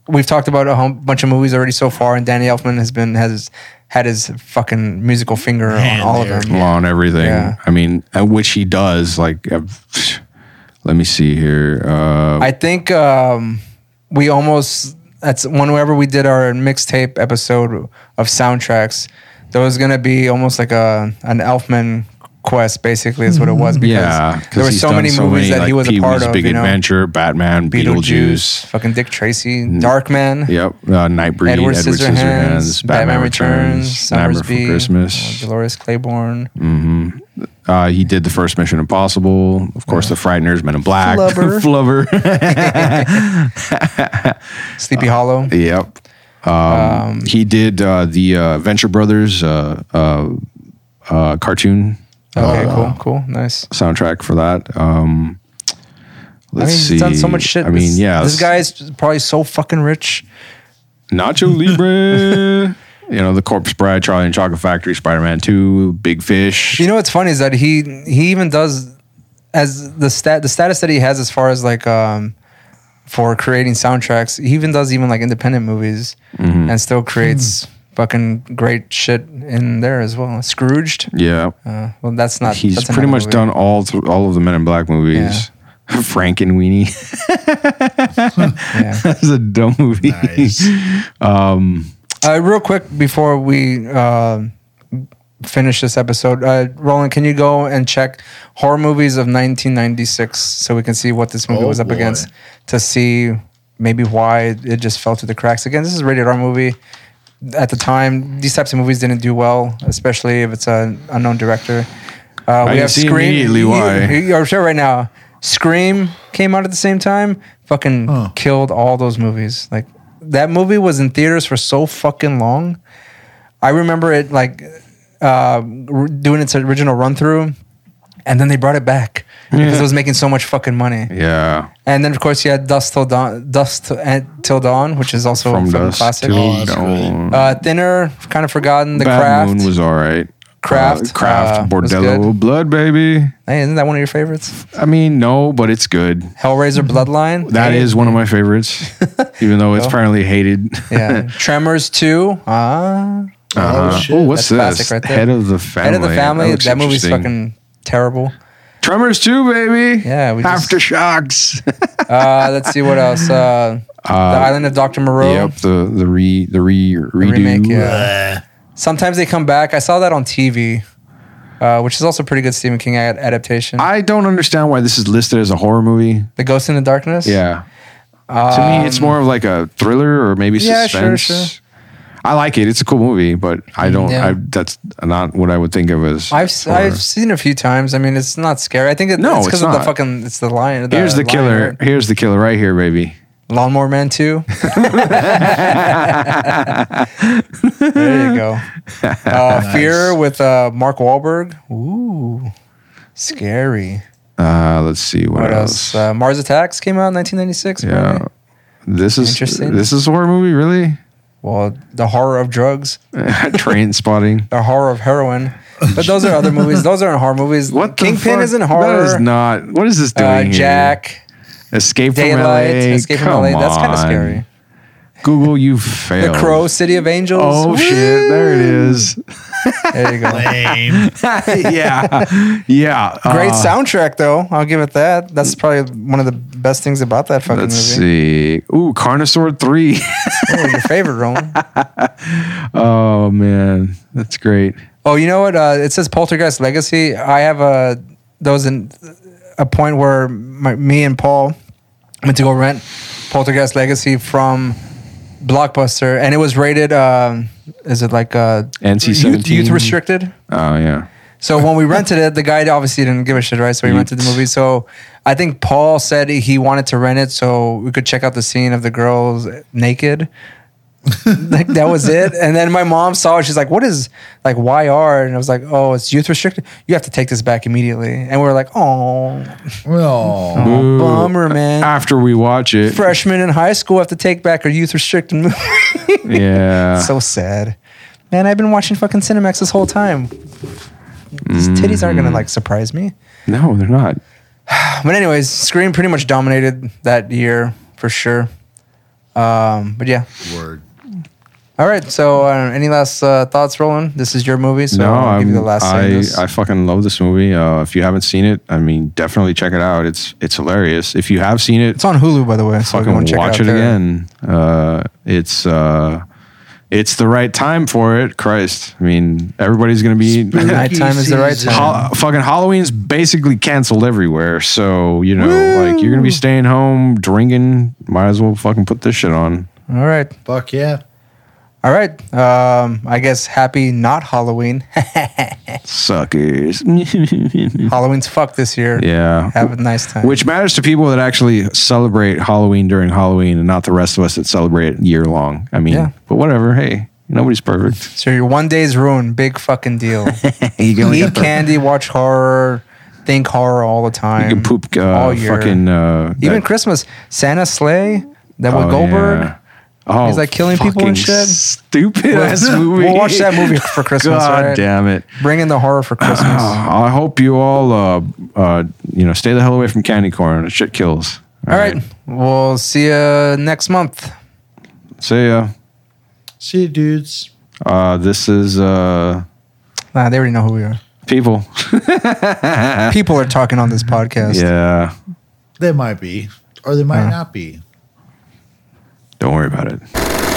we've talked about a whole bunch of movies already so far, and Danny Elfman has been has had his fucking musical finger
Man,
on all
there.
of them.
Well, on everything.
Yeah.
I mean, and which he does. Like, uh, let me see here. Uh,
I think um, we almost that's whenever we did our mixtape episode of soundtracks, there was gonna be almost like a an Elfman quest. Basically, is what it was because
Mm-hmm. yeah, 'cause
there were
he's
so
done
many movies that
like,
he was a
Pee-wee's
part of.
Big
you know,
Adventure, Batman, Beetlejuice.
fucking Dick Tracy, Darkman.
Yep. Uh, Nightbreed, Edward,
Edward
Scissorhands,
Scissorhands,
Batman, Returns, Nightmare
Summersby, uh,
Before Christmas.
Dolores Claiborne,
hmm Uh, he did the first Mission Impossible, of course, The Frighteners, Men in Black,
Flubber.
Flubber. uh,
Sleepy Hollow.
yep. Um, he did uh, the uh, Venture Brothers uh, uh, uh, cartoon
Okay,
uh,
cool, cool, nice.
soundtrack for that. Um,
I
Let's
mean,
see.
he's done so much shit.
I mean,
This-
yeah,
This guy is probably so fucking rich.
Nacho Libre. you know, the Corpse Bride, Charlie and the Chocolate Factory, Spider Man Two, Big Fish.
You know what's funny is that he he even does as the stat the status that he has as far as like um for creating soundtracks. He even does even like independent movies
Mhm.
and still creates fucking great shit in there as well. Scrooged.
Yeah.
Uh, well, that's not.
He's
that's
pretty
another
much
movie.
done all th- all of the Men in Black movies. Frank and Weenie. That's a dumb movie. Um,
Uh, real quick before we uh, finish this episode, uh, Roland, can you go and check horror movies of 1996 so we can see what this movie
Oh,
was up
boy.
against to see maybe why it just fell through the cracks? Again, this is a rated R movie. At the time, these types of movies didn't do well, especially if it's an unknown director. Uh,
I can see immediately
you-
why.
You, are sure right now. Scream came out at the same time. Fucking killed all those movies. Like that movie was in theaters for so fucking long. I remember it like uh, r- doing its original run through, and then they brought it back because
Yeah.
it was making so much fucking money.
yeah.
And then of course you had Dust Till Dawn, Dust Till- and- Till Dawn, which is also
From
a fucking
Dusk
classic.
Till Oh, that's great. Dawn.
Uh, Thinner, kind of forgotten. The
Bad
Craft.
Moon was all right.
Craft,
Uh, Craft.
uh, was
Bordello
good.
Blood, baby.
Hey, isn't that one of your favorites?
I mean, no, but it's good.
Hellraiser Bloodline.
Mm-hmm. That
Hey.
is one of my favorites, even though it's
Well.
apparently hated.
Yeah. Tremors 2. Ah.
Uh-huh.
shit.
Oh, what's
That's
this?
classic right there.
Head of the
Head of the
Family.
Family.
That
That,
looks
movie's
interesting.
fucking terrible.
Tremors 2, baby.
Yeah. We just,
Aftershocks.
uh, let's see what else. Uh, the Island of Dr. Moreau.
Yep, the the re the re redo.
remake,
Oh.
Uh,
yeah. Sometimes they come back. I saw that on TV, uh, which is also a pretty good Stephen King ad- adaptation.
I don't understand why this is listed as a horror movie.
the Ghost in the Darkness.
Yeah. to me, it's
Um,
more of like a thriller or maybe
yeah,
suspense.
sure, sure.
I like it. It's a cool movie, but I don't.
Yeah.
I, that's not what I would think of as.
I've s-
horror.
I've seen it a few times. I mean, it's not scary. I think it,
No,
it's
it's
because of the
not.
fucking it's the lion.
Here's the
lion,
killer.
right?
Here's the killer right here, baby.
Lawnmower Man Two. there you go. Uh, Fear with uh, Mark Wahlberg. Ooh, scary.
Uh, let's see what,
What else?
else.
Uh, Mars Attacks came out in 1996.
Yeah,
apparently.
this is
Interesting.
this is a horror movie, really.
Well, the horror of drugs.
Train spotting.
the horror of heroin. But those are other movies. Those aren't horror movies. What
The
Kingpin
fuck?
isn't horror.
That is not. What is this doing?
uh,
here?
Jack,
Escape from
Daylight,
LA.
Escape from LA. That's kinda
Come on.
scary.
Google, you failed.
The Crow, City of Angels.
Oh
Woo!
shit! There it is.
There you go.
yeah, yeah.
Great
uh,
soundtrack though. I'll give it that. That's probably one of the best things about that fucking
Let's
movie.
see. Ooh, Carnosaur three.
Oh, your favorite Roman.
oh man, that's great.
Oh, you know what? Uh, it says Poltergeist Legacy. I have a there was an, a point where my, me and Paul went to go rent Poltergeist Legacy from Blockbuster, and it was rated. Um, is it like uh,
NC-17.
youth, youth restricted?
Oh yeah.
So when we rented it, the guy obviously didn't give a shit, right? So we rented the movie. So I think Paul said he wanted to rent it so we could check out the scene of the girls naked. like that was it. And then my mom saw it. She's like, "What is like YR?" And I was like, "Oh, it's youth restricted. You have to take this back immediately." And we were like, "Oh,
Well,
Ooh.
bummer, man.
After we watch it,
freshmen in high school have to take back our youth restricted movie."
yeah.
so sad. Man, I've been watching fucking Cinemax this whole time. These titties aren't gonna like surprise me.
no, they're not.
But anyways, Scream pretty much dominated that year for sure. Um, but yeah.
Word.
All right. So uh, any last uh, thoughts, Roland? This is your movie, so
no,
I'll give you the
I'm-
last. say in
I,
this.
I fucking love this movie. Uh, if you haven't seen it, I mean, definitely check it out. It's it's hilarious. If you have seen it,
it's on Hulu, by the way. So if you
fucking
wanna check
watch
out
it,
there.
again. Uh, it's uh, it's the right time for it. Christ, I mean, everybody's gonna be
Nighttime is the right
Ho-
time.
fucking Halloween's basically canceled everywhere. So you know, like you're gonna be staying home drinking. Might as well fucking put this shit on.
All right.
Fuck yeah.
All right. Um, I guess happy not Halloween.
Suckers.
Halloween's fucked this year.
yeah.
Have a nice time.
Which matters to people that actually celebrate Halloween during Halloween and not the rest of us that celebrate it year long. I mean,
Yeah.
but whatever. Hey, nobody's perfect.
so your one day's ruined, big fucking deal.
You
Eat candy, watch horror, think horror all the time.
You can poop uh,
all year.
fucking uh,
Even
that-
Christmas, Santa sleigh that
Oh,
with Goldberg.
yeah. Oh,
he's like killing people
fucking
and shit.
Stupid
We'll-
ass movie.
We'll watch that movie for Christmas. Uh-huh.
God
right?
damn it.
Bring in the horror for Christmas.
I hope you all, uh, uh, you know, stay the hell away from candy corn. Shit kills.
All right. We'll see you next month.
See ya.
See you, dudes.
Uh, this is uh,
Nah, Ah, they already know who we are.
people.
People are talking on this podcast.
Uh, Yeah.
They might be, or they might
Uh.
not be.
Don't worry about it.